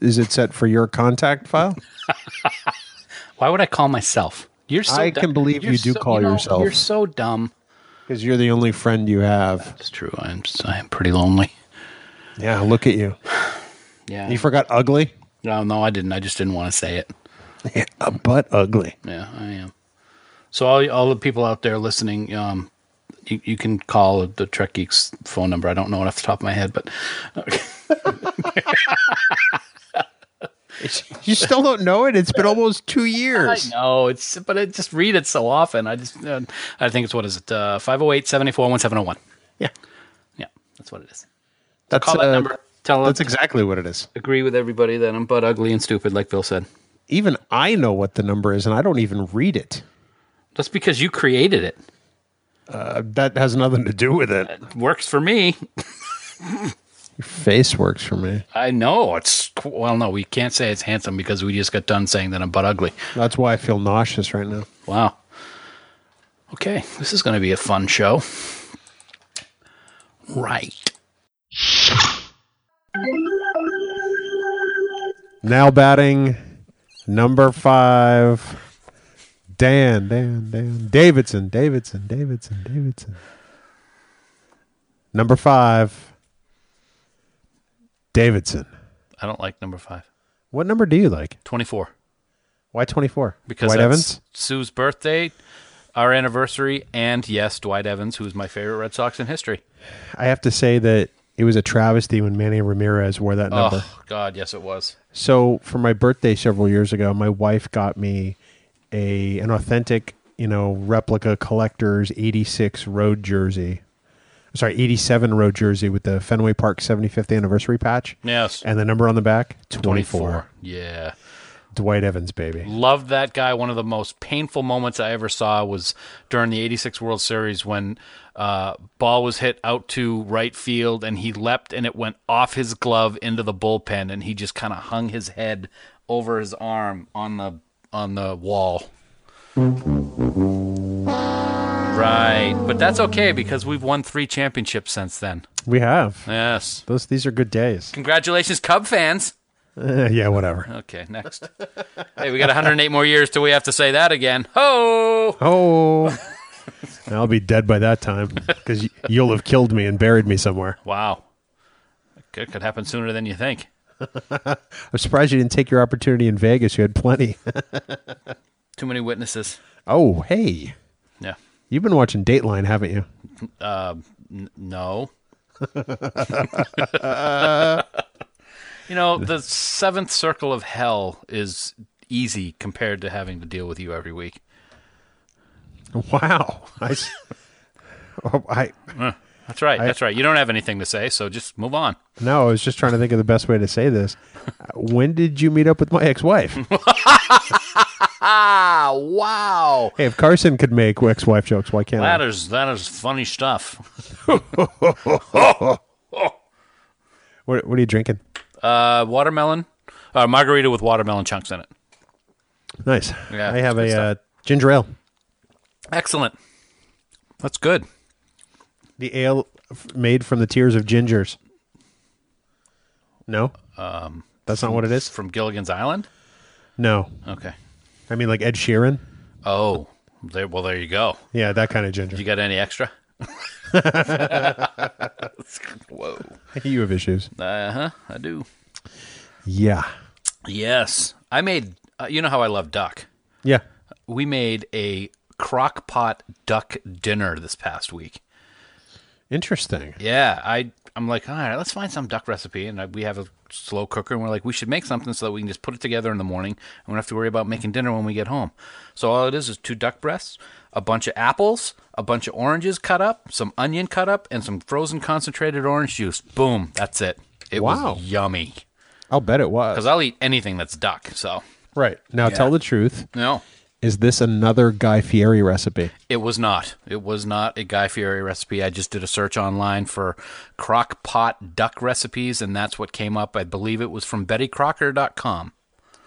Speaker 4: Is it set for your contact file?
Speaker 6: Why would I call myself? You're so.
Speaker 4: I
Speaker 6: du-
Speaker 4: can believe
Speaker 6: you're
Speaker 4: you do call
Speaker 6: know,
Speaker 4: yourself.
Speaker 6: You're so dumb.
Speaker 4: Because you're the only friend you have.
Speaker 6: It's true. I'm. s- I am pretty lonely.
Speaker 4: Yeah, look at you.
Speaker 6: Yeah.
Speaker 4: You forgot ugly.
Speaker 6: no, no, I didn't. I just didn't want to say it.
Speaker 4: Yeah, but ugly.
Speaker 6: Yeah, I am. So all all the people out there listening, um, you, you can call the Trek Geeks phone number. I don't know it off the top of my head, but
Speaker 4: You still don't know it. It's been almost two years.
Speaker 6: I know it's, but I just read it so often. I just, uh, I think it's what is it, uh, 508-741-1701.
Speaker 4: Yeah,
Speaker 6: Yeah, that's what it is.
Speaker 4: that's
Speaker 6: Call
Speaker 4: uh,
Speaker 6: that number. Tell
Speaker 4: That's
Speaker 6: us.
Speaker 4: exactly what it is.
Speaker 6: agree with everybody that I'm butt ugly and stupid, like Bill said.
Speaker 4: Even I know what the number is, and I don't even read it.
Speaker 6: That's because you created it.
Speaker 4: That has nothing to do with it.
Speaker 6: Works for me.
Speaker 4: Face works for me.
Speaker 6: I know it's well. No, we can't say it's handsome because we just got done saying that I'm butt ugly.
Speaker 4: That's why I feel nauseous right now.
Speaker 6: Wow. Okay, this is going to be a fun show. Right.
Speaker 4: Now batting number five. Dan, Dan, Dan. Davidson, Davidson, Davidson, Davidson. Number five. Davidson.
Speaker 6: I don't like number five.
Speaker 4: What number do you like?
Speaker 6: 24.
Speaker 4: Why 24?
Speaker 6: Because
Speaker 4: White
Speaker 6: that's
Speaker 4: Evans?
Speaker 6: Sue's birthday, our anniversary, and yes, Dwight Evans, who's my favorite Red Sox in history.
Speaker 4: I have to say that it was a travesty when Manny Ramirez wore that number.
Speaker 6: Oh, God, yes, it was.
Speaker 4: So for my birthday several years ago, my wife got me a an authentic, you know, replica collector's 86 road jersey. Sorry, 87 road jersey with the Fenway Park 75th anniversary patch.
Speaker 6: Yes.
Speaker 4: And the number on the back, 24.
Speaker 6: Yeah.
Speaker 4: Dwight Evans, baby.
Speaker 6: Loved that guy. One of the most painful moments I ever saw was during the 86 World Series when uh, ball was hit out to right field and he leapt and it went off his glove into the bullpen and he just kind of hung his head over his arm on the on the wall. Right, but that's okay because we've won 3 championships since then.
Speaker 4: We have.
Speaker 6: Yes.
Speaker 4: Those these are good days.
Speaker 6: Congratulations Cub fans.
Speaker 4: Eh, yeah, whatever.
Speaker 6: Okay, next. hey, we got 108 more years till we have to say that again. Ho!
Speaker 4: Oh. I'll be dead by that time cuz you'll have killed me and buried me somewhere.
Speaker 6: Wow. It could happen sooner than you think.
Speaker 4: I'm surprised you didn't take your opportunity in Vegas. You had plenty.
Speaker 6: Too many witnesses.
Speaker 4: oh, hey.
Speaker 6: Yeah.
Speaker 4: You've been watching Dateline, haven't you?
Speaker 6: No. you know, the seventh circle of hell is easy compared to having to deal with you every week.
Speaker 4: Wow. I, s- oh, I
Speaker 6: That's right. that's right. You don't have anything to say, so just move on.
Speaker 4: no, I was just trying to think of the best way to say this. Uh, When did you meet up with my ex-wife?
Speaker 6: Ah, wow.
Speaker 4: hey, if Carson could make ex-wife jokes, why can't
Speaker 6: That
Speaker 4: I?
Speaker 6: is that is funny stuff.
Speaker 4: What, what are you drinking?
Speaker 6: Uh, watermelon, uh, margarita with watermelon chunks in it.
Speaker 4: Nice.
Speaker 6: Yeah,
Speaker 4: I have
Speaker 6: it's good
Speaker 4: a
Speaker 6: stuff.
Speaker 4: uh, ginger ale.
Speaker 6: Excellent. That's good.
Speaker 4: The ale f- made from the tears of gingers. No? Um, That's not what it is?
Speaker 6: From Gilligan's Island?
Speaker 4: No.
Speaker 6: Okay.
Speaker 4: I mean like Ed Sheeran?
Speaker 6: Oh, there, well, there you go.
Speaker 4: Yeah, that kind of ginger.
Speaker 6: You got any extra?
Speaker 4: you have issues.
Speaker 6: Uh huh. I do.
Speaker 4: Yeah.
Speaker 6: Yes. I made, uh, you know how I love duck.
Speaker 4: Yeah.
Speaker 6: We made a crock pot duck dinner this past week.
Speaker 4: Interesting.
Speaker 6: Yeah, I I'm like, all right, let's find some duck recipe, and I, we have a slow cooker, and we're like, we should make something so that we can just put it together in the morning, and we don't have to worry about making dinner when we get home. So all it is is two duck breasts, a bunch of apples, a bunch of oranges cut up, some onion cut up, and some frozen concentrated orange juice. Boom, that's it. It
Speaker 4: Wow.
Speaker 6: was yummy
Speaker 4: I'll bet it was.
Speaker 6: because I'll eat anything that's duck. So
Speaker 4: Right. Now tell the truth.
Speaker 6: no,
Speaker 4: Is this another Guy Fieri recipe?
Speaker 6: It was not. It was not a Guy Fieri recipe. I just did a search online for crock pot duck recipes, and that's what came up. I believe it was from BettyCrocker.com.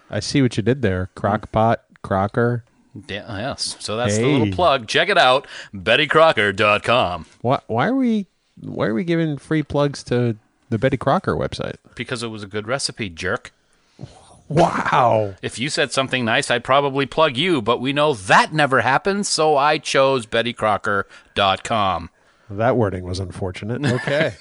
Speaker 4: I see what you did there. Crockpot, Crocker.
Speaker 6: Da- yes. So that's the
Speaker 4: Hey.
Speaker 6: little plug. Check it out. BettyCrocker.com.
Speaker 4: Why, why are we why are we giving free plugs to the Betty Crocker website?
Speaker 6: Because it was a good recipe, jerk.
Speaker 4: Wow.
Speaker 6: If you said something nice, I'd probably plug you, but we know that never happens, so I chose BettyCrocker.com.
Speaker 5: That wording was unfortunate.
Speaker 4: Okay.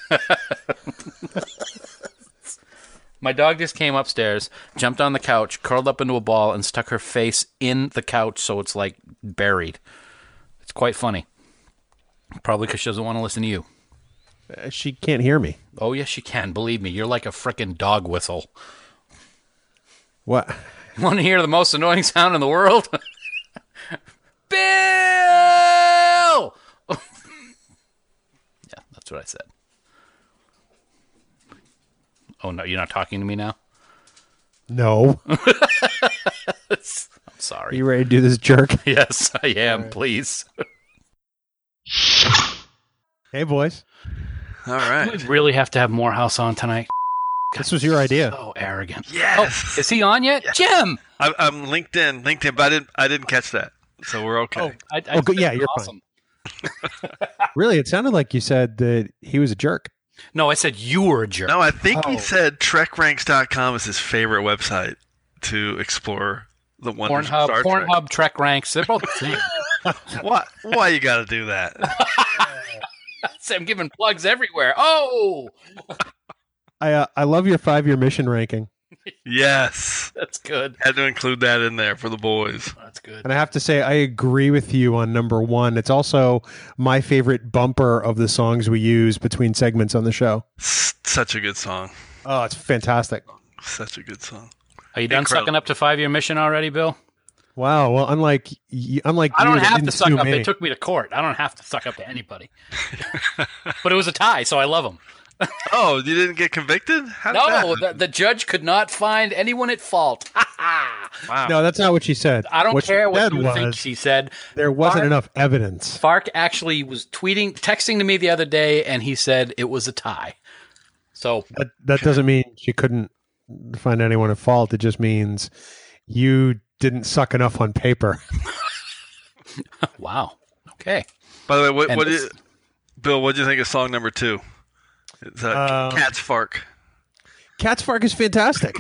Speaker 6: My dog just came upstairs, jumped on the couch, curled up into a ball, and stuck her face in the couch so it's like buried. It's quite funny. Probably because she doesn't want to listen to you.
Speaker 4: she can't hear me.
Speaker 6: Oh, yes, she can. Believe me, you're like a frickin' dog whistle.
Speaker 4: What?
Speaker 6: Want to hear the most annoying sound in the world? Bill! yeah, that's what I said. Oh, no, you're not talking to me now?
Speaker 4: No.
Speaker 6: I'm sorry.
Speaker 4: you ready to do this jerk?
Speaker 6: yes, I am, please.
Speaker 4: hey boys.
Speaker 1: All right.
Speaker 6: We really have to have Morehouse on tonight.
Speaker 4: This was your idea.
Speaker 6: So arrogant.
Speaker 8: Yes.
Speaker 6: Oh, is he on yet? Jim!
Speaker 8: I'm, I'm LinkedIn, LinkedIn, but I didn't, I didn't catch that. So we're okay.
Speaker 6: I, I
Speaker 4: Oh, good. Yeah, you're Really, it sounded like you said that he was a jerk.
Speaker 6: No, I said you were a jerk.
Speaker 8: No, I think he said TrekRanks.com is his favorite website to explore the one
Speaker 6: Pornhub,
Speaker 8: Star Trek.
Speaker 6: Pornhub, Trek ranks. They're both the same.
Speaker 8: Why, why you got to do that?
Speaker 6: That's- I'm giving plugs everywhere. Oh,
Speaker 4: I uh, I love your five year mission ranking,
Speaker 8: yes,
Speaker 6: that's good.
Speaker 8: had to include that in there for the boys.
Speaker 6: That's good.
Speaker 4: and I have to say I agree with you on number one. It's also my favorite bumper of the songs we use between segments on the show.
Speaker 8: S- Such a good song.
Speaker 4: Oh, it's fantastic!
Speaker 8: Such a good song.
Speaker 6: Are you done
Speaker 8: Incredible.
Speaker 6: sucking up to five year mission already, Bill?
Speaker 4: Wow. Well, unlike y- unlike
Speaker 6: I
Speaker 4: you,
Speaker 6: don't
Speaker 4: that
Speaker 6: have
Speaker 4: didn't
Speaker 6: to suck
Speaker 4: sue
Speaker 6: up. They
Speaker 4: me.
Speaker 6: took me to court. I don't have to suck up to anybody. but it was a tie, so I love them.
Speaker 8: Oh, you didn't get convicted? How did
Speaker 6: No,
Speaker 8: that-
Speaker 6: the, the judge could not find anyone at fault.
Speaker 8: wow.
Speaker 4: No, that's not what she said.
Speaker 6: I don't
Speaker 4: What she
Speaker 6: care what
Speaker 4: said
Speaker 6: you think
Speaker 4: was
Speaker 6: she said.
Speaker 4: There wasn't
Speaker 6: Fart.
Speaker 4: enough evidence.
Speaker 6: Fark actually was tweeting, texting to me the other day, and he said it was a tie. So
Speaker 4: That, that doesn't mean she couldn't find anyone at fault. It just means you didn't suck enough on paper.
Speaker 6: wow, okay,
Speaker 8: By the way, what,
Speaker 6: And
Speaker 8: what
Speaker 6: it's-
Speaker 8: is, Bill? What do you think of song number two? It's uh,
Speaker 4: Um,
Speaker 8: Cat's Fark.
Speaker 4: Cat's Fark is fantastic.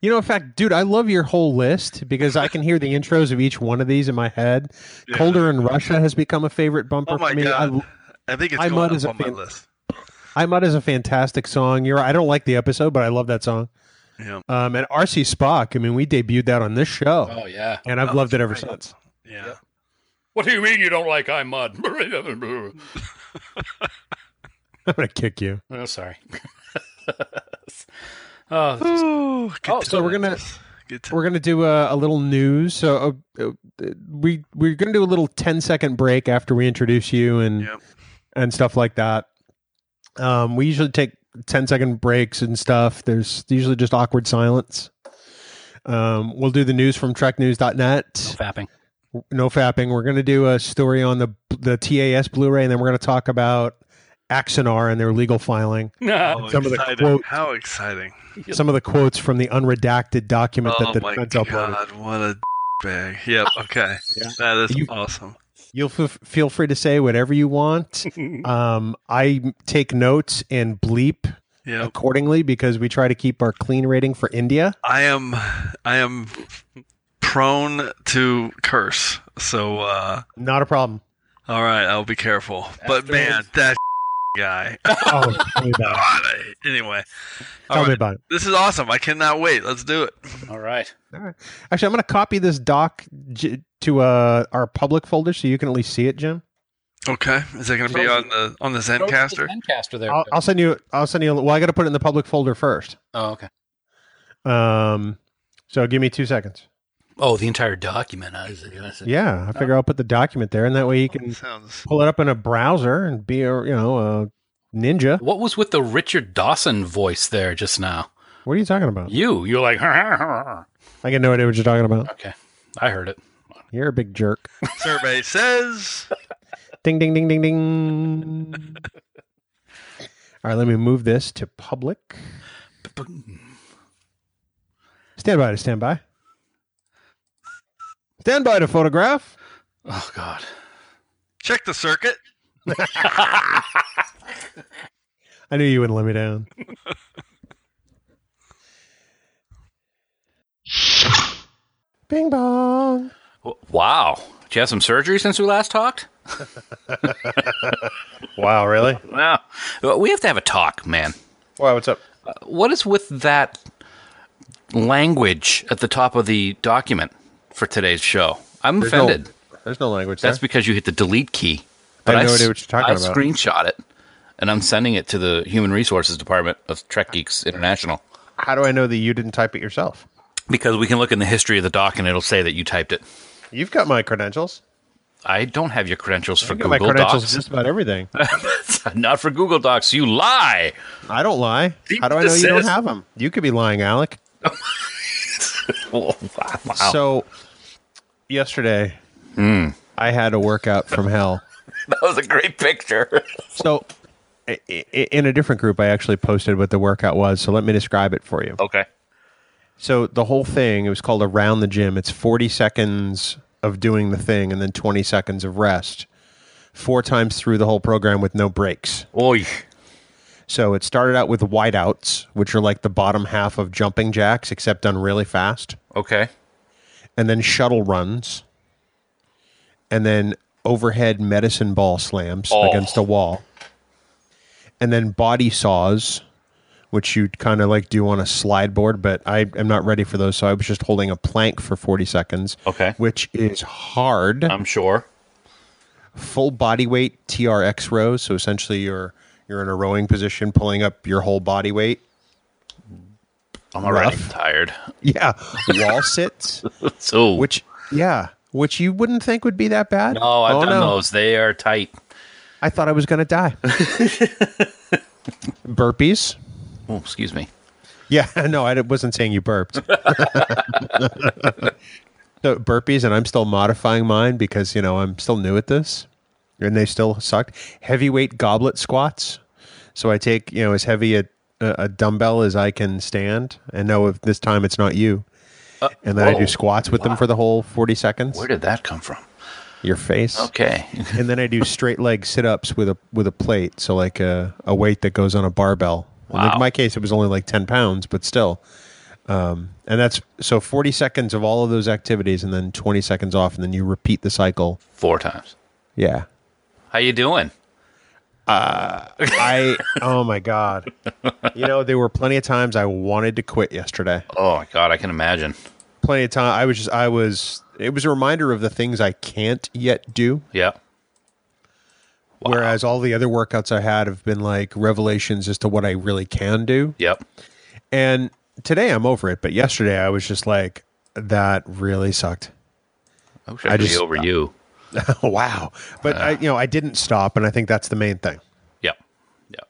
Speaker 4: you know, in fact, dude, I love your whole list because I can hear the intros of each one of these in my head.
Speaker 8: Yeah.
Speaker 4: Colder in Russia has become a favorite bumper
Speaker 8: Oh my
Speaker 4: for me. I-
Speaker 8: god! I, think it's
Speaker 4: I
Speaker 8: going
Speaker 4: Mud is
Speaker 8: up
Speaker 4: a
Speaker 8: on
Speaker 4: fan-
Speaker 8: my list.
Speaker 4: I'm Out is a fantastic song. You're, right, I don't like the episode, but I love that song.
Speaker 8: Yeah.
Speaker 4: Um, and RC Spock, I mean, we debuted that on this show,
Speaker 6: oh yeah.
Speaker 4: and I've
Speaker 8: Oh,
Speaker 4: loved it
Speaker 8: that's
Speaker 4: ever
Speaker 8: great.
Speaker 4: since.
Speaker 8: Yeah.
Speaker 6: What do you mean you don't like I mud?
Speaker 4: I'm gonna kick you.
Speaker 6: oh, sorry. oh, this is-
Speaker 8: Ooh, good
Speaker 6: Oh,
Speaker 8: times.
Speaker 4: so we're gonna-
Speaker 8: Good times.
Speaker 4: We're gonna do a, a little news. So uh, uh, we we're gonna do a little 10 second break after we introduce you and
Speaker 8: Yep.
Speaker 4: and stuff like that. Um, we usually take 10 second breaks and stuff. There's usually just awkward silence. Um, we'll do the news from treknews.net.
Speaker 6: fapping.
Speaker 4: No fapping. We're going to do a story on the the TAS Blu-ray, and then we're going to talk about Axonar and their legal filing.
Speaker 8: How
Speaker 4: some of the
Speaker 8: exciting.
Speaker 4: quotes-
Speaker 8: How exciting!
Speaker 4: Some of the quotes from the unredacted document
Speaker 8: Oh
Speaker 4: that the
Speaker 8: my
Speaker 4: defense uploaded.
Speaker 8: god! What a bag. Yep. Okay. That is
Speaker 4: You-
Speaker 8: awesome.
Speaker 4: You'll f- feel free to say whatever you want. um, I take notes and bleep
Speaker 8: Yep.
Speaker 4: accordingly because we try to keep our clean rating for India.
Speaker 8: I am. I am prone to curse. So. uh
Speaker 4: Not a problem.
Speaker 8: All right, I'll be careful. but
Speaker 6: After
Speaker 8: man,
Speaker 6: all-
Speaker 8: that guy.
Speaker 4: Oh, tell me about it.
Speaker 8: anyway,
Speaker 4: Tell
Speaker 8: all
Speaker 4: me
Speaker 8: right.
Speaker 4: about it.
Speaker 8: this is awesome. I cannot wait. Let's do it.
Speaker 6: All right.
Speaker 4: Actually, I'm going to copy this doc j- to uh, our public folder so you can at least see it, Jim.
Speaker 8: Okay, is that going to be on the on the ZenCaster?
Speaker 6: Zencaster there.
Speaker 4: I'll, I'll send you. I'll send you. a- Well, I got to put it in the public folder first.
Speaker 6: oh, okay.
Speaker 4: Um, so give me two seconds.
Speaker 6: Oh, the entire document. I see, I see.
Speaker 4: Yeah, I figure I'll put the document there, and that way you can
Speaker 8: Sounds
Speaker 4: pull it up in a browser and be a you know a ninja.
Speaker 6: What was with the Richard Dawson voice there just now?
Speaker 4: What are you talking about?
Speaker 6: You, you're like, okay,
Speaker 4: I got no idea what you're talking about.
Speaker 6: I heard it.
Speaker 4: You're a big jerk.
Speaker 8: survey says.
Speaker 4: Ding ding ding ding ding. All right, let me move this to public. Stand by to stand by. Stand by to photograph.
Speaker 6: Oh God,
Speaker 8: Check the circuit.
Speaker 4: I knew you wouldn't let me down. Bing bong.
Speaker 6: W- wow. Did you have some surgery since we last talked?
Speaker 4: Wow, really?
Speaker 6: No, Well, we have to have a talk, man. Uh,
Speaker 4: Wow, what's up?
Speaker 6: What is with that language at the top of the document for today's show? I'm offended.
Speaker 4: There's no language
Speaker 6: That's
Speaker 4: there.
Speaker 6: because you hit the delete key.
Speaker 4: I have no
Speaker 6: s-
Speaker 4: idea what you're talking
Speaker 6: I
Speaker 4: about.
Speaker 6: screenshot it, and I'm sending it to the Human Resources Department of Trek Geeks International
Speaker 4: How do I know that you didn't type it yourself?
Speaker 6: because we can look in the history of the doc and it'll say that you typed it.
Speaker 4: You've got my credentials.
Speaker 6: I don't have your credentials for
Speaker 4: You've got my
Speaker 6: Google
Speaker 4: credentials
Speaker 6: Docs.
Speaker 4: just about everything.
Speaker 6: Not for Google Docs. You lie.
Speaker 4: I don't lie. How do I know you don't have them? You could be lying, Alec.
Speaker 6: Oh, wow.
Speaker 4: So, yesterday, I had a workout from hell.
Speaker 6: that was a great picture.
Speaker 4: So, i- i- in a different group, I actually posted what the workout was. So, let me describe it for you.
Speaker 6: Okay.
Speaker 4: So, the whole thing, it was called Around the Gym. It's 40 seconds of doing the thing and then 20 seconds of rest, four times through the whole program with no breaks.
Speaker 6: Oy.
Speaker 4: So, it started out with wideouts, which are like the bottom half of jumping jacks, except done really fast.
Speaker 6: Okay.
Speaker 4: and then shuttle runs, and then overhead medicine ball slams
Speaker 6: Oh.
Speaker 4: against a wall, and then body saws, which you kind of like do on a slide board, but I am not ready for those, so I was just holding a plank for 40 seconds.
Speaker 6: Okay.
Speaker 4: Which is hard.
Speaker 6: I'm sure.
Speaker 4: Full body weight TRX rows, so essentially you're you're in a rowing position pulling up your whole body weight.
Speaker 6: I'm already
Speaker 4: Rough.
Speaker 6: tired.
Speaker 4: Yeah. Wall sits,
Speaker 6: So
Speaker 4: which yeah, which you wouldn't think would be that bad. Oh,
Speaker 6: no, I've done those. They are tight.
Speaker 4: I thought I was going to die. Burpees?
Speaker 6: Oh, excuse me.
Speaker 4: Yeah, no, I wasn't saying you burped. so burpees, and I'm still modifying mine because you know I'm still new at this, and they still sucked. Heavyweight goblet squats. So I take you know as heavy a, a dumbbell as I can stand, and know if this time it's not you. and then I
Speaker 6: oh,
Speaker 4: do squats with them for the whole 40 seconds.
Speaker 6: Where did Oh. that come from?
Speaker 4: Your face.
Speaker 6: Okay.
Speaker 4: and then I do straight leg sit ups with a with a plate, so like a, a weight that goes on a barbell. And
Speaker 6: Wow.
Speaker 4: in my case, it was only like ten pounds, but still. Um, and that's so forty seconds of all of those activities, and then twenty seconds off, and then you repeat the cycle.
Speaker 6: Four times.
Speaker 4: Yeah,
Speaker 6: How you doing?
Speaker 4: I oh my god, you know there were plenty of times I wanted to quit yesterday.
Speaker 6: Oh my god, I can imagine.
Speaker 4: Plenty of time I was just I was it was a reminder of the things I can't yet do.
Speaker 6: Yeah.
Speaker 4: Whereas all the other workouts I had have been like revelations as to what I really can do.
Speaker 6: Yep.
Speaker 4: And today I'm over it, but yesterday I was just like, that really sucked.
Speaker 6: I wish I
Speaker 4: I
Speaker 6: could be
Speaker 4: just-
Speaker 6: over you.
Speaker 4: wow. But I, you know, I didn't stop, and I think that's the main thing.
Speaker 6: Yep. Yep.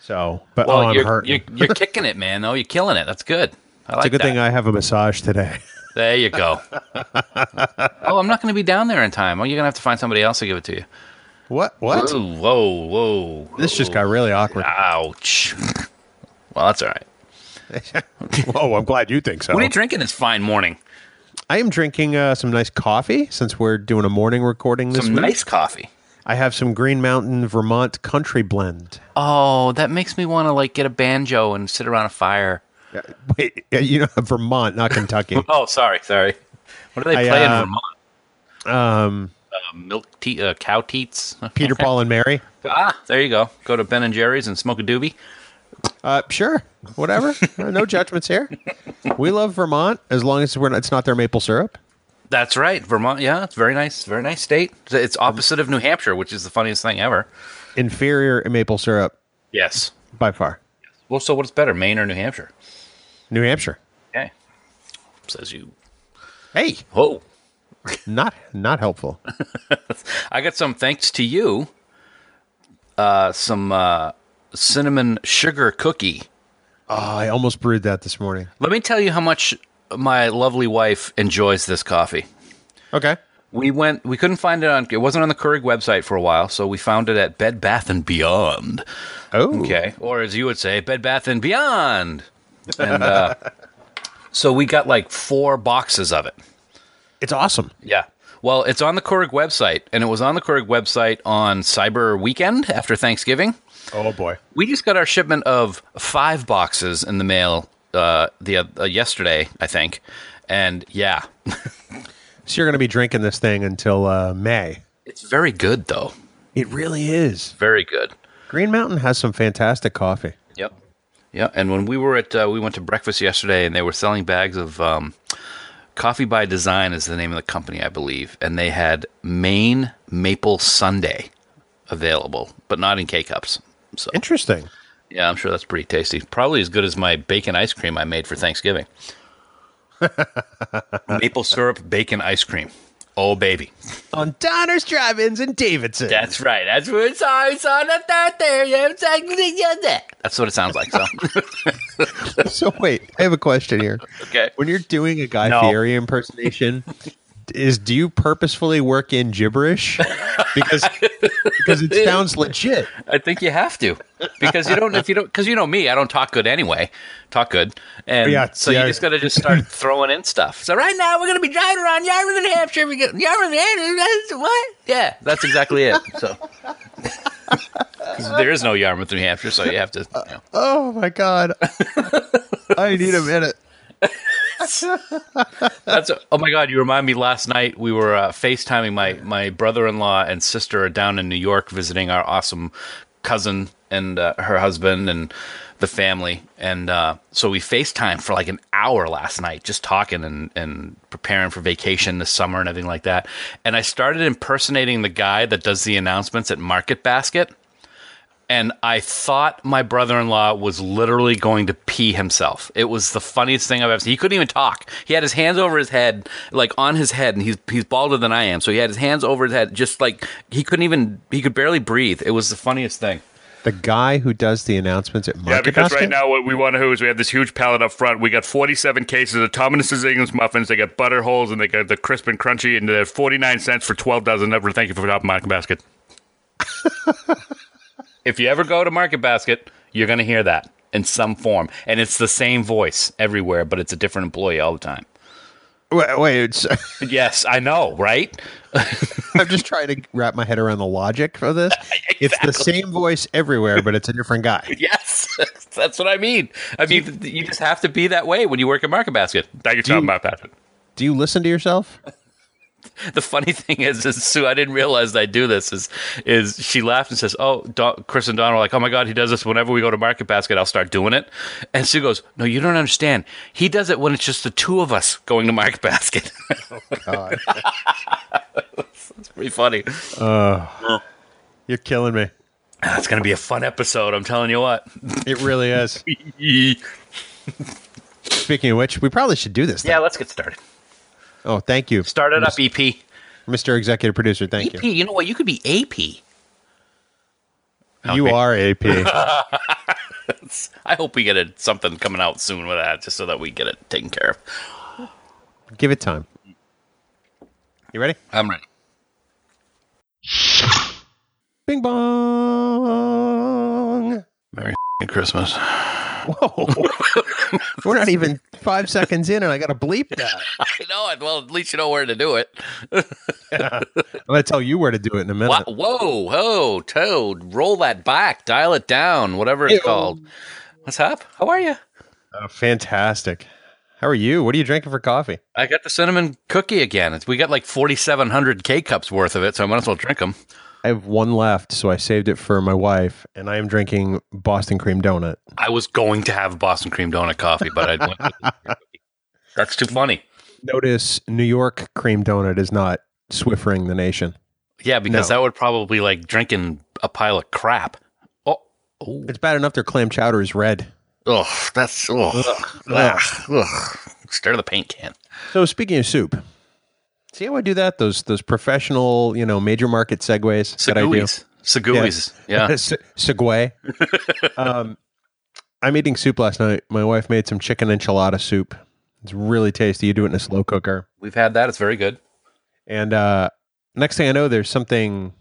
Speaker 4: So, but
Speaker 6: Well,
Speaker 4: oh, I'm
Speaker 6: you're,
Speaker 4: hurt.
Speaker 6: you're
Speaker 4: it's
Speaker 6: you're kicking it, man. Though you're killing it. That's good. I like
Speaker 4: a good
Speaker 6: that.
Speaker 4: thing I have a massage today.
Speaker 6: There you go. oh, I'm not going to be down there in time. Oh, you're going to have to find somebody else to give it to you.
Speaker 4: what? What?
Speaker 6: Ooh, whoa, whoa.
Speaker 4: This just got really awkward.
Speaker 6: Ouch. well, that's all right.
Speaker 4: Whoa! I'm glad you think so.
Speaker 6: What are you drinking this fine morning?
Speaker 4: I am drinking uh, some nice coffee since we're doing a morning recording this
Speaker 6: Some
Speaker 4: week.
Speaker 6: nice coffee.
Speaker 4: I have some Green Mountain Vermont Country Blend.
Speaker 6: Oh, that makes me want to like get a banjo and sit around a fire.
Speaker 4: Wait, uh, you know Vermont, not Kentucky.
Speaker 6: Oh, sorry, sorry. What do they
Speaker 4: I,
Speaker 6: play in
Speaker 4: uh,
Speaker 6: Vermont? Um, milk tea, uh, cow teats.
Speaker 4: Peter, Paul, and Mary.
Speaker 6: ah, there you go. Go to Ben and Jerry's and smoke a doobie.
Speaker 4: Uh, sure, whatever. no judgments here. We love Vermont as long as we're not, it's not their maple syrup.
Speaker 6: That's right, Vermont. Yeah, it's very nice, very nice state. It's opposite of New Hampshire, which is the funniest thing ever.
Speaker 4: Inferior in maple syrup
Speaker 6: Yes.
Speaker 4: by far.
Speaker 6: Well, so what's better, Maine or New Hampshire?
Speaker 4: New Hampshire.
Speaker 6: Okay. Says you.
Speaker 4: Hey,
Speaker 6: Whoa.
Speaker 4: not not helpful. Oh,
Speaker 6: I got some thanks to you. Uh, some uh, cinnamon sugar cookie.
Speaker 4: Oh, I almost brewed that this morning.
Speaker 6: Let me tell you how much my lovely wife enjoys this coffee.
Speaker 4: Okay.
Speaker 6: We went. We couldn't find it on. It wasn't on the Keurig website for a while, so we found it at Bed Bath and Beyond.
Speaker 4: Oh,
Speaker 6: Okay, or as you would say, Bed Bath and Beyond. And uh, so we got like four boxes of it.
Speaker 4: it's awesome.
Speaker 6: Yeah. Well, it's on the Keurig website, and it was on the Keurig website on Cyber Weekend after Thanksgiving.
Speaker 4: Oh boy.
Speaker 6: We just got our shipment of five boxes in the mail uh, the uh, yesterday, I think. And yeah,
Speaker 4: So you're going to be drinking this thing until uh, May.
Speaker 6: it's very good though.
Speaker 4: It really is.
Speaker 6: Very good.
Speaker 4: Green Mountain has some fantastic coffee.
Speaker 6: Yep. Yeah, and when we were at uh, we went to breakfast yesterday, and they were selling bags of um, Coffee by Design is the name of the company, I believe, and they had Maine Maple Sunday available, but not in K cups. So
Speaker 4: Interesting.
Speaker 6: yeah, I'm sure that's pretty tasty. Probably as good as my bacon ice cream I made for Thanksgiving. Maple syrup bacon ice cream. Oh baby,
Speaker 4: On Donner's Drive-Ins in Davidson.
Speaker 6: that's right. That's what it's on. It's on a Thursday. It's like- That's what it sounds like. So
Speaker 4: so wait, I have a question here.
Speaker 6: okay.
Speaker 4: When you're doing a Guy
Speaker 6: No.
Speaker 4: Fieri impersonation, is do you purposefully work in gibberish? Because because it sounds legit.
Speaker 6: I think you have to because you don't if you don't because you know me I don't talk good anyway talk good and
Speaker 4: Yeah,
Speaker 6: so
Speaker 4: yeah.
Speaker 6: you just gotta just start throwing in stuff so right now we're gonna be driving around Yarmouth New Hampshire we get Yarmouth New Hampshire that's what yeah that's exactly it so 'Cause there is no Yarmouth New Hampshire so you have to you know.
Speaker 4: Oh my god. I need a minute.
Speaker 6: That's oh my god! You remind me. Last night we were uh, FaceTiming my my brother in law and sister are down in New York visiting our awesome cousin and uh, her husband and the family, and uh, so we FaceTime for like an hour last night, just talking and and preparing for vacation this summer and everything like that. And I started impersonating the guy that does the announcements at Market Basket. And I thought my brother in law was literally going to pee himself. It was the funniest thing I've ever seen. He couldn't even talk. He had his hands over his head, like on his head, and he's he's balder than I am. So he had his hands over his head, just like he couldn't even he could barely breathe. It was the funniest thing.
Speaker 4: The guy who does the announcements at Market Basket?
Speaker 6: what we want to do is we have this huge pallet up front. We got forty seven cases of Thomas's English muffins. They got butter holes and they got the crisp and crunchy and they're forty nine cents for twelve dozen of them. Thank you for shopping Market Basket. if you ever go to Market Basket, you're going to hear that in some form. And it's the same voice everywhere, but it's a different employee all the time.
Speaker 4: Wait, wait it's,
Speaker 6: Yes, I know, right?
Speaker 4: I'm just trying to wrap my head around the logic for this. It's the same voice everywhere, but it's a different guy.
Speaker 6: Yes, that's what I mean. I mean, th- you just have to be that way when you work at Market Basket. Thank you for shopping Market Basket.
Speaker 4: Do you listen to yourself?
Speaker 6: the funny thing is, is Sue, I didn't realize I do this. Is is she laughed and says, "Oh, Don, Chris and Don are like, oh my god, he does this whenever we go to Market Basket. I'll start doing it." And Sue goes, "No, you don't understand. He does it when it's just the two of us going to Market Basket."
Speaker 4: Oh, God.
Speaker 6: it's pretty funny.
Speaker 4: You're killing me.
Speaker 6: That's gonna be a fun episode. I'm telling you what.
Speaker 4: It really is. Speaking of which, we probably should do this. thing.
Speaker 6: yeah, let's get started.
Speaker 4: Oh, thank you,
Speaker 6: Start it up, E EP.
Speaker 4: Mr. Executive Producer. Thank
Speaker 6: EP,
Speaker 4: you.
Speaker 6: E you know what? You could be AP.
Speaker 4: You are AP.
Speaker 6: I hope we get a, something coming out soon with that, just so that we get it taken care of.
Speaker 4: Give it time. You ready?
Speaker 6: I'm ready.
Speaker 4: Bing bong.
Speaker 6: Christmas.
Speaker 4: Whoa. We're not even five seconds in, and I got to bleep that.
Speaker 6: I know it. Well, at least you know where to do it.
Speaker 4: I'm going to tell you where to do it in a minute.
Speaker 6: Wha- Whoa, whoa, toad, roll that back, dial it down, whatever it's
Speaker 4: Ew.
Speaker 6: called. What's up? How are you?
Speaker 4: Oh, fantastic. How are you? What are you drinking for coffee?
Speaker 6: I got the cinnamon cookie again. It's, we got like 4,700 K cups worth of it, so I might as well drink them.
Speaker 4: I have one left, so I saved it for my wife, and I am drinking Boston cream donut.
Speaker 6: I was going to have Boston cream donut coffee, but I went with the cinnamon cookie. That's too funny.
Speaker 4: Notice New York cream donut is not swiffering the nation.
Speaker 6: Yeah, because
Speaker 4: No.
Speaker 6: that would probably like drinking a pile of crap. Oh, oh,
Speaker 4: It's bad enough their clam chowder is red.
Speaker 6: ugh, that's ugh, ugh, ugh. Stare the paint can.
Speaker 4: So speaking of soup, see how I do that? Those those professional, you know, major market segues that I do.
Speaker 6: Seguis, seguis. Yeah.
Speaker 4: Se- Segway. um, I'm eating soup last night. My wife made some chicken enchilada soup. It's really tasty. You do it in a slow cooker.
Speaker 6: we've had that. It's very good.
Speaker 4: And uh, next thing I know, there's something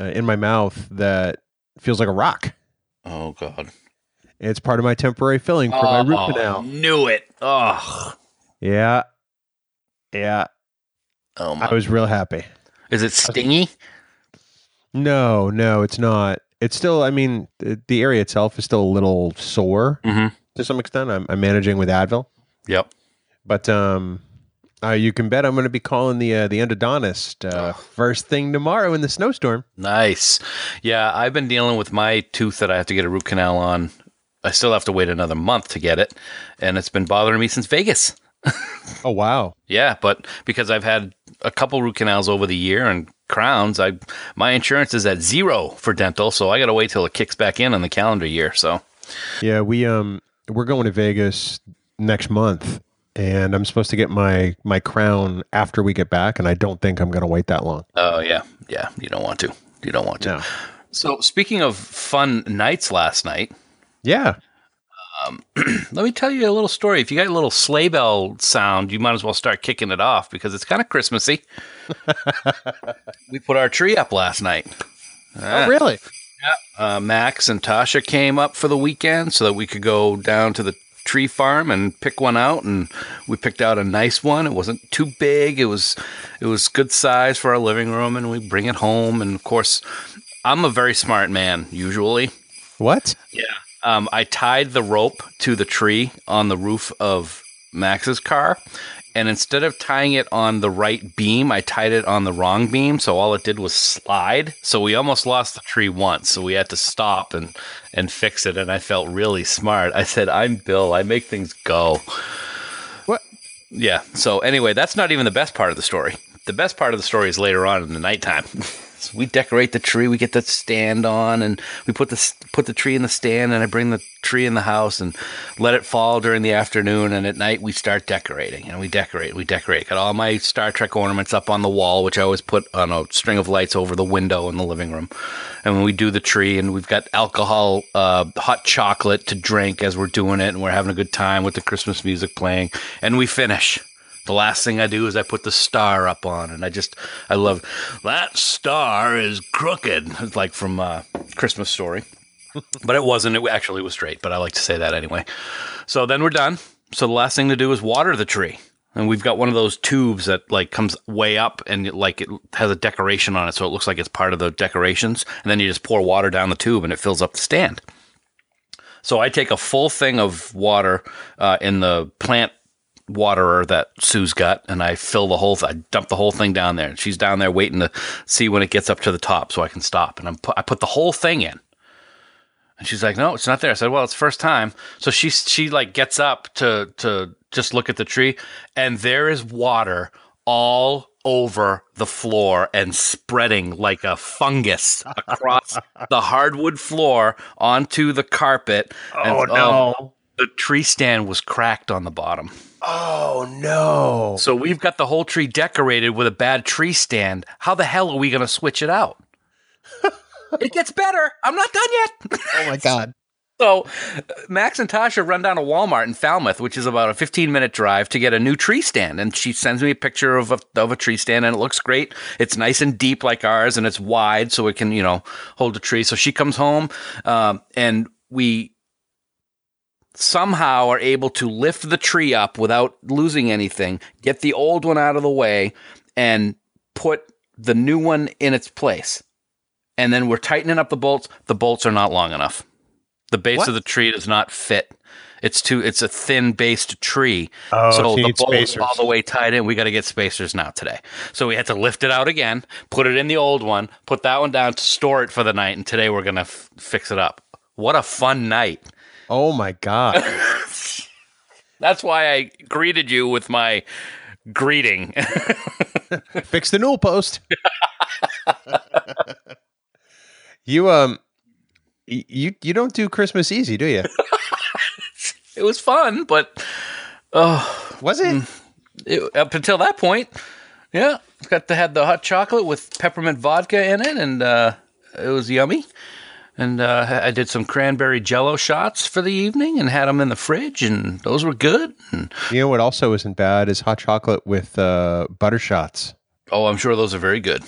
Speaker 4: uh, in my mouth that feels like a rock.
Speaker 6: Oh God.
Speaker 4: It's part of my temporary filling for my root canal.
Speaker 6: Oh, Knew it. Oh,
Speaker 4: Yeah. Yeah.
Speaker 6: oh my.
Speaker 4: I was real happy.
Speaker 6: Is it stingy?
Speaker 4: No, no, it's not. It's still, I mean, the, the area itself is still a little sore
Speaker 6: Mhm.
Speaker 4: to some extent. I'm, I'm managing with Advil.
Speaker 6: Yep.
Speaker 4: But um, uh, you can bet I'm going to be calling the uh, the endodontist uh, first thing tomorrow in the snowstorm.
Speaker 6: Nice. Yeah, I've been dealing with my tooth that I have to get a root canal on. I still have to wait another month to get it, and it's been bothering me since Vegas.
Speaker 4: Oh wow!
Speaker 6: Yeah, but because I've had a couple root canals over the year and crowns, I my insurance is at zero for dental, so I got to wait till it kicks back in on the calendar year. So
Speaker 4: Yeah, we um we're going to Vegas next month, and I'm supposed to get my my crown after we get back, and I don't think I'm going to wait that long.
Speaker 6: Oh yeah, yeah. You don't want to. You don't want to.
Speaker 4: No.
Speaker 6: So speaking of fun nights last night,
Speaker 4: Yeah.
Speaker 6: let me tell you a little story. If you got a little sleigh bell sound, you might as well start kicking it off because it's kind of Christmassy. we put our tree up last night.
Speaker 4: Oh really?
Speaker 6: Uh, Max and Tasha came up for the weekend so that we could go down to the tree farm and pick one out and we picked out a nice one it wasn't too big it was it was good size for our living room and we bring it home and of course i'm a very smart man usually
Speaker 4: What?
Speaker 6: yeah. Um, I tied the rope to the tree on the roof of Max's car. And instead of tying it on the right beam, I tied it on the wrong beam. So all it did was slide. So we almost lost the tree once. So we had to stop and, and fix it. And I felt really smart. I said, I'm Bill. I make things go.
Speaker 4: What?
Speaker 6: Yeah. So anyway, that's not even the best part of the story. The best part of the story is later on in the nighttime. so we decorate the tree. We get the stand on, and we put the put the tree in the stand. And I bring the tree in the house and let it fall during the afternoon. And at night, we start decorating. And we decorate. We decorate. Got all my Star Trek ornaments up on the wall, which I always put on a string of lights over the window in the living room. And when we do the tree, and we've got alcohol, uh, hot chocolate to drink as we're doing it, and we're having a good time with the Christmas music playing. And we finish. The last thing I do is I put the star up on, and I just I love that star is crooked, It's like from uh, Christmas Story. but it wasn't. It actually was straight. But I like to say that anyway. So then we're done. So the last thing to do is water the tree, and we've got one of those tubes that like comes way up and it, like it has a decoration on it, so it looks like it's part of the decorations. And then you just pour water down the tube, and it fills up the stand. So I take a full thing of water uh, in the plant waterer that Sue's got, and I fill the whole. Th- I dump the whole thing down there, and she's down there waiting to see when it gets up to the top, so I can stop. And I'm pu- I put the whole thing in, and she's like, "No, it's not there." I said, "Well, it's first time." So she she like gets up to to just look at the tree, and there is water all over the floor and spreading like a fungus across the hardwood floor onto the carpet. Oh no! the tree stand was cracked on the bottom.
Speaker 4: Oh no!
Speaker 6: So we've got the whole tree decorated with a bad tree stand. How the hell are we going to switch it out? it gets better. I'm not done yet.
Speaker 4: Oh my god!
Speaker 6: So uh, Max and Tasha run down to Walmart in Falmouth, which is about a 15 minute drive to get a new tree stand. And she sends me a picture of a, of a tree stand and it looks great. It's nice and deep like ours and it's wide so it can, you know, hold a tree. So she comes home um, and we somehow are able to lift the tree up without losing anything, get the old one out of the way and put the new one in its place. And then we're tightening up the bolts. The bolts are not long enough. The base
Speaker 4: What?
Speaker 6: of the tree does not fit. It's too. It's a thin based tree,
Speaker 4: Oh, so
Speaker 6: so
Speaker 4: you
Speaker 6: the
Speaker 4: need
Speaker 6: bolts
Speaker 4: spacers.
Speaker 6: all the way tied in. We got to get spacers now today. So we had to lift it out again, put it in the old one, put that one down to store it for the night, and today we're gonna f- fix it up. What a fun night!
Speaker 4: Oh my god!
Speaker 6: That's why I greeted you with my greeting.
Speaker 4: Fix the newel post. you um y- you you don't do Christmas easy, do you?
Speaker 6: it was fun, but oh,
Speaker 4: Was it?
Speaker 6: it, up until that point, yeah, got to have the hot chocolate with peppermint vodka in it, and uh, it was yummy. And uh, I did some cranberry Jello shots for the evening, and had them in the fridge, and those were good. And
Speaker 4: You know what also isn't bad is hot chocolate with uh buttershots.
Speaker 6: oh, I'm sure those are very good.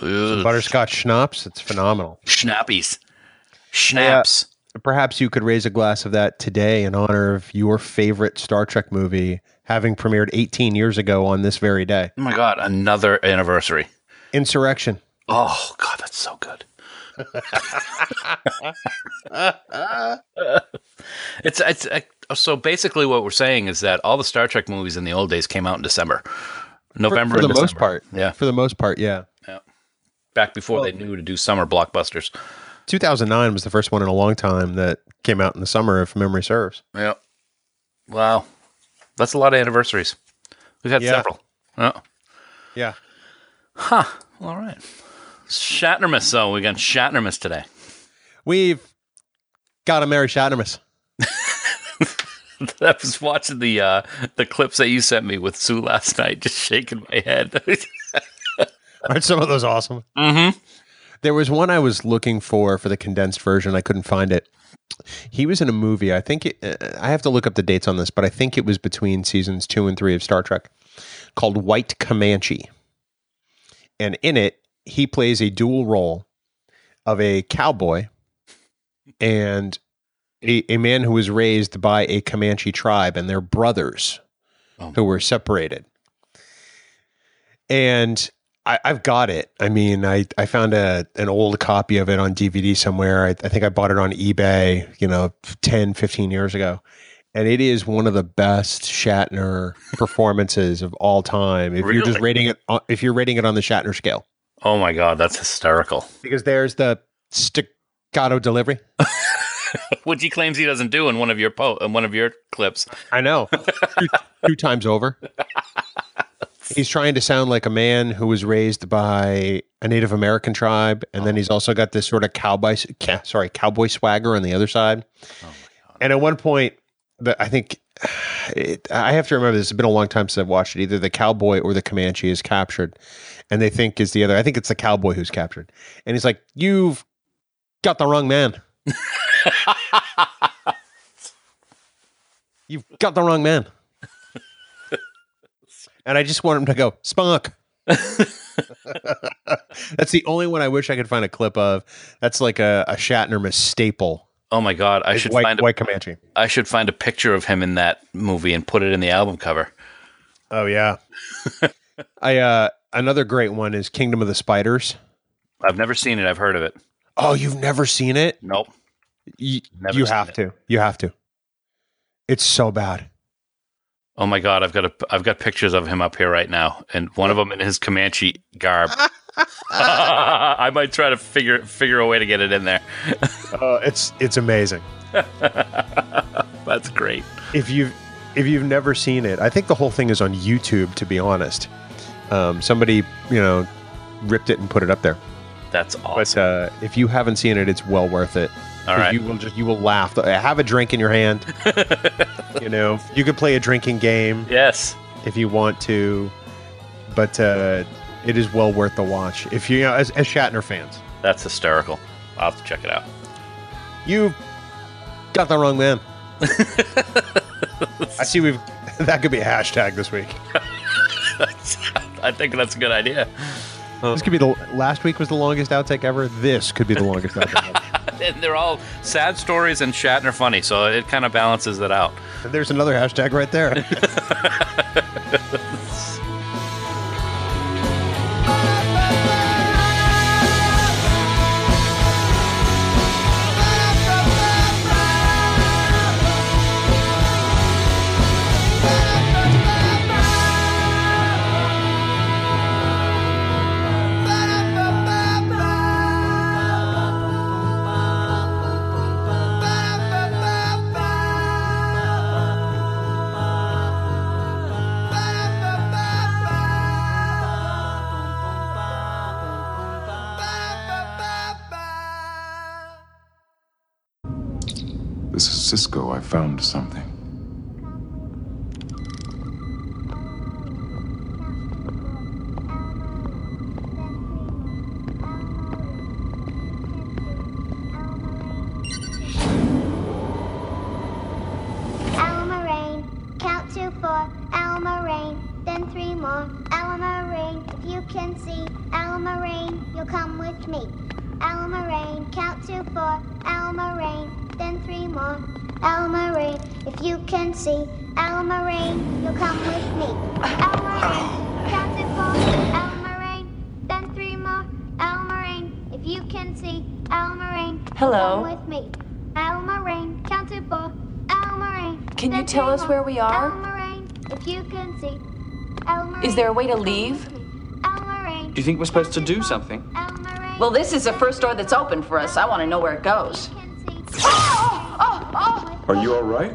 Speaker 6: Ugh,
Speaker 4: Butterscotch schnapps, it's phenomenal.
Speaker 6: Schnappies, schnapps.
Speaker 4: Perhaps you could raise a glass of that today in honor of your favorite Star Trek movie having premiered 18 years ago on this very day.
Speaker 6: Oh my god, another anniversary.
Speaker 4: Insurrection.
Speaker 6: Oh god, that's so good. it's it's uh, so basically what we're saying is that all the Star Trek movies in the old days came out in December, November
Speaker 4: for the
Speaker 6: and
Speaker 4: most
Speaker 6: December.
Speaker 4: part.
Speaker 6: Yeah,
Speaker 4: For the most part, yeah.
Speaker 6: back before they knew to do summer blockbusters.
Speaker 4: 2009 was the first one in a long time that came out in the summer, if memory serves.
Speaker 6: Yeah. Wow, that's a lot of anniversaries. We've had
Speaker 4: Yeah.
Speaker 6: several. Oh,
Speaker 4: Yeah.
Speaker 6: all right. Shatnermas though, we got Shatnermas today.
Speaker 4: We've got to marry Shatnermas.
Speaker 6: I was watching the uh, the clips that you sent me with Sue last night, just shaking my head.
Speaker 4: Aren't some of those awesome?
Speaker 6: mm-hmm.
Speaker 4: There was one I was looking for for the condensed version. I couldn't find it. He was in a movie. I think it, uh, I have to look up the dates on this, but I think it was between seasons two and three of Star Trek called White Comanche. And in it, he plays a dual role of a cowboy and a, a man who was raised by a Comanche tribe, and they're brothers
Speaker 6: Oh.
Speaker 4: who were separated. And I, I've got it. I mean, I, I found a an old copy of it on DVD somewhere. I, I think I bought it on eBay, you know, 10, 15 years ago. And it is one of the best Shatner performances of all time. If you're just
Speaker 6: Really?
Speaker 4: rating it, on, if you're rating it on the Shatner scale,
Speaker 6: Oh my god, that's hysterical.
Speaker 4: because there's the staccato delivery.
Speaker 6: Which he claims he doesn't do in one of your po- in one of your clips.
Speaker 4: I know. two, two times over. He's trying to sound like a man who was raised by a Native American tribe, and then he's also got this sort of cowboy, ca- sorry, cowboy swagger on the other side. and at one point, the, I think it, I have to remember this. It's been a long time since I've watched it. Either the cowboy or the Comanche is captured, and they think is the other. I think it's the cowboy who's captured, and he's like, "You've got the wrong man. You've got the wrong man." and I just want him to go spunk. That's the only one I wish I could find a clip of. That's like a, a Shatner staple.
Speaker 6: Oh my god, I
Speaker 4: Is
Speaker 6: should
Speaker 4: white,
Speaker 6: find a,
Speaker 4: white Comanche.
Speaker 6: I should find a picture of him in that movie and put it in the album cover.
Speaker 4: Oh yeah. I uh another great one is Kingdom of the Spiders.
Speaker 6: I've never seen it. I've heard of it.
Speaker 4: Oh, you've never seen it?
Speaker 6: Nope.
Speaker 4: You,
Speaker 6: Never
Speaker 4: you
Speaker 6: seen
Speaker 4: have
Speaker 6: it.
Speaker 4: to. You have to. It's so bad.
Speaker 6: Oh my god, I've got a I've got pictures of him up here right now, and one of them in his Comanche garb. I might try to figure figure a way to get it in there.
Speaker 4: Uh, it's it's amazing.
Speaker 6: That's great.
Speaker 4: If you've if you've never seen it, I think the whole thing is on YouTube. To be honest, um, somebody you know ripped it and put it up there.
Speaker 6: That's awesome.
Speaker 4: But uh, if you haven't seen it, it's well worth it.
Speaker 6: All right.
Speaker 4: You will just you will laugh. Have a drink in your hand. you know, you could play a drinking game.
Speaker 6: yes.
Speaker 4: if you want to. But uh, it is well worth the watch. If you, you know, as, as Shatner fans,
Speaker 6: That's hysterical. I'll have to check it out.
Speaker 4: you got the wrong man. I see we've that could be a hashtag this week.
Speaker 6: I think that's a good idea.
Speaker 4: This could be the last week was the longest outtake ever. This could be the longest outtake ever.
Speaker 6: And they're all sad stories and Shatner funny, so it kind of balances it out.
Speaker 4: And there's another hashtag right there.
Speaker 10: Ba-da-ba-ba-ba.
Speaker 11: This is Cisco. I found something.
Speaker 6: Alma Rain. Count to four, Alma Rain. Then three more, Alma Rain. If you can see Alma Rain, you'll come with me. Alma Rain. Count to four, Alma Rain. Then three more, Alma Rain. If you can see Alma Rain, you'll come with me. Alma Rain. Count to four, Alma Rain. Then three more, Alma Rain. If you can see Alma Rain,
Speaker 8: Hello.
Speaker 6: Come with me. Alma Rain, count to four. Alma Rain.
Speaker 8: Can you
Speaker 6: Then
Speaker 8: tell
Speaker 6: three
Speaker 8: us
Speaker 6: more.
Speaker 8: where we are?
Speaker 6: Alma Rain, if you can see. Alma
Speaker 8: Is
Speaker 6: Rain,
Speaker 8: there a way to
Speaker 6: come
Speaker 8: leave?
Speaker 6: with me. Alma Rain,
Speaker 9: Do you think we're supposed to do something?
Speaker 6: Alma Rain.
Speaker 8: Well, this is the first door that's open for us. I want to know where it goes.
Speaker 6: Oh, oh, oh,
Speaker 11: Are you all right?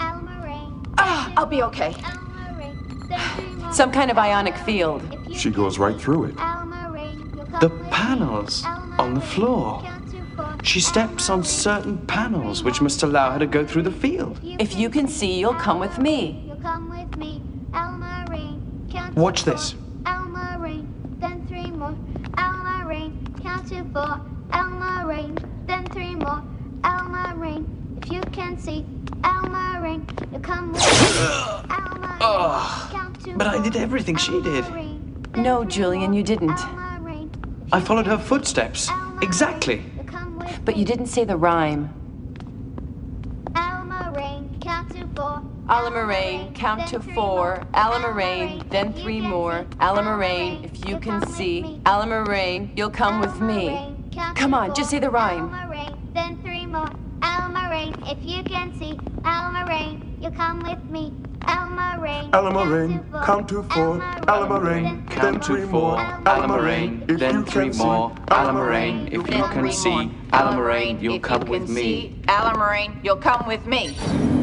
Speaker 6: Alma Rain,
Speaker 8: Ah, I'll be okay.
Speaker 6: Alma Rain. Then three more.
Speaker 8: Some kind of ionic field.
Speaker 6: If you
Speaker 11: She
Speaker 6: can
Speaker 11: goes right through it.
Speaker 6: Alma Rain, you'll come
Speaker 9: The
Speaker 6: with me.
Speaker 9: panels
Speaker 6: Alma
Speaker 9: on the
Speaker 6: Rain,
Speaker 9: floor.
Speaker 6: count to four.
Speaker 9: She steps
Speaker 6: Alma
Speaker 9: on
Speaker 6: Rain,
Speaker 9: certain panels, which must allow her to go through the field.
Speaker 8: If you can see, you'll come with me.
Speaker 6: You'll come with me, Alma Rain. Count
Speaker 9: Watch
Speaker 6: to
Speaker 9: this.
Speaker 6: Four. Alma Rain, then three more. Alma Rain, count to four. Alma Rain, then three more. Alma Rain, if you can see. Alma Rain, you'll come with me. Alma Rain, count to
Speaker 9: But I
Speaker 6: four.
Speaker 9: did everything she
Speaker 6: Alma
Speaker 9: did.
Speaker 6: Rain, then
Speaker 8: No,
Speaker 6: three
Speaker 8: Julian,
Speaker 6: more.
Speaker 8: you didn't.
Speaker 6: Alma Rain,
Speaker 9: I followed her footsteps.
Speaker 6: Alma
Speaker 9: Exactly.
Speaker 6: Rain, you'll come with
Speaker 8: But you
Speaker 6: me.
Speaker 8: didn't say the rhyme.
Speaker 6: Alma Rain, count to four.
Speaker 8: Alma Rain, count to four. Alma Rain, then three more. Alma Rain, if you can see. Alma Rain, you'll come with me. Come on, just say the rhyme.
Speaker 6: Alma Rain, then three more. Alma Rain, if you can see. Alma Rain, you come with me. Alma Rain,
Speaker 11: Alma Rain, count to four. Alma Rain,
Speaker 9: Count to four, Alma Rain, then three more, Alma Rain, if you can see, Alma Rain, you'll come with me.
Speaker 8: Alma Rain, you'll come with me.